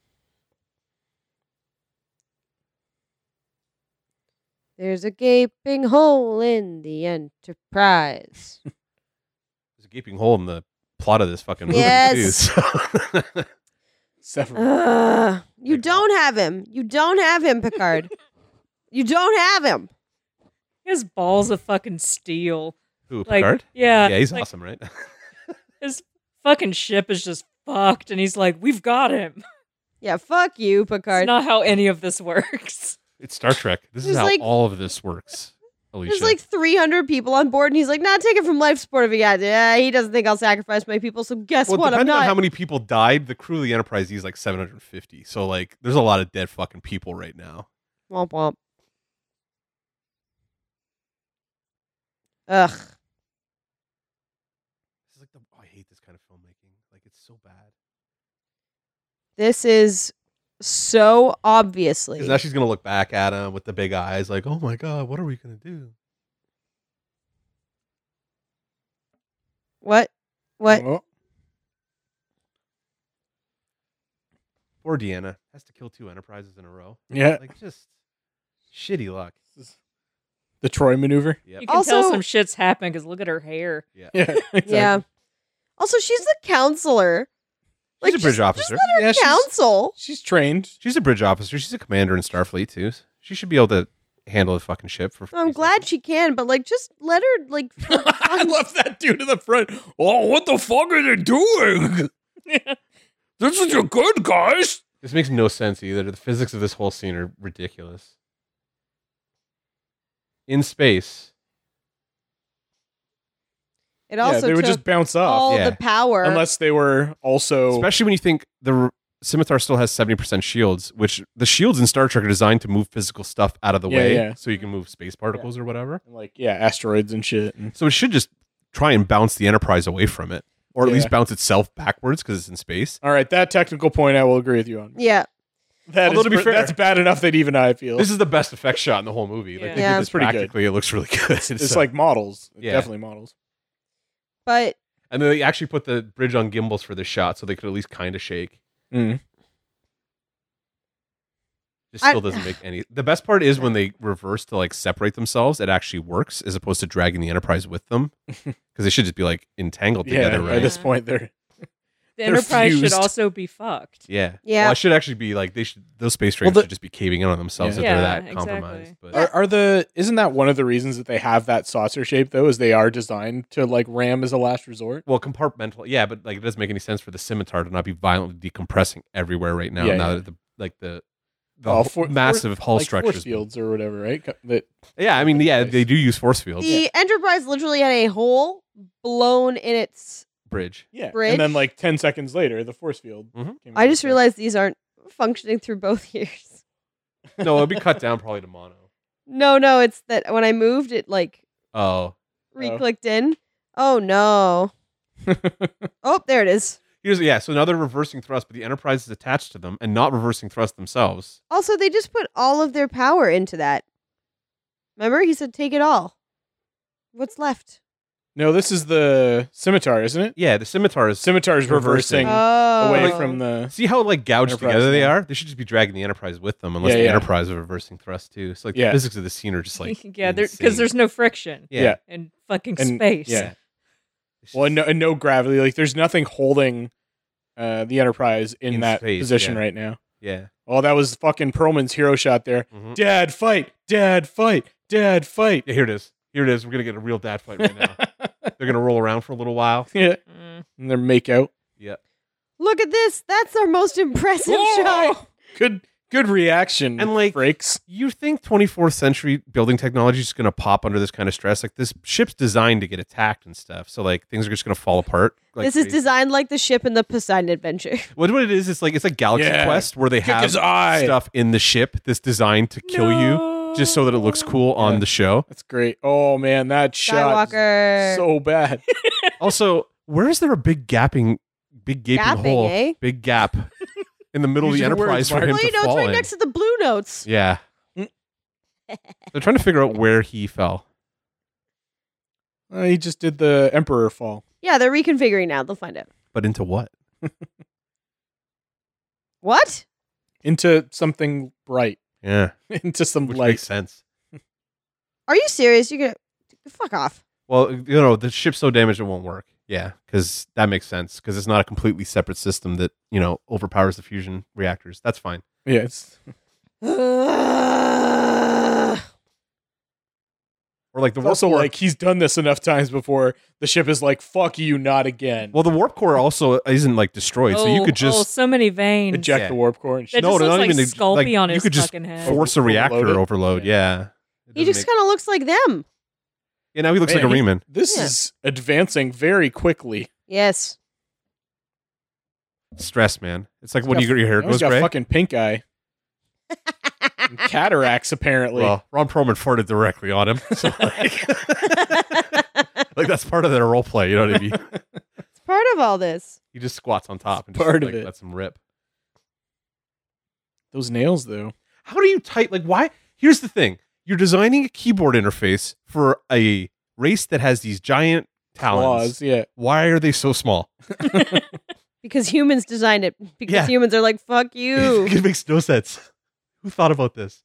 Speaker 3: There's a gaping hole in the Enterprise.
Speaker 1: there's a gaping hole in the plot of this fucking movie
Speaker 3: Yes.
Speaker 1: too, so-
Speaker 3: Uh,
Speaker 2: Several.
Speaker 3: Ugh. you don't have him. You don't have him, Picard. you don't have him.
Speaker 4: his balls of fucking steel.
Speaker 1: Who,
Speaker 4: Like,
Speaker 1: Picard?
Speaker 4: yeah,
Speaker 1: yeah he's
Speaker 4: like,
Speaker 1: awesome right
Speaker 4: Fucking ship is just fucked, and he's like, "We've got him."
Speaker 3: Yeah, fuck you,
Speaker 4: It's
Speaker 3: Picard.
Speaker 4: not how any of this works.
Speaker 1: it's star trek this is
Speaker 3: There's
Speaker 1: how
Speaker 3: like-
Speaker 1: all of this works alicia
Speaker 3: There's like 300 people on board, and he's like, "Not nah, take it from life support if you got it." Yeah, he doesn't think I'll sacrifice my people, so guess
Speaker 1: well,
Speaker 3: what? I'm
Speaker 1: depending
Speaker 3: not.
Speaker 1: on how many people died, the crew of the Enterprise is like 750. So, like, there's a lot of dead fucking people right now.
Speaker 3: Womp womp. Ugh.
Speaker 1: This is like the, oh, I hate this kind of filmmaking. Like, it's so bad.
Speaker 3: This is so obviously.
Speaker 1: Because now she's gonna look back at him with the big eyes, like, "Oh my god, what are we gonna do?"
Speaker 3: what? What?
Speaker 2: Oh,
Speaker 1: Poor Deanna has to kill two Enterprises in a row.
Speaker 2: yeah.
Speaker 1: like just shitty luck.
Speaker 2: The Troy maneuver.
Speaker 1: Yep.
Speaker 4: You can tell
Speaker 3: Also-
Speaker 4: some shit's happened because look at her hair.
Speaker 1: Yeah.
Speaker 2: Yeah. exactly.
Speaker 3: Yeah. Also, she's the counselor.
Speaker 2: Oh,
Speaker 3: Like,
Speaker 1: She's a bridge
Speaker 3: just-
Speaker 1: officer.
Speaker 2: Yeah, she's,
Speaker 3: Counsel.
Speaker 2: she's trained.
Speaker 1: She's a bridge officer. She's a commander in Starfleet too. She should be able to handle the fucking ship for.
Speaker 3: I'm
Speaker 1: 40
Speaker 3: glad
Speaker 1: seconds.
Speaker 3: she can, but like, just let her like.
Speaker 2: I left that dude in the front. Oh, what the fuck are they doing? this is your good guys.
Speaker 1: This makes no sense either. The physics of this whole scene are ridiculous. In space,
Speaker 3: It also
Speaker 2: yeah, they would
Speaker 3: took
Speaker 2: just bounce off.
Speaker 3: all
Speaker 1: Yeah.
Speaker 3: the power.
Speaker 2: Unless they were also
Speaker 1: especially when you think the r- scimitar still has seventy percent shields, which the shields in Star Trek are designed to move physical stuff out of the
Speaker 2: Yeah,
Speaker 1: way,
Speaker 2: yeah.
Speaker 1: so you can move space particles or whatever.
Speaker 2: like yeah, asteroids and shit. And
Speaker 1: So it should just try and bounce the Enterprise away from it, or at
Speaker 2: Yeah.
Speaker 1: least bounce itself backwards because it's in space.
Speaker 2: all right, that technical point I will agree with you on.
Speaker 3: yeah.
Speaker 2: That
Speaker 1: Although
Speaker 2: is
Speaker 1: to be
Speaker 2: pre-
Speaker 1: fair-
Speaker 2: that's bad enough that even I feel.
Speaker 1: This is the best effect shot in the whole movie. Like,
Speaker 4: Yeah.
Speaker 1: they
Speaker 3: Yeah.
Speaker 1: did
Speaker 2: It's
Speaker 1: this
Speaker 2: pretty good.
Speaker 1: practically. It looks really good.
Speaker 2: it's
Speaker 1: So-
Speaker 2: like models.
Speaker 1: Yeah.
Speaker 2: Definitely models.
Speaker 3: But
Speaker 1: and then they actually put the bridge on gimbals for this shot, so they could at least kind of shake.
Speaker 2: Mm.
Speaker 1: This
Speaker 3: I-
Speaker 1: still doesn't make any. The best part is when they reverse to like separate themselves. It actually works as opposed to dragging the Enterprise with them because they should just be like entangled
Speaker 2: Yeah,
Speaker 1: together,
Speaker 2: at
Speaker 1: right?
Speaker 2: this
Speaker 4: Yeah.
Speaker 2: point they're
Speaker 4: The
Speaker 2: They're
Speaker 4: Enterprise
Speaker 2: fused.
Speaker 4: should also be fucked.
Speaker 1: Yeah.
Speaker 3: Yeah.
Speaker 1: Well, I should actually be like they should. Those space trains
Speaker 2: the-
Speaker 1: should just be caving in on themselves
Speaker 4: Yeah.
Speaker 1: if
Speaker 4: Yeah,
Speaker 1: they're that
Speaker 4: exactly.
Speaker 1: compromised. But
Speaker 2: Are, are the isn't that one of the reasons that they have that saucer shape though? Is they are designed to like ram as a last resort?
Speaker 1: well, compartmental. Yeah, but like it doesn't make any sense for the scimitar to not be violently decompressing everywhere right now.
Speaker 2: Yeah,
Speaker 1: now
Speaker 2: yeah.
Speaker 1: that the like the the
Speaker 2: Oh,
Speaker 1: whole-
Speaker 2: for-
Speaker 1: massive hull
Speaker 2: like force
Speaker 1: structures.
Speaker 2: fields or whatever, right? Co- That
Speaker 1: Yeah, I mean, yeah, they do use force fields.
Speaker 3: the Enterprise literally had a hole blown in its.
Speaker 1: Bridge.
Speaker 2: yeah,
Speaker 3: Bridge.
Speaker 2: and then like ten seconds later, the force field.
Speaker 1: Mhm.
Speaker 2: came
Speaker 3: I
Speaker 2: into
Speaker 3: just
Speaker 2: play.
Speaker 3: realized these aren't functioning through both ears.
Speaker 1: No, it'll be cut down probably to mono.
Speaker 3: No, no, it's that when I moved, it like
Speaker 1: Oh,
Speaker 3: re-clicked in. Oh no! Oh, there it is.
Speaker 1: here's yeah. So now they're reversing thrust, but the Enterprise is attached to them and not reversing thrust themselves.
Speaker 3: Also, they just put all of their power into that. Remember, he said, "Take it all." What's left?
Speaker 2: no, this is the scimitar, isn't it?
Speaker 1: Yeah, the scimitar is.
Speaker 2: Scimitar is
Speaker 1: Reversing.
Speaker 2: reversing
Speaker 3: Oh,
Speaker 2: away from the.
Speaker 1: See how like gouged
Speaker 2: Enterprise,
Speaker 1: together they
Speaker 2: yeah.
Speaker 1: are? They should just be dragging the Enterprise with them, unless
Speaker 2: Yeah,
Speaker 1: the
Speaker 2: yeah.
Speaker 1: Enterprise is reversing thrust too. So like
Speaker 2: Yeah.
Speaker 1: the physics of the scene are just like
Speaker 4: yeah, because
Speaker 1: insane.
Speaker 4: there's no friction
Speaker 1: yeah.
Speaker 2: Yeah.
Speaker 4: in fucking
Speaker 2: And-
Speaker 4: space.
Speaker 2: yeah. Well, and no, and no gravity. Like there's nothing holding uh, the Enterprise in,
Speaker 1: In
Speaker 2: that
Speaker 1: space,
Speaker 2: position
Speaker 1: yeah.
Speaker 2: right now.
Speaker 1: yeah.
Speaker 2: Oh, that was fucking Perlman's hero shot there.
Speaker 1: Mhm.
Speaker 2: Dad fight, dad fight, dad fight.
Speaker 1: Yeah, here it is. Here it is. We're gonna get a real dad fight right now. They're gonna roll around for a little while.
Speaker 2: yeah,
Speaker 4: Mm.
Speaker 2: and their make out.
Speaker 1: Yeah.
Speaker 3: Look at this. That's our most impressive shot.
Speaker 2: Good good reaction.
Speaker 1: And, like-
Speaker 2: breaks.
Speaker 1: You think 24th century building technology is gonna pop under this kind of stress? Like this ship's designed to get attacked and stuff. So like things are just gonna fall apart. Like,
Speaker 3: this is
Speaker 1: crazy.
Speaker 3: designed like the ship in the Poseidon Adventure.
Speaker 1: what, what it is. It's like it's like Galaxy
Speaker 2: Yeah.
Speaker 1: Quest where they have
Speaker 2: eye.
Speaker 1: stuff in the ship that's designed to kill you just so that it looks
Speaker 4: No.
Speaker 1: cool on
Speaker 2: Yeah.
Speaker 1: the show.
Speaker 2: That's great. Oh man, that shot is
Speaker 3: Skywalker.
Speaker 2: so bad.
Speaker 1: Also, where is there a big gapping, big gaping
Speaker 3: Gapping,
Speaker 1: hole,
Speaker 3: eh?
Speaker 1: big gap in the middle of
Speaker 2: Use
Speaker 1: the
Speaker 2: your
Speaker 1: Enterprise
Speaker 2: words,
Speaker 1: for
Speaker 2: Mark.
Speaker 1: him
Speaker 3: well, you
Speaker 1: to
Speaker 3: know, it's
Speaker 1: fall
Speaker 3: right
Speaker 1: in?
Speaker 3: next to the blue notes.
Speaker 1: yeah,
Speaker 2: Mm.
Speaker 1: they're trying to figure out where he fell.
Speaker 2: Uh, he just did the Emperor fall.
Speaker 3: Yeah, they're reconfiguring now. They'll find out.
Speaker 1: But into what?
Speaker 3: What?
Speaker 2: Into something bright.
Speaker 1: Yeah,
Speaker 2: Into some
Speaker 1: which
Speaker 2: light.
Speaker 1: makes sense.
Speaker 3: Are you serious? You're gonna fuck off.
Speaker 1: Well, you know, the ship's so damaged it won't work. Yeah, because that makes sense. Because it's not a completely separate system that you know overpowers the fusion reactors. That's fine.
Speaker 2: Yeah, it's
Speaker 1: Or like the
Speaker 2: it's
Speaker 1: warp
Speaker 2: also
Speaker 1: core.
Speaker 2: like he's done this enough times before the ship is like, fuck you, not again.
Speaker 1: well, the warp core also isn't like destroyed, so you
Speaker 4: Oh,
Speaker 1: could just
Speaker 4: oh, so many veins.
Speaker 2: eject
Speaker 1: yeah.
Speaker 2: the warp core and shit.
Speaker 4: That
Speaker 1: No,
Speaker 4: just
Speaker 1: not
Speaker 4: looks like
Speaker 1: even to-
Speaker 4: Sculpey
Speaker 1: like,
Speaker 4: on
Speaker 1: you
Speaker 4: his
Speaker 1: could just
Speaker 4: fucking head.
Speaker 1: force a
Speaker 2: Overload
Speaker 1: reactor
Speaker 2: it?
Speaker 1: overload. Yeah. It
Speaker 3: oh, he
Speaker 1: doesn't make-
Speaker 3: just kind of looks like them.
Speaker 1: yeah. Now he looks like a
Speaker 2: Man, he-
Speaker 1: Reman.
Speaker 2: This
Speaker 3: Yeah.
Speaker 2: is advancing very quickly.
Speaker 3: Yes.
Speaker 1: Stress, man. It's like
Speaker 2: He's
Speaker 1: when
Speaker 2: got-
Speaker 1: you your hair
Speaker 2: He's
Speaker 1: goes
Speaker 2: got
Speaker 1: gray.
Speaker 2: fucking pink eye. And cataracts apparently.
Speaker 1: Well, Ron Perlman farted directly on him, so like, like, that's part of their role play. You know what I mean?
Speaker 3: It's part of all this.
Speaker 1: He just squats on top and
Speaker 2: Part
Speaker 1: just
Speaker 2: of
Speaker 1: like,
Speaker 2: it.
Speaker 1: lets him rip.
Speaker 2: Those nails though.
Speaker 1: How do you type? Like, why? Here's the thing: you're designing a keyboard interface for a race that has these giant talons.
Speaker 2: Claws, yeah.
Speaker 1: Why are they so small?
Speaker 3: Because humans designed it. Because
Speaker 1: Yeah.
Speaker 3: humans are like, fuck you.
Speaker 1: it makes no sense. Who thought about this?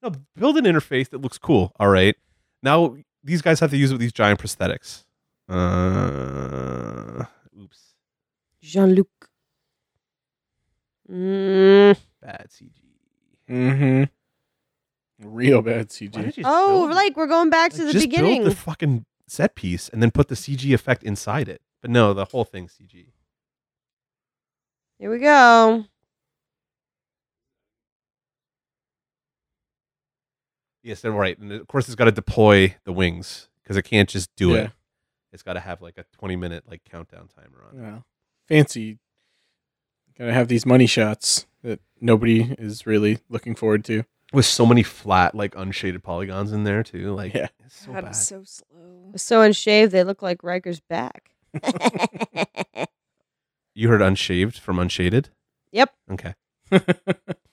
Speaker 1: No, build an interface that looks cool. All right. Now these guys have to use it with these giant prosthetics. Uh, oops.
Speaker 3: Jean Luc. Mm.
Speaker 1: Bad CG.
Speaker 2: Mm-hmm. Real bad CG.
Speaker 1: Why did you just
Speaker 3: Oh,
Speaker 1: build it?
Speaker 3: like we're going back to
Speaker 1: Like,
Speaker 3: the
Speaker 1: just
Speaker 3: beginning.
Speaker 1: Build the fucking set piece and then put the CG effect inside it. But no, the whole thing's CG.
Speaker 3: Here we go.
Speaker 1: Yes, they're right. And of course, it's got to deploy the wings because it can't just do
Speaker 2: Yeah.
Speaker 1: it. It's got to have like a 20 minute like countdown timer on it.
Speaker 2: Well, fancy. Gotta have these money shots that nobody is really looking forward to.
Speaker 1: with so many flat, like unshaded polygons in there too. Like,
Speaker 2: Yeah.
Speaker 1: it's so
Speaker 4: God,
Speaker 1: bad.
Speaker 4: it's so slow.
Speaker 3: So unshaved, they look like Riker's back.
Speaker 1: you heard unshaved from unshaded.
Speaker 3: Yep.
Speaker 1: Okay.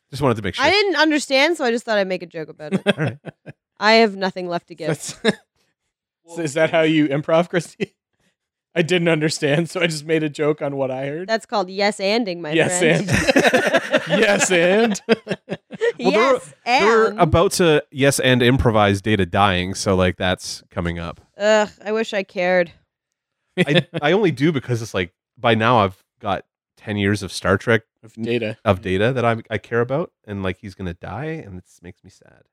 Speaker 1: Just wanted to make sure.
Speaker 3: I didn't understand, so I just thought I'd make a joke about it.
Speaker 1: All right.
Speaker 3: I have nothing left to give.
Speaker 2: That's- So is that how you improv, Christy? I didn't understand, so I just made a joke on what I heard.
Speaker 3: That's called yes anding, my
Speaker 2: yes,
Speaker 3: friend.
Speaker 2: and yes, and
Speaker 1: Well, there
Speaker 3: yes and.
Speaker 1: We're about to yes and improvise data dying, so like that's coming up.
Speaker 3: Ugh, I wish I cared.
Speaker 1: I, I only do because it's like by now I've got ten years of Star Trek
Speaker 2: of data
Speaker 1: of data that I I care about, and like he's gonna die, and it makes me sad.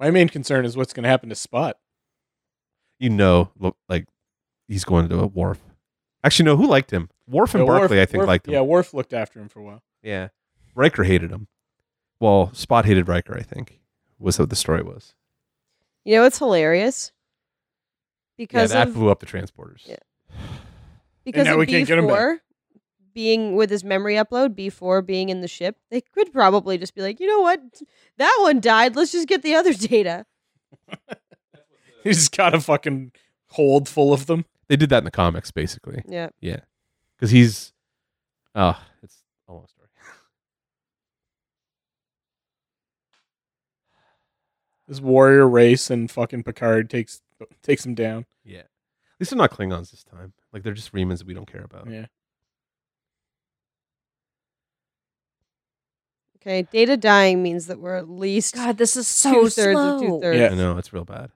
Speaker 2: My main concern is what's going to happen to Spot.
Speaker 1: You know, look, like he's going to a wharf. Actually, no, who liked him? Wharf and
Speaker 2: Yeah, Worf-
Speaker 1: Barkley, I think,
Speaker 2: Worf-
Speaker 1: liked him.
Speaker 2: Yeah, Worf looked after him for a while.
Speaker 1: Yeah. Riker hated him. Well, Spot hated Riker, I think, was what the story was.
Speaker 3: You know what's hilarious?
Speaker 1: Yeah,
Speaker 3: Because
Speaker 1: that
Speaker 3: of
Speaker 1: blew up the transporters.
Speaker 3: Yeah. because
Speaker 2: now
Speaker 3: of
Speaker 2: we
Speaker 3: B
Speaker 2: can't get 'em back.
Speaker 3: four being with his memory upload, B four being in the ship, they could probably just be like, you know what, that one died. Let's just get the other data.
Speaker 2: He's just got a fucking hold full of them.
Speaker 1: They did that in the comics, basically.
Speaker 3: Yeah,
Speaker 1: Because he's. Oh, it's a long story.
Speaker 2: This warrior race and fucking Picard takes takes him down.
Speaker 1: Yeah. At least they're not Klingons this time. Like, they're just Remans that we don't care about.
Speaker 2: Yeah.
Speaker 3: okay. Data dying means that we're at least
Speaker 4: God, this is so
Speaker 3: two thirds
Speaker 4: slow.
Speaker 3: of two thirds.
Speaker 2: Yeah.
Speaker 1: I know, it's real bad.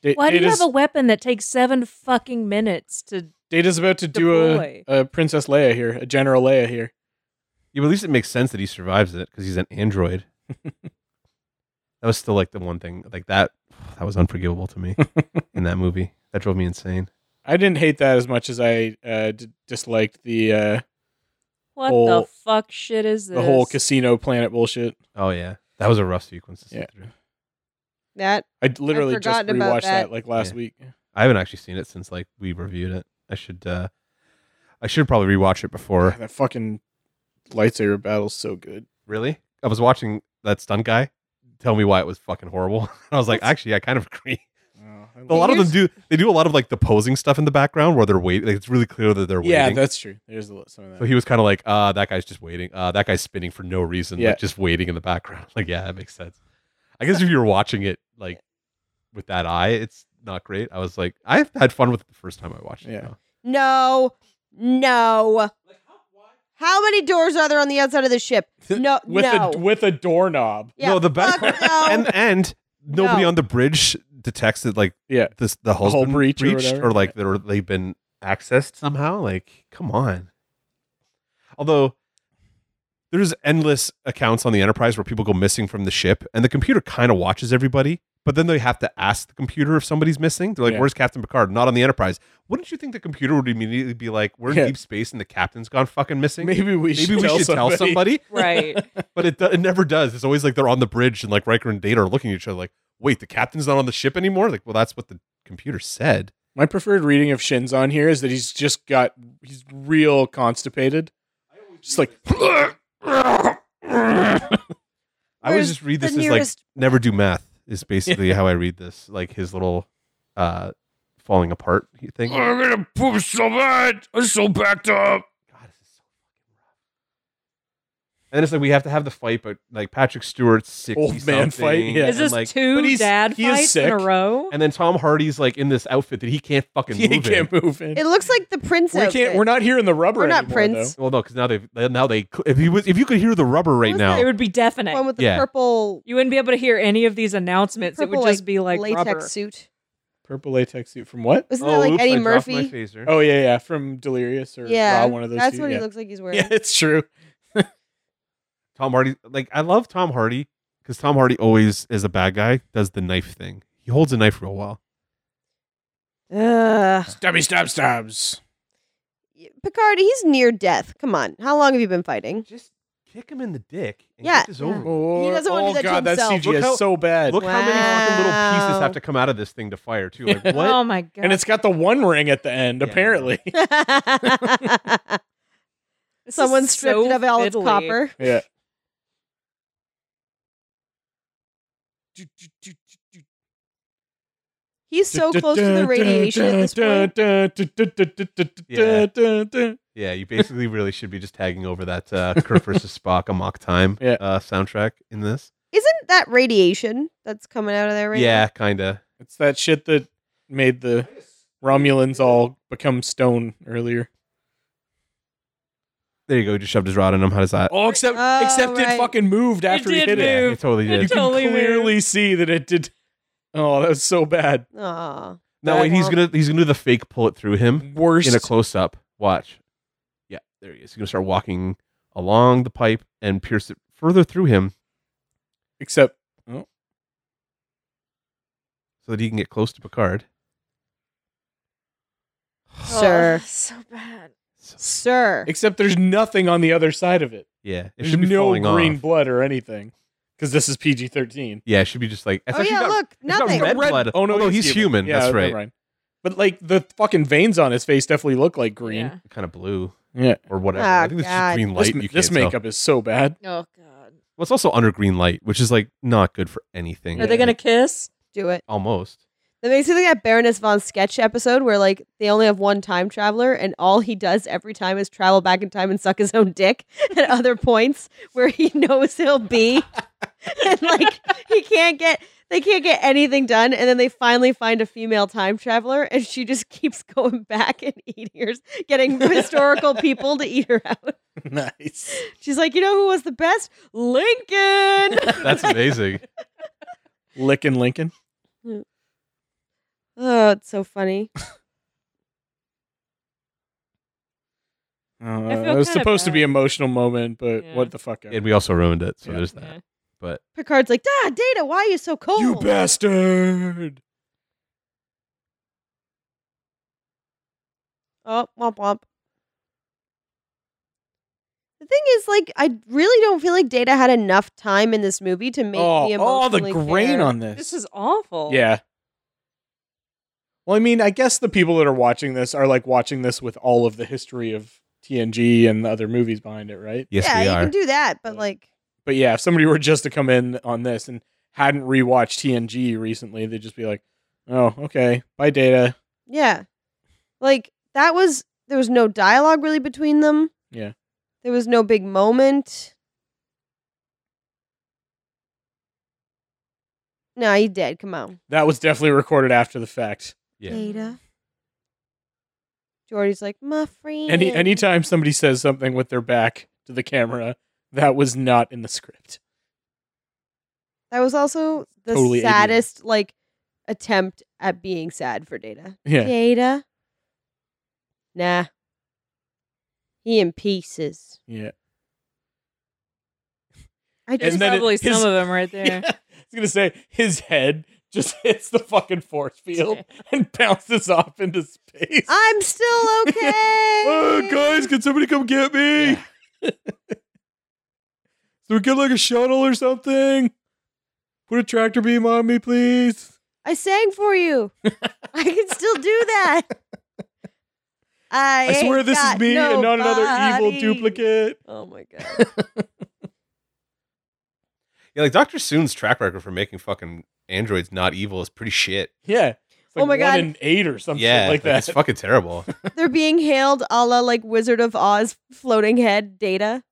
Speaker 2: Da-
Speaker 4: Why do you
Speaker 2: Data's,
Speaker 4: have a weapon that takes seven fucking minutes to?
Speaker 2: Data's about to do a,
Speaker 4: deploy?
Speaker 2: a Princess Leia here, a General Leia here.
Speaker 1: Yeah, but at least it makes sense that he survives it because he's an android. that was still like the one thing. Like, that, that was unforgivable to me in that movie. That drove me insane.
Speaker 2: I didn't hate that as much as I uh, d- disliked the uh,
Speaker 4: What
Speaker 2: Whole-
Speaker 4: the fuck shit is this?
Speaker 2: the whole casino planet bullshit.
Speaker 1: Oh, yeah. That was a rough sequence to sit
Speaker 2: Yeah.
Speaker 1: through.
Speaker 3: That
Speaker 2: I d- literally just
Speaker 3: forgotten about
Speaker 2: rewatched that.
Speaker 3: that.
Speaker 2: like last
Speaker 1: Yeah.
Speaker 2: week.
Speaker 1: I haven't actually seen it since like we reviewed it. I should uh I should probably rewatch it before.
Speaker 2: That fucking lightsaber battle's so good.
Speaker 1: Really? I was watching that stunt guy tell me why it was fucking horrible. I was like, actually, I kind of agree.
Speaker 2: Oh, I
Speaker 1: A
Speaker 2: love-
Speaker 1: lot of them do they do a lot of like the posing stuff in the background where they're waiting. Like, it's really clear that they're
Speaker 2: yeah,
Speaker 1: waiting.
Speaker 2: that's true. There's a lot, some
Speaker 1: so
Speaker 2: of that.
Speaker 1: he was kind of like, uh, that guy's just waiting. Uh, that guy's spinning for no reason,
Speaker 2: Yeah.
Speaker 1: like just waiting in the background. Like, yeah, that makes sense. I guess if you were watching it like with that eye, it's not great. I was like, I had fun with it the first time I watched it.
Speaker 2: Yeah.
Speaker 1: though.
Speaker 3: no, no. How many doors are there on the outside of the ship? No,
Speaker 2: with
Speaker 3: no.
Speaker 2: a with a doorknob.
Speaker 3: yeah,
Speaker 1: no, the back
Speaker 3: fuck no.
Speaker 1: and and nobody
Speaker 3: No.
Speaker 1: on the bridge detects that like
Speaker 2: Yeah.
Speaker 1: this the hull's
Speaker 2: hull
Speaker 1: been
Speaker 2: breach or
Speaker 1: breached
Speaker 2: whatever.
Speaker 1: or, like they're, they've been accessed somehow. Like, come on. Although there's endless accounts on the Enterprise where people go missing from the ship, and the computer kind of watches everybody. But then they have to ask the computer if somebody's missing. They're like,
Speaker 2: Yeah.
Speaker 1: "Where's Captain Picard? Not on the Enterprise." Wouldn't you think the computer would immediately be like, "We're in
Speaker 2: Yeah.
Speaker 1: deep space and the captain's gone fucking missing."
Speaker 2: Maybe
Speaker 1: Maybe
Speaker 2: we should,
Speaker 1: we
Speaker 2: tell,
Speaker 1: should
Speaker 2: somebody.
Speaker 1: tell somebody
Speaker 4: right.
Speaker 1: but it, do- it never does. It's always like they're on the bridge and like Riker and Data are looking at each other like, wait, the captain's not on the ship anymore? Like, well, that's what the computer said.
Speaker 2: My preferred reading of Shin's on here is that he's just got he's real constipated. Just like
Speaker 1: I always
Speaker 3: Where's
Speaker 1: just read
Speaker 3: the
Speaker 1: this as
Speaker 3: nearest-
Speaker 1: like, never do math is basically how I read this. Like his little uh, falling apart thing. God,
Speaker 2: gonna poop so bad. I'm so backed up.
Speaker 1: this is so fucking rough. And then it's like, we have to have the fight, but like Patrick Stewart's 60
Speaker 2: Old man
Speaker 1: something,
Speaker 2: fight, yeah.
Speaker 1: and,
Speaker 4: Is this
Speaker 1: like,
Speaker 2: but
Speaker 4: two
Speaker 2: he's-
Speaker 4: dad
Speaker 2: he is
Speaker 4: fights in a
Speaker 2: sick.
Speaker 4: row?
Speaker 1: and then Tom Hardy's like in this outfit that he can't fucking
Speaker 2: He
Speaker 1: move in.
Speaker 2: can't move in.
Speaker 3: it looks like the prince.
Speaker 2: we can't.
Speaker 3: outfit.
Speaker 2: We're not here in the rubber.
Speaker 3: We're not
Speaker 2: anymore,
Speaker 3: Prince.
Speaker 2: though.
Speaker 1: Well, no, because now they've now they if you was if you could hear the rubber right
Speaker 3: was
Speaker 1: now,
Speaker 4: It would be
Speaker 3: The
Speaker 4: definite.
Speaker 3: one with the
Speaker 1: Yeah.
Speaker 3: purple,
Speaker 4: you wouldn't be able to hear any of these announcements. it
Speaker 3: Purple,
Speaker 4: would just
Speaker 3: like,
Speaker 4: be like
Speaker 3: latex
Speaker 4: rubber.
Speaker 3: suit.
Speaker 2: Purple latex suit from what?
Speaker 3: Isn't that like
Speaker 1: Oh, oops,
Speaker 3: Eddie
Speaker 1: I dropped my
Speaker 3: Murphy?
Speaker 1: phaser.
Speaker 2: Oh yeah, yeah, from Delirious or
Speaker 3: Yeah,
Speaker 2: Raw, one of those.
Speaker 3: That's
Speaker 2: two,
Speaker 3: what
Speaker 2: yeah.
Speaker 3: he looks like he's wearing.
Speaker 2: Yeah, it's true.
Speaker 1: Tom Hardy, like I love Tom Hardy because Tom Hardy always is a bad guy. Does the knife thing? He holds a knife real well.
Speaker 3: Ugh.
Speaker 2: Stabby stab stabs.
Speaker 3: Picard, he's near death. Come on. How long have you been fighting?
Speaker 1: Just kick him in the dick. And
Speaker 3: Yeah.
Speaker 1: get this over. with.
Speaker 2: Oh,
Speaker 3: doesn't wanna
Speaker 2: oh,
Speaker 3: do that to
Speaker 2: God, that
Speaker 3: himself.
Speaker 2: CG
Speaker 1: Look
Speaker 2: is
Speaker 1: how-
Speaker 2: so bad.
Speaker 1: Look how many fucking little pieces
Speaker 3: Wow.
Speaker 1: have to come out of this thing to fire too. Like what?
Speaker 4: Oh my god!
Speaker 2: and it's got the one ring at the end.
Speaker 1: Yeah.
Speaker 2: Apparently,
Speaker 4: This is
Speaker 3: Someone stripped
Speaker 4: so
Speaker 3: it of all its
Speaker 4: fiddly.
Speaker 3: copper.
Speaker 2: yeah.
Speaker 3: He's so close to the radiation at this point.
Speaker 1: Yeah.
Speaker 2: point.
Speaker 1: Yeah, you basically really should be just tagging over that uh, Kirk versus Spock, a mock time
Speaker 2: Yeah.
Speaker 1: uh, soundtrack in this.
Speaker 3: Isn't that radiation that's coming out of there right
Speaker 1: yeah, kind of.
Speaker 2: It's that shit that made the Romulans all become stone earlier.
Speaker 1: There you go. He just shoved his rod in him. How does that?
Speaker 2: Oh, except
Speaker 3: Oh,
Speaker 2: except
Speaker 3: right.
Speaker 2: it fucking moved after he hit
Speaker 4: did
Speaker 1: yeah,
Speaker 3: Oh,
Speaker 2: it.
Speaker 4: move.
Speaker 1: he totally
Speaker 4: It
Speaker 1: did.
Speaker 2: You can
Speaker 4: Totally moved.
Speaker 2: clearly see that it did. Oh, that was so bad.
Speaker 3: now? Aw.
Speaker 1: No, wait.
Speaker 3: oh.
Speaker 1: He's gonna he's gonna do the fake pull it through him
Speaker 2: Worst.
Speaker 1: in a close up. Watch. Yeah, there he is. He's gonna start walking along the pipe and pierce it further through him
Speaker 2: except
Speaker 1: so that he can get close to Picard.
Speaker 3: Sir.
Speaker 4: Oh, so bad.
Speaker 3: Sir.
Speaker 2: except there's nothing on the other side of it.
Speaker 1: Yeah, it
Speaker 2: There's
Speaker 1: should be
Speaker 2: no
Speaker 1: falling
Speaker 2: green
Speaker 1: off.
Speaker 2: blood or anything because this is PG-13.
Speaker 1: Yeah, it should be just like. it's
Speaker 3: Oh
Speaker 1: actually
Speaker 3: yeah,
Speaker 1: got-
Speaker 3: look,
Speaker 1: it's got
Speaker 3: nothing.
Speaker 1: red blood.
Speaker 2: Oh no,
Speaker 1: Although he's human.
Speaker 2: Yeah,
Speaker 1: That's
Speaker 2: never
Speaker 1: right.
Speaker 2: mind. But like the fucking veins on his face definitely look like green.
Speaker 4: Yeah.
Speaker 1: Kind of blue
Speaker 2: Yeah.
Speaker 1: or whatever.
Speaker 3: Ah,
Speaker 1: I think it's
Speaker 3: God.
Speaker 1: just green
Speaker 2: This,
Speaker 1: light. you
Speaker 2: this
Speaker 1: can't tell.
Speaker 2: makeup is so bad.
Speaker 4: Oh god.
Speaker 1: Well, it's also under green light, which is like not good for anything.
Speaker 4: Are they gonna kiss?
Speaker 3: Do it.
Speaker 1: Almost.
Speaker 3: That makes me think that Baroness von sketch episode where like they only have one time traveler and all he does every time is travel back in time and suck his own dick at other points where he knows he'll be. and like he can't get they can't get anything done and then they finally find a female time traveler and she just keeps going back and eating her getting historical people to eat her out.
Speaker 2: nice.
Speaker 3: She's like, "You know who was the best? Lincoln."
Speaker 1: That's amazing.
Speaker 2: Licking Lincoln.
Speaker 3: oh, it's so funny.
Speaker 2: Uh,
Speaker 4: feel
Speaker 2: it was
Speaker 4: kinda
Speaker 2: supposed to be
Speaker 4: bad.
Speaker 2: emotional moment, but
Speaker 4: Yeah.
Speaker 2: what the fuck?
Speaker 1: and we also ruined it, so
Speaker 2: Yeah.
Speaker 1: there's that.
Speaker 4: Yeah.
Speaker 1: But
Speaker 3: Picard's like, "Ah, Data, why are you so
Speaker 4: Oh!
Speaker 3: cold?"
Speaker 2: You bastard!
Speaker 3: Oh, womp womp. The thing is, like, I really don't feel like Data had enough time in this movie to make
Speaker 2: oh,
Speaker 3: me
Speaker 2: all the
Speaker 3: emotionally
Speaker 2: grain
Speaker 3: care.
Speaker 2: on this.
Speaker 4: This is awful.
Speaker 2: yeah. Well, I mean, I guess the people that are watching this are like watching this with all of the history of TNG and the other movies behind it, right?
Speaker 1: yes,
Speaker 3: yeah,
Speaker 1: we
Speaker 3: you
Speaker 1: are.
Speaker 3: can do that, but
Speaker 2: Yeah.
Speaker 3: like,
Speaker 2: But yeah, if somebody were just to come in on this and hadn't rewatched TNG recently, they'd just be like, "Oh, okay, bye, Data."
Speaker 3: yeah, like that was there was no dialogue really between them.
Speaker 2: Yeah.
Speaker 3: there was no big moment. No, you dead. Come on,
Speaker 2: That was definitely recorded after the fact.
Speaker 1: yeah.
Speaker 3: Data. Jordy's like my friend.
Speaker 2: Any anytime somebody says something with their back to the camera, that was not in the script.
Speaker 3: That was also the
Speaker 2: Totally alien.
Speaker 3: saddest like attempt at being sad for Data.
Speaker 2: Yeah.
Speaker 3: Data. Nah. He in pieces.
Speaker 2: Yeah.
Speaker 3: I
Speaker 4: There's
Speaker 3: just
Speaker 2: And then it-
Speaker 4: probably some
Speaker 2: his-
Speaker 4: of them right there.
Speaker 2: I was gonna say his head just hits the fucking force field and bounces off into space.
Speaker 3: I'm still okay.
Speaker 2: oh, guys, can somebody come get me?
Speaker 1: Yeah.
Speaker 2: so we get like a shuttle or something. Put a tractor beam on me, please.
Speaker 3: I sang for you. I can still do that. I,
Speaker 2: I swear
Speaker 3: ain't
Speaker 2: this is
Speaker 3: got
Speaker 2: me and not another evil
Speaker 3: nobody.
Speaker 2: duplicate.
Speaker 3: Oh my god.
Speaker 1: Yeah, like Doctor Soon's track record for making fucking androids not evil is pretty shit.
Speaker 2: Yeah. It's
Speaker 3: Oh my
Speaker 2: one
Speaker 3: God.
Speaker 2: in eight or something
Speaker 1: yeah,
Speaker 2: like that.
Speaker 1: It's fucking terrible.
Speaker 3: They're being hailed a la like Wizard of Oz floating head data.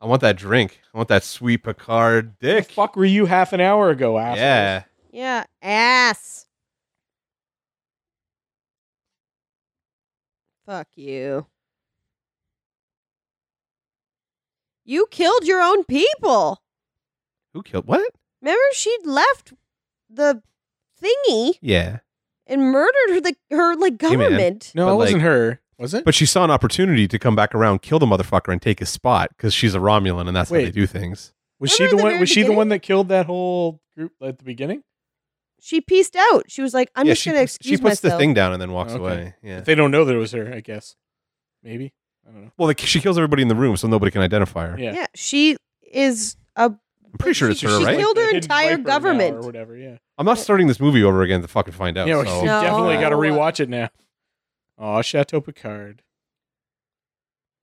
Speaker 1: I want that drink. I want that sweet Picard
Speaker 2: the
Speaker 1: dick.
Speaker 2: fuck were you half an hour ago, asshole?
Speaker 1: yeah.
Speaker 3: Yeah, ass. Fuck you. You killed your own people.
Speaker 1: Who killed what?
Speaker 3: Remember, she'd left the thingy
Speaker 1: Yeah.
Speaker 3: and murdered her, the, her like
Speaker 1: Hey, man.
Speaker 3: government.
Speaker 2: No,
Speaker 1: But,
Speaker 2: it wasn't
Speaker 1: like-
Speaker 2: her. Was it?
Speaker 1: But she saw an opportunity to come back around, kill the motherfucker, and take his spot because she's a Romulan and that's how they
Speaker 2: Wait.
Speaker 1: do things.
Speaker 2: was she
Speaker 3: Remember
Speaker 2: the
Speaker 3: the
Speaker 2: one
Speaker 3: very
Speaker 2: was she the
Speaker 3: beginning?
Speaker 2: one that killed that whole group at the beginning?
Speaker 3: She pieced out. She was like, "I'm
Speaker 1: yeah,
Speaker 3: just
Speaker 1: she,
Speaker 3: gonna
Speaker 1: puts-
Speaker 3: excuse
Speaker 1: she puts
Speaker 3: myself."
Speaker 1: the thing down and then walks
Speaker 2: Okay.
Speaker 1: away. Yeah.
Speaker 2: If they don't know that it was her, I guess. Maybe. I don't know.
Speaker 1: Well, like, she kills everybody in the room so nobody can identify her.
Speaker 2: Yeah.
Speaker 3: yeah, she is a.
Speaker 1: I'm pretty sure it's
Speaker 3: She-
Speaker 1: her,
Speaker 3: she
Speaker 1: right?
Speaker 3: killed
Speaker 2: the
Speaker 3: her
Speaker 2: hidden
Speaker 3: entire
Speaker 2: viper now
Speaker 3: government.
Speaker 2: or whatever. Yeah,
Speaker 1: I'm not starting this movie over again to fucking find out.
Speaker 2: yeah, we
Speaker 1: so.
Speaker 3: No.
Speaker 2: definitely got to
Speaker 3: No.
Speaker 2: rewatch it now. Oh, Chateau Picard.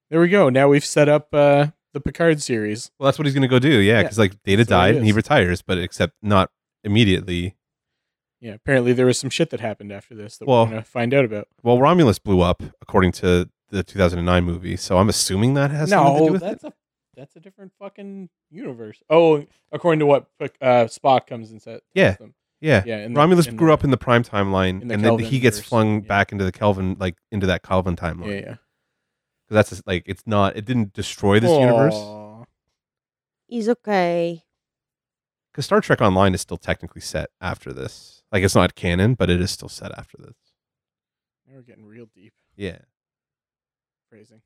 Speaker 2: There we go. Now we've set up uh, the Picard series.
Speaker 1: Well, that's what he's going to go do. Yeah,
Speaker 2: Yeah.
Speaker 1: because like Data
Speaker 2: So
Speaker 1: died
Speaker 2: it
Speaker 1: and he
Speaker 2: is.
Speaker 1: retires, but except not immediately.
Speaker 2: Yeah, apparently there was some shit that happened after this that
Speaker 1: Well-
Speaker 2: we're gonna find out about.
Speaker 1: Well, Romulus blew up according to the 2009 movie, so I'm assuming that has something to do
Speaker 2: no,
Speaker 1: with it.
Speaker 2: that's a that's a different fucking universe. Oh, according to what uh, Spock comes and says.
Speaker 1: Yeah. Yeah.
Speaker 2: yeah. in the-
Speaker 1: Romulus
Speaker 2: in
Speaker 1: grew
Speaker 2: the-
Speaker 1: up in the prime timeline,
Speaker 2: in the
Speaker 1: and then he
Speaker 2: Kelvin
Speaker 1: gets
Speaker 2: verse,
Speaker 1: flung
Speaker 2: yeah.
Speaker 1: back into the Kelvin, like into that Calvin timeline.
Speaker 2: Yeah, yeah.
Speaker 1: Because that's just, like it's not, it didn't destroy this universe.
Speaker 2: Aw.
Speaker 3: He's okay.
Speaker 1: Because Star Trek Online is still technically set after this. Like it's not canon, but it is still set after this.
Speaker 2: Now We're getting real deep.
Speaker 1: Yeah.
Speaker 2: Phrasing.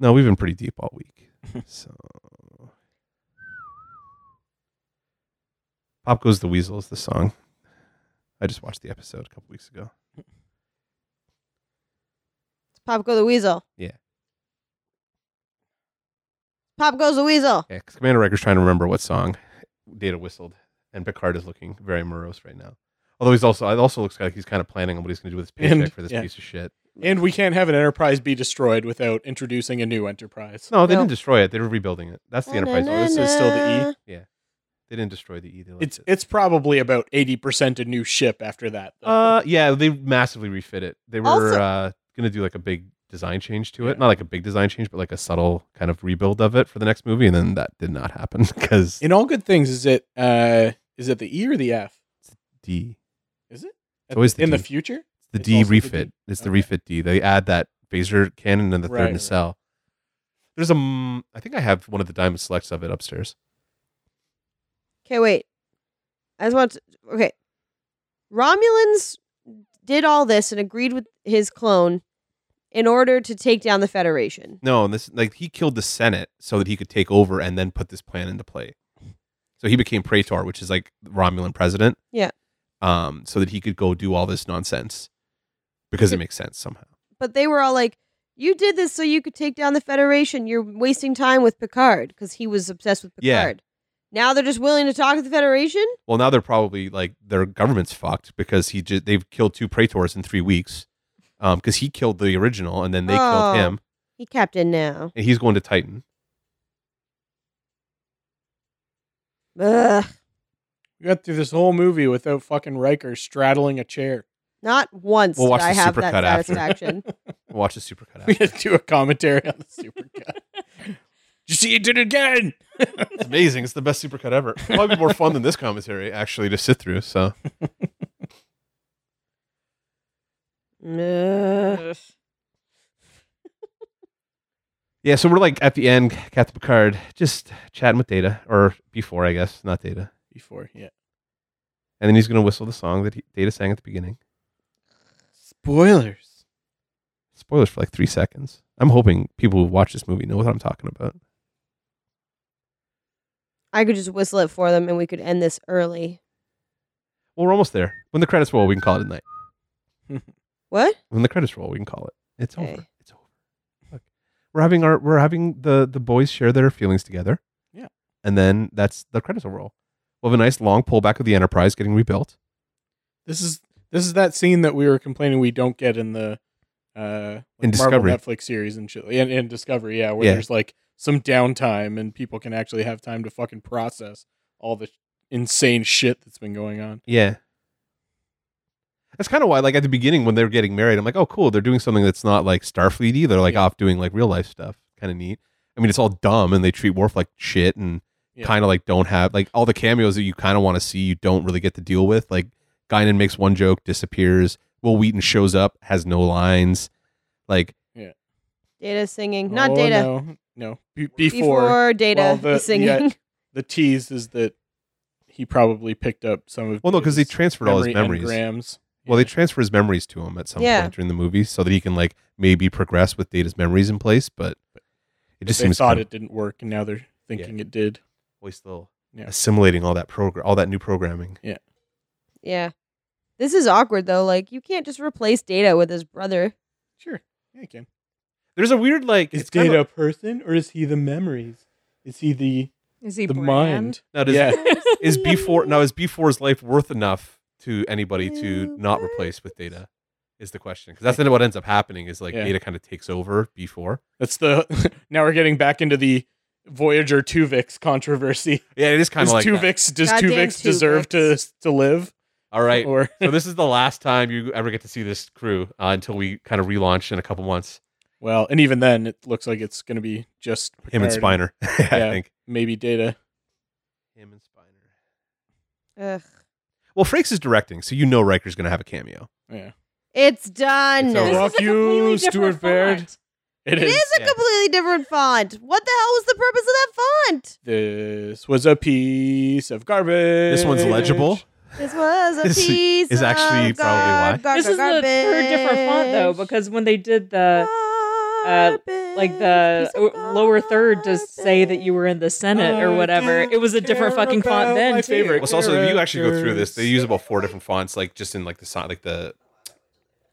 Speaker 1: No, we've been pretty deep all week. so, Pop Goes the Weasel is the song. I just watched the episode a couple weeks ago.
Speaker 3: It's Pop Go the Weasel.
Speaker 1: Yeah.
Speaker 3: Pop goes the weasel.
Speaker 1: Yeah, 'cause Commander Riker's trying to remember what song Data whistled, and Picard is looking very morose right now. Although he's also, it also looks like he's kind of planning on what he's going to do with his paycheck
Speaker 2: And-
Speaker 1: for this
Speaker 2: yeah.
Speaker 1: piece of shit.
Speaker 2: And we can't have an Enterprise be destroyed without introducing a new Enterprise.
Speaker 1: No, they
Speaker 3: No.
Speaker 1: didn't destroy it. They were rebuilding it. That's the Enterprise. Oh,
Speaker 2: this is still the
Speaker 3: E.
Speaker 1: They didn't destroy the E. They left
Speaker 2: It's
Speaker 1: it.
Speaker 2: it's probably about eighty percent a new ship after that. though.
Speaker 1: Uh, yeah, they massively refit it. They were
Speaker 3: Also-
Speaker 1: uh, gonna do like a big design change to it,
Speaker 2: Yeah.
Speaker 1: not like a big design change, but like a subtle kind of rebuild of it for the next movie, and then that did not happen because
Speaker 2: in all good things, is it uh is it the E or the F?
Speaker 1: D,
Speaker 2: Is it?
Speaker 1: It's always the
Speaker 2: in the
Speaker 1: D.
Speaker 2: future.
Speaker 1: the
Speaker 2: It's
Speaker 1: D
Speaker 2: also the
Speaker 1: refit,
Speaker 2: D.
Speaker 1: it's the
Speaker 2: Okay.
Speaker 1: refit D. They add that phaser cannon and the
Speaker 2: Right,
Speaker 1: third
Speaker 2: right.
Speaker 1: nacelle. There's a, mm, I think I have one of the diamond selects of it upstairs.
Speaker 3: Okay, wait. I just want to. Okay. Romulans did all this and agreed with his clone in order to take down the Federation.
Speaker 1: No, and this like he killed the Senate so that he could take over and then put this plan into play. So he became Praetor, which is like Romulan president.
Speaker 3: Yeah.
Speaker 1: Um, so that he could go do all this nonsense because it makes sense somehow.
Speaker 3: But they were all like, you did this so you could take down the Federation. You're wasting time with Picard because he was obsessed with
Speaker 1: Yeah.
Speaker 3: Picard. Now they're just willing to talk to the Federation?
Speaker 1: Well, now they're probably like their government's fucked because he just they've killed two Praetors in three weeks. Um, because he killed the original and then they
Speaker 3: Oh.
Speaker 1: killed him,
Speaker 3: He captain now.
Speaker 1: and he's going to Titan.
Speaker 3: Ugh.
Speaker 2: We got through this whole movie without fucking Riker straddling a chair.
Speaker 3: Not once
Speaker 1: We'll watch
Speaker 3: did I
Speaker 1: the
Speaker 3: have that
Speaker 1: supercut after.
Speaker 3: satisfaction.
Speaker 1: Watch the supercut.
Speaker 2: We
Speaker 1: after.
Speaker 2: had to do a commentary on the supercut. you see, he did it again.
Speaker 1: It's amazing. It's the best supercut ever. Probably more fun than this commentary actually to sit through. So
Speaker 3: Ugh.
Speaker 4: Ugh.
Speaker 1: Yeah, so we're like at the end, Captain Picard just chatting with Data, or before, I guess, not Data.
Speaker 2: Before, yeah.
Speaker 1: And then he's going to whistle the song that he, Data sang at the beginning.
Speaker 2: Spoilers.
Speaker 1: Spoilers for like three seconds. I'm hoping people who watch this movie know what I'm talking about.
Speaker 3: I could just whistle it for them and we could end this early.
Speaker 1: Well, we're almost there. When the credits roll, we can call it a night.
Speaker 3: What?
Speaker 1: When the credits roll, we can call it. It's
Speaker 3: Okay.
Speaker 1: over. It's over. Look, we're having our we're having the the boys share their feelings together.
Speaker 2: Yeah.
Speaker 1: And then that's the credits will roll. We'll have a nice long pullback of the Enterprise getting rebuilt.
Speaker 2: This is this is that scene that we were complaining we don't get in the uh
Speaker 1: In
Speaker 2: like
Speaker 1: Discovery.
Speaker 2: Marvel Netflix series and shit. And, and Discovery, yeah, where
Speaker 1: Yeah.
Speaker 2: there's like some downtime and people can actually have time to fucking process all the insane shit that's been going on.
Speaker 1: Yeah. That's kind of why, like at the beginning when they're getting married, I'm like, oh, cool, they're doing something that's not like Starfleet either. Like
Speaker 2: Yeah.
Speaker 1: off doing like real life stuff. Kind of neat. I mean, it's all dumb and they treat Worf like shit and
Speaker 2: Yeah.
Speaker 1: kind of like don't have like all the cameos that you kind of want to see, you don't really get to deal with. Like Guinan makes one joke, disappears. Will Wheaton shows up, has no lines. Like,
Speaker 3: Data singing. Not
Speaker 2: Oh,
Speaker 3: data.
Speaker 2: No, no. Be-
Speaker 3: Before,
Speaker 2: before
Speaker 3: data
Speaker 2: well, the-
Speaker 3: is singing.
Speaker 2: yeah. the tease is that he probably picked up some of
Speaker 1: well, no, because they
Speaker 2: his
Speaker 1: transferred all his memories.
Speaker 2: engrams.
Speaker 1: Well, they
Speaker 2: Yeah.
Speaker 1: transfer his memories to him at some
Speaker 3: Yeah.
Speaker 1: point during the movie so that he can like maybe progress with Data's memories in place, but it just
Speaker 2: they
Speaker 1: seems
Speaker 2: thought
Speaker 1: kinda-
Speaker 2: it didn't work, and now they're thinking it did.
Speaker 1: we still
Speaker 2: Yeah.
Speaker 1: assimilating all that program, all that new programming.
Speaker 3: Yeah. This is awkward though. Like you can't just replace data with his brother.
Speaker 2: Sure, yeah, you can.
Speaker 1: There's a weird like
Speaker 2: Is
Speaker 1: it's
Speaker 2: Data
Speaker 1: kind
Speaker 2: a person, or is he the memories? Is he the
Speaker 4: Is he
Speaker 2: the
Speaker 4: brand?
Speaker 2: mind?
Speaker 1: now does,
Speaker 2: Yeah.
Speaker 1: is B four now is B 4s life worth enough to anybody to not replace with data? Is the question because that's then what ends up happening is like
Speaker 2: Yeah.
Speaker 1: data kind of takes over B four.
Speaker 2: That's the. now we're getting back into the Voyager Tuvix controversy.
Speaker 1: Yeah, it is kind
Speaker 2: Is
Speaker 1: of like that.
Speaker 2: Tuvix does
Speaker 3: Goddamn
Speaker 2: Tuvix deserve to to live?
Speaker 1: All right.
Speaker 2: Or
Speaker 1: so this is the last time you ever get to see this crew uh, until we kind of relaunch in a couple months.
Speaker 2: well, and even then, it looks like it's going to be just
Speaker 1: Him and
Speaker 2: Picard
Speaker 1: Spiner, I
Speaker 2: Yeah.
Speaker 1: think.
Speaker 2: Maybe Data.
Speaker 1: Him and Spiner.
Speaker 3: Ugh.
Speaker 1: Well, Frakes is directing, so you know Riker's going to have a cameo.
Speaker 2: Yeah,
Speaker 3: It's done.
Speaker 1: It's
Speaker 3: It
Speaker 1: over.
Speaker 3: is
Speaker 2: Fuck
Speaker 4: This is a
Speaker 2: you,
Speaker 4: completely different
Speaker 2: Stuart Baird.
Speaker 4: font.
Speaker 2: it is.
Speaker 3: a
Speaker 1: yeah.
Speaker 3: completely different font. What the hell was the purpose of that font?
Speaker 2: This was a piece of garbage.
Speaker 1: This one's legible.
Speaker 3: This was a
Speaker 1: This is-
Speaker 3: piece
Speaker 1: is actually
Speaker 3: of
Speaker 1: probably why.
Speaker 3: gar- gar-
Speaker 4: This is the
Speaker 3: garbage.
Speaker 4: third different font though, because when they did the uh, like the uh,
Speaker 3: Garbage, piece of
Speaker 4: lower third to say that you
Speaker 3: garbage.
Speaker 4: were in the Senate or
Speaker 2: I
Speaker 4: whatever,
Speaker 2: don't
Speaker 4: it was a different
Speaker 2: care
Speaker 4: fucking font
Speaker 2: about
Speaker 4: then
Speaker 2: my
Speaker 4: too.
Speaker 2: favorite
Speaker 1: Well, it's also if you actually go through this, they use about four different fonts, like just in like the sign, like the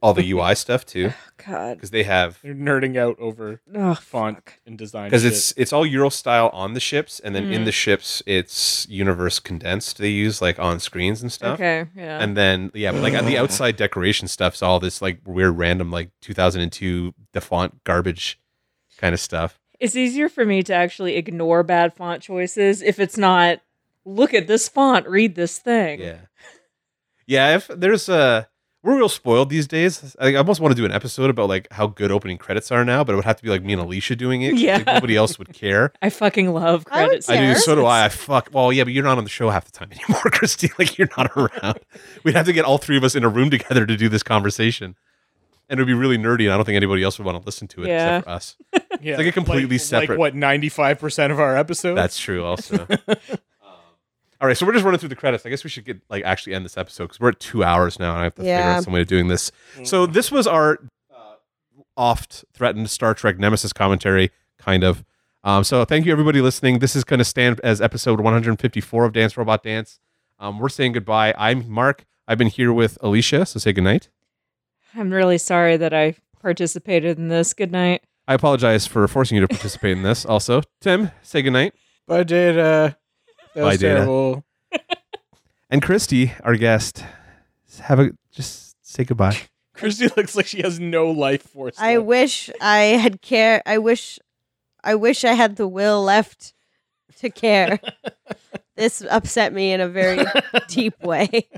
Speaker 1: all the UI stuff too,
Speaker 4: God,
Speaker 1: because they have
Speaker 2: They're nerding out over
Speaker 4: oh,
Speaker 2: font
Speaker 4: fuck.
Speaker 2: and design.
Speaker 1: because
Speaker 2: shit.
Speaker 1: it's it's all Euro style on the ships, and then in
Speaker 4: Mm.
Speaker 1: the ships it's universe condensed. They use like on screens and stuff.
Speaker 4: Okay, yeah.
Speaker 1: And then yeah, but like on the outside decoration stuff's all this like weird random like 2002 the font garbage kind of stuff.
Speaker 4: it's easier for me to actually ignore bad font choices if it's not look at this font, read this thing.
Speaker 1: Yeah, yeah. If there's a we're real spoiled these days. I, I almost want to do an episode about like how good opening credits are now, but it would have to be like me and Alicia doing it. 'cause, like,
Speaker 4: Yeah.
Speaker 1: nobody else would care.
Speaker 4: I fucking love
Speaker 3: I would
Speaker 4: credits.
Speaker 1: I do.
Speaker 3: Yes.
Speaker 1: So do I. I fuck. Well, yeah, but you're not on the show half the time anymore, Christy. Like you're not around. We'd have to get all three of us in a room together to do this conversation, and it would be really nerdy. And I don't think anybody else would want to listen to it
Speaker 4: Yeah.
Speaker 1: except for us.
Speaker 2: Yeah.
Speaker 1: like a completely separate-
Speaker 2: Like what ninety five percent of our episodes.
Speaker 1: That's true. Also. Um, All right, so we're just running through the credits. I guess we should get like actually end this episode because we're at two hours now, and I have to figure
Speaker 3: Yeah.
Speaker 1: out some way of doing this. So this was our uh, oft threatened Star Trek Nemesis commentary, kind of. Um, so thank you everybody listening. This is going to stand as episode 154 of Dance Robot Dance. Um, we're saying goodbye. I'm Mark. I've been here with Alicia. So say goodnight.
Speaker 4: I'm really sorry that I participated in this. Good night.
Speaker 1: I apologize for forcing you to participate in this. Also, Tim, say goodnight.
Speaker 2: By Data. That
Speaker 1: Bye,
Speaker 2: was
Speaker 1: Data.
Speaker 2: terrible.
Speaker 1: And Christy, our guest, have a just say goodbye.
Speaker 2: Christy looks like she has no life force.
Speaker 3: I
Speaker 2: left.
Speaker 3: wish I had care. I wish, I wish I had the will left to care. this upset me in a very deep way.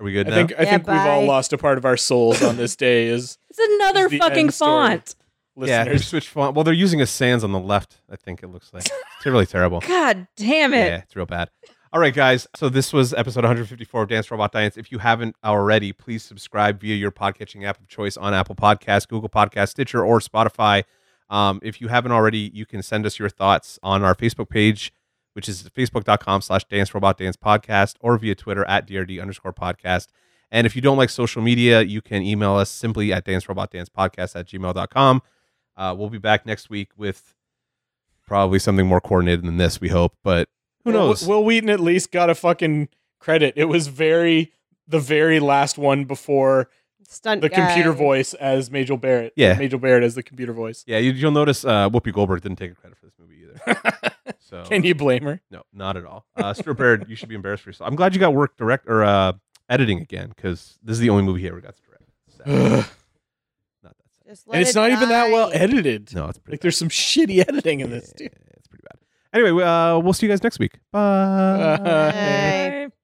Speaker 1: Are we good
Speaker 2: I
Speaker 1: now?
Speaker 2: think I
Speaker 3: Yeah,
Speaker 2: think we've all
Speaker 3: bye.
Speaker 2: lost a part of our souls on this day as
Speaker 4: It's another
Speaker 2: It's the
Speaker 4: fucking
Speaker 2: end story.
Speaker 4: font.
Speaker 1: yeah, they
Speaker 2: listeners.
Speaker 1: switch font. Well, they're using a sans on the left. I think it looks like it's really terrible.
Speaker 4: God damn it.
Speaker 1: Yeah, it's real bad. All right, guys. So this was episode 154 of Dance Robot Dance. If you haven't already, please subscribe via your podcatching app of choice on Apple Podcasts, Google Podcasts, Stitcher, or Spotify. Um, if you haven't already, you can send us your thoughts on our Facebook page, which is facebook.com slash dance robot dance podcast, or via Twitter at DRD underscore podcast. And if you don't like social media, you can email us simply at dance robot dance podcast at gmail.com. Uh, we'll be back next week with probably something more coordinated than this, we hope. But who
Speaker 2: Will-
Speaker 1: knows?
Speaker 2: Will Wheaton at least got a fucking credit. It was very the very last one before
Speaker 3: Stunt
Speaker 2: the
Speaker 3: guy.
Speaker 2: computer voice as Major Barrett.
Speaker 1: Yeah.
Speaker 2: Major Barrett as the computer voice.
Speaker 1: Yeah, you, you'll notice uh, Whoopi Goldberg didn't take credit for this movie either. So
Speaker 2: Can you blame her?
Speaker 1: no, not at all. Uh, Stuart Baird, you should be embarrassed for yourself. I'm glad you got work direct or uh, editing again because this is the only movie he ever got to direct. Sad.
Speaker 2: Ugh.
Speaker 1: not that sad.
Speaker 3: Just let
Speaker 2: and it's
Speaker 3: it
Speaker 2: not even that well
Speaker 3: die.
Speaker 2: edited.
Speaker 1: No, it's pretty.
Speaker 2: Like there's some shitty editing in this,
Speaker 1: Yeah,
Speaker 2: dude.
Speaker 1: it's pretty bad. Anyway, uh, we'll see you guys next week. Bye.
Speaker 2: Uh,
Speaker 3: Bye.
Speaker 4: Bye.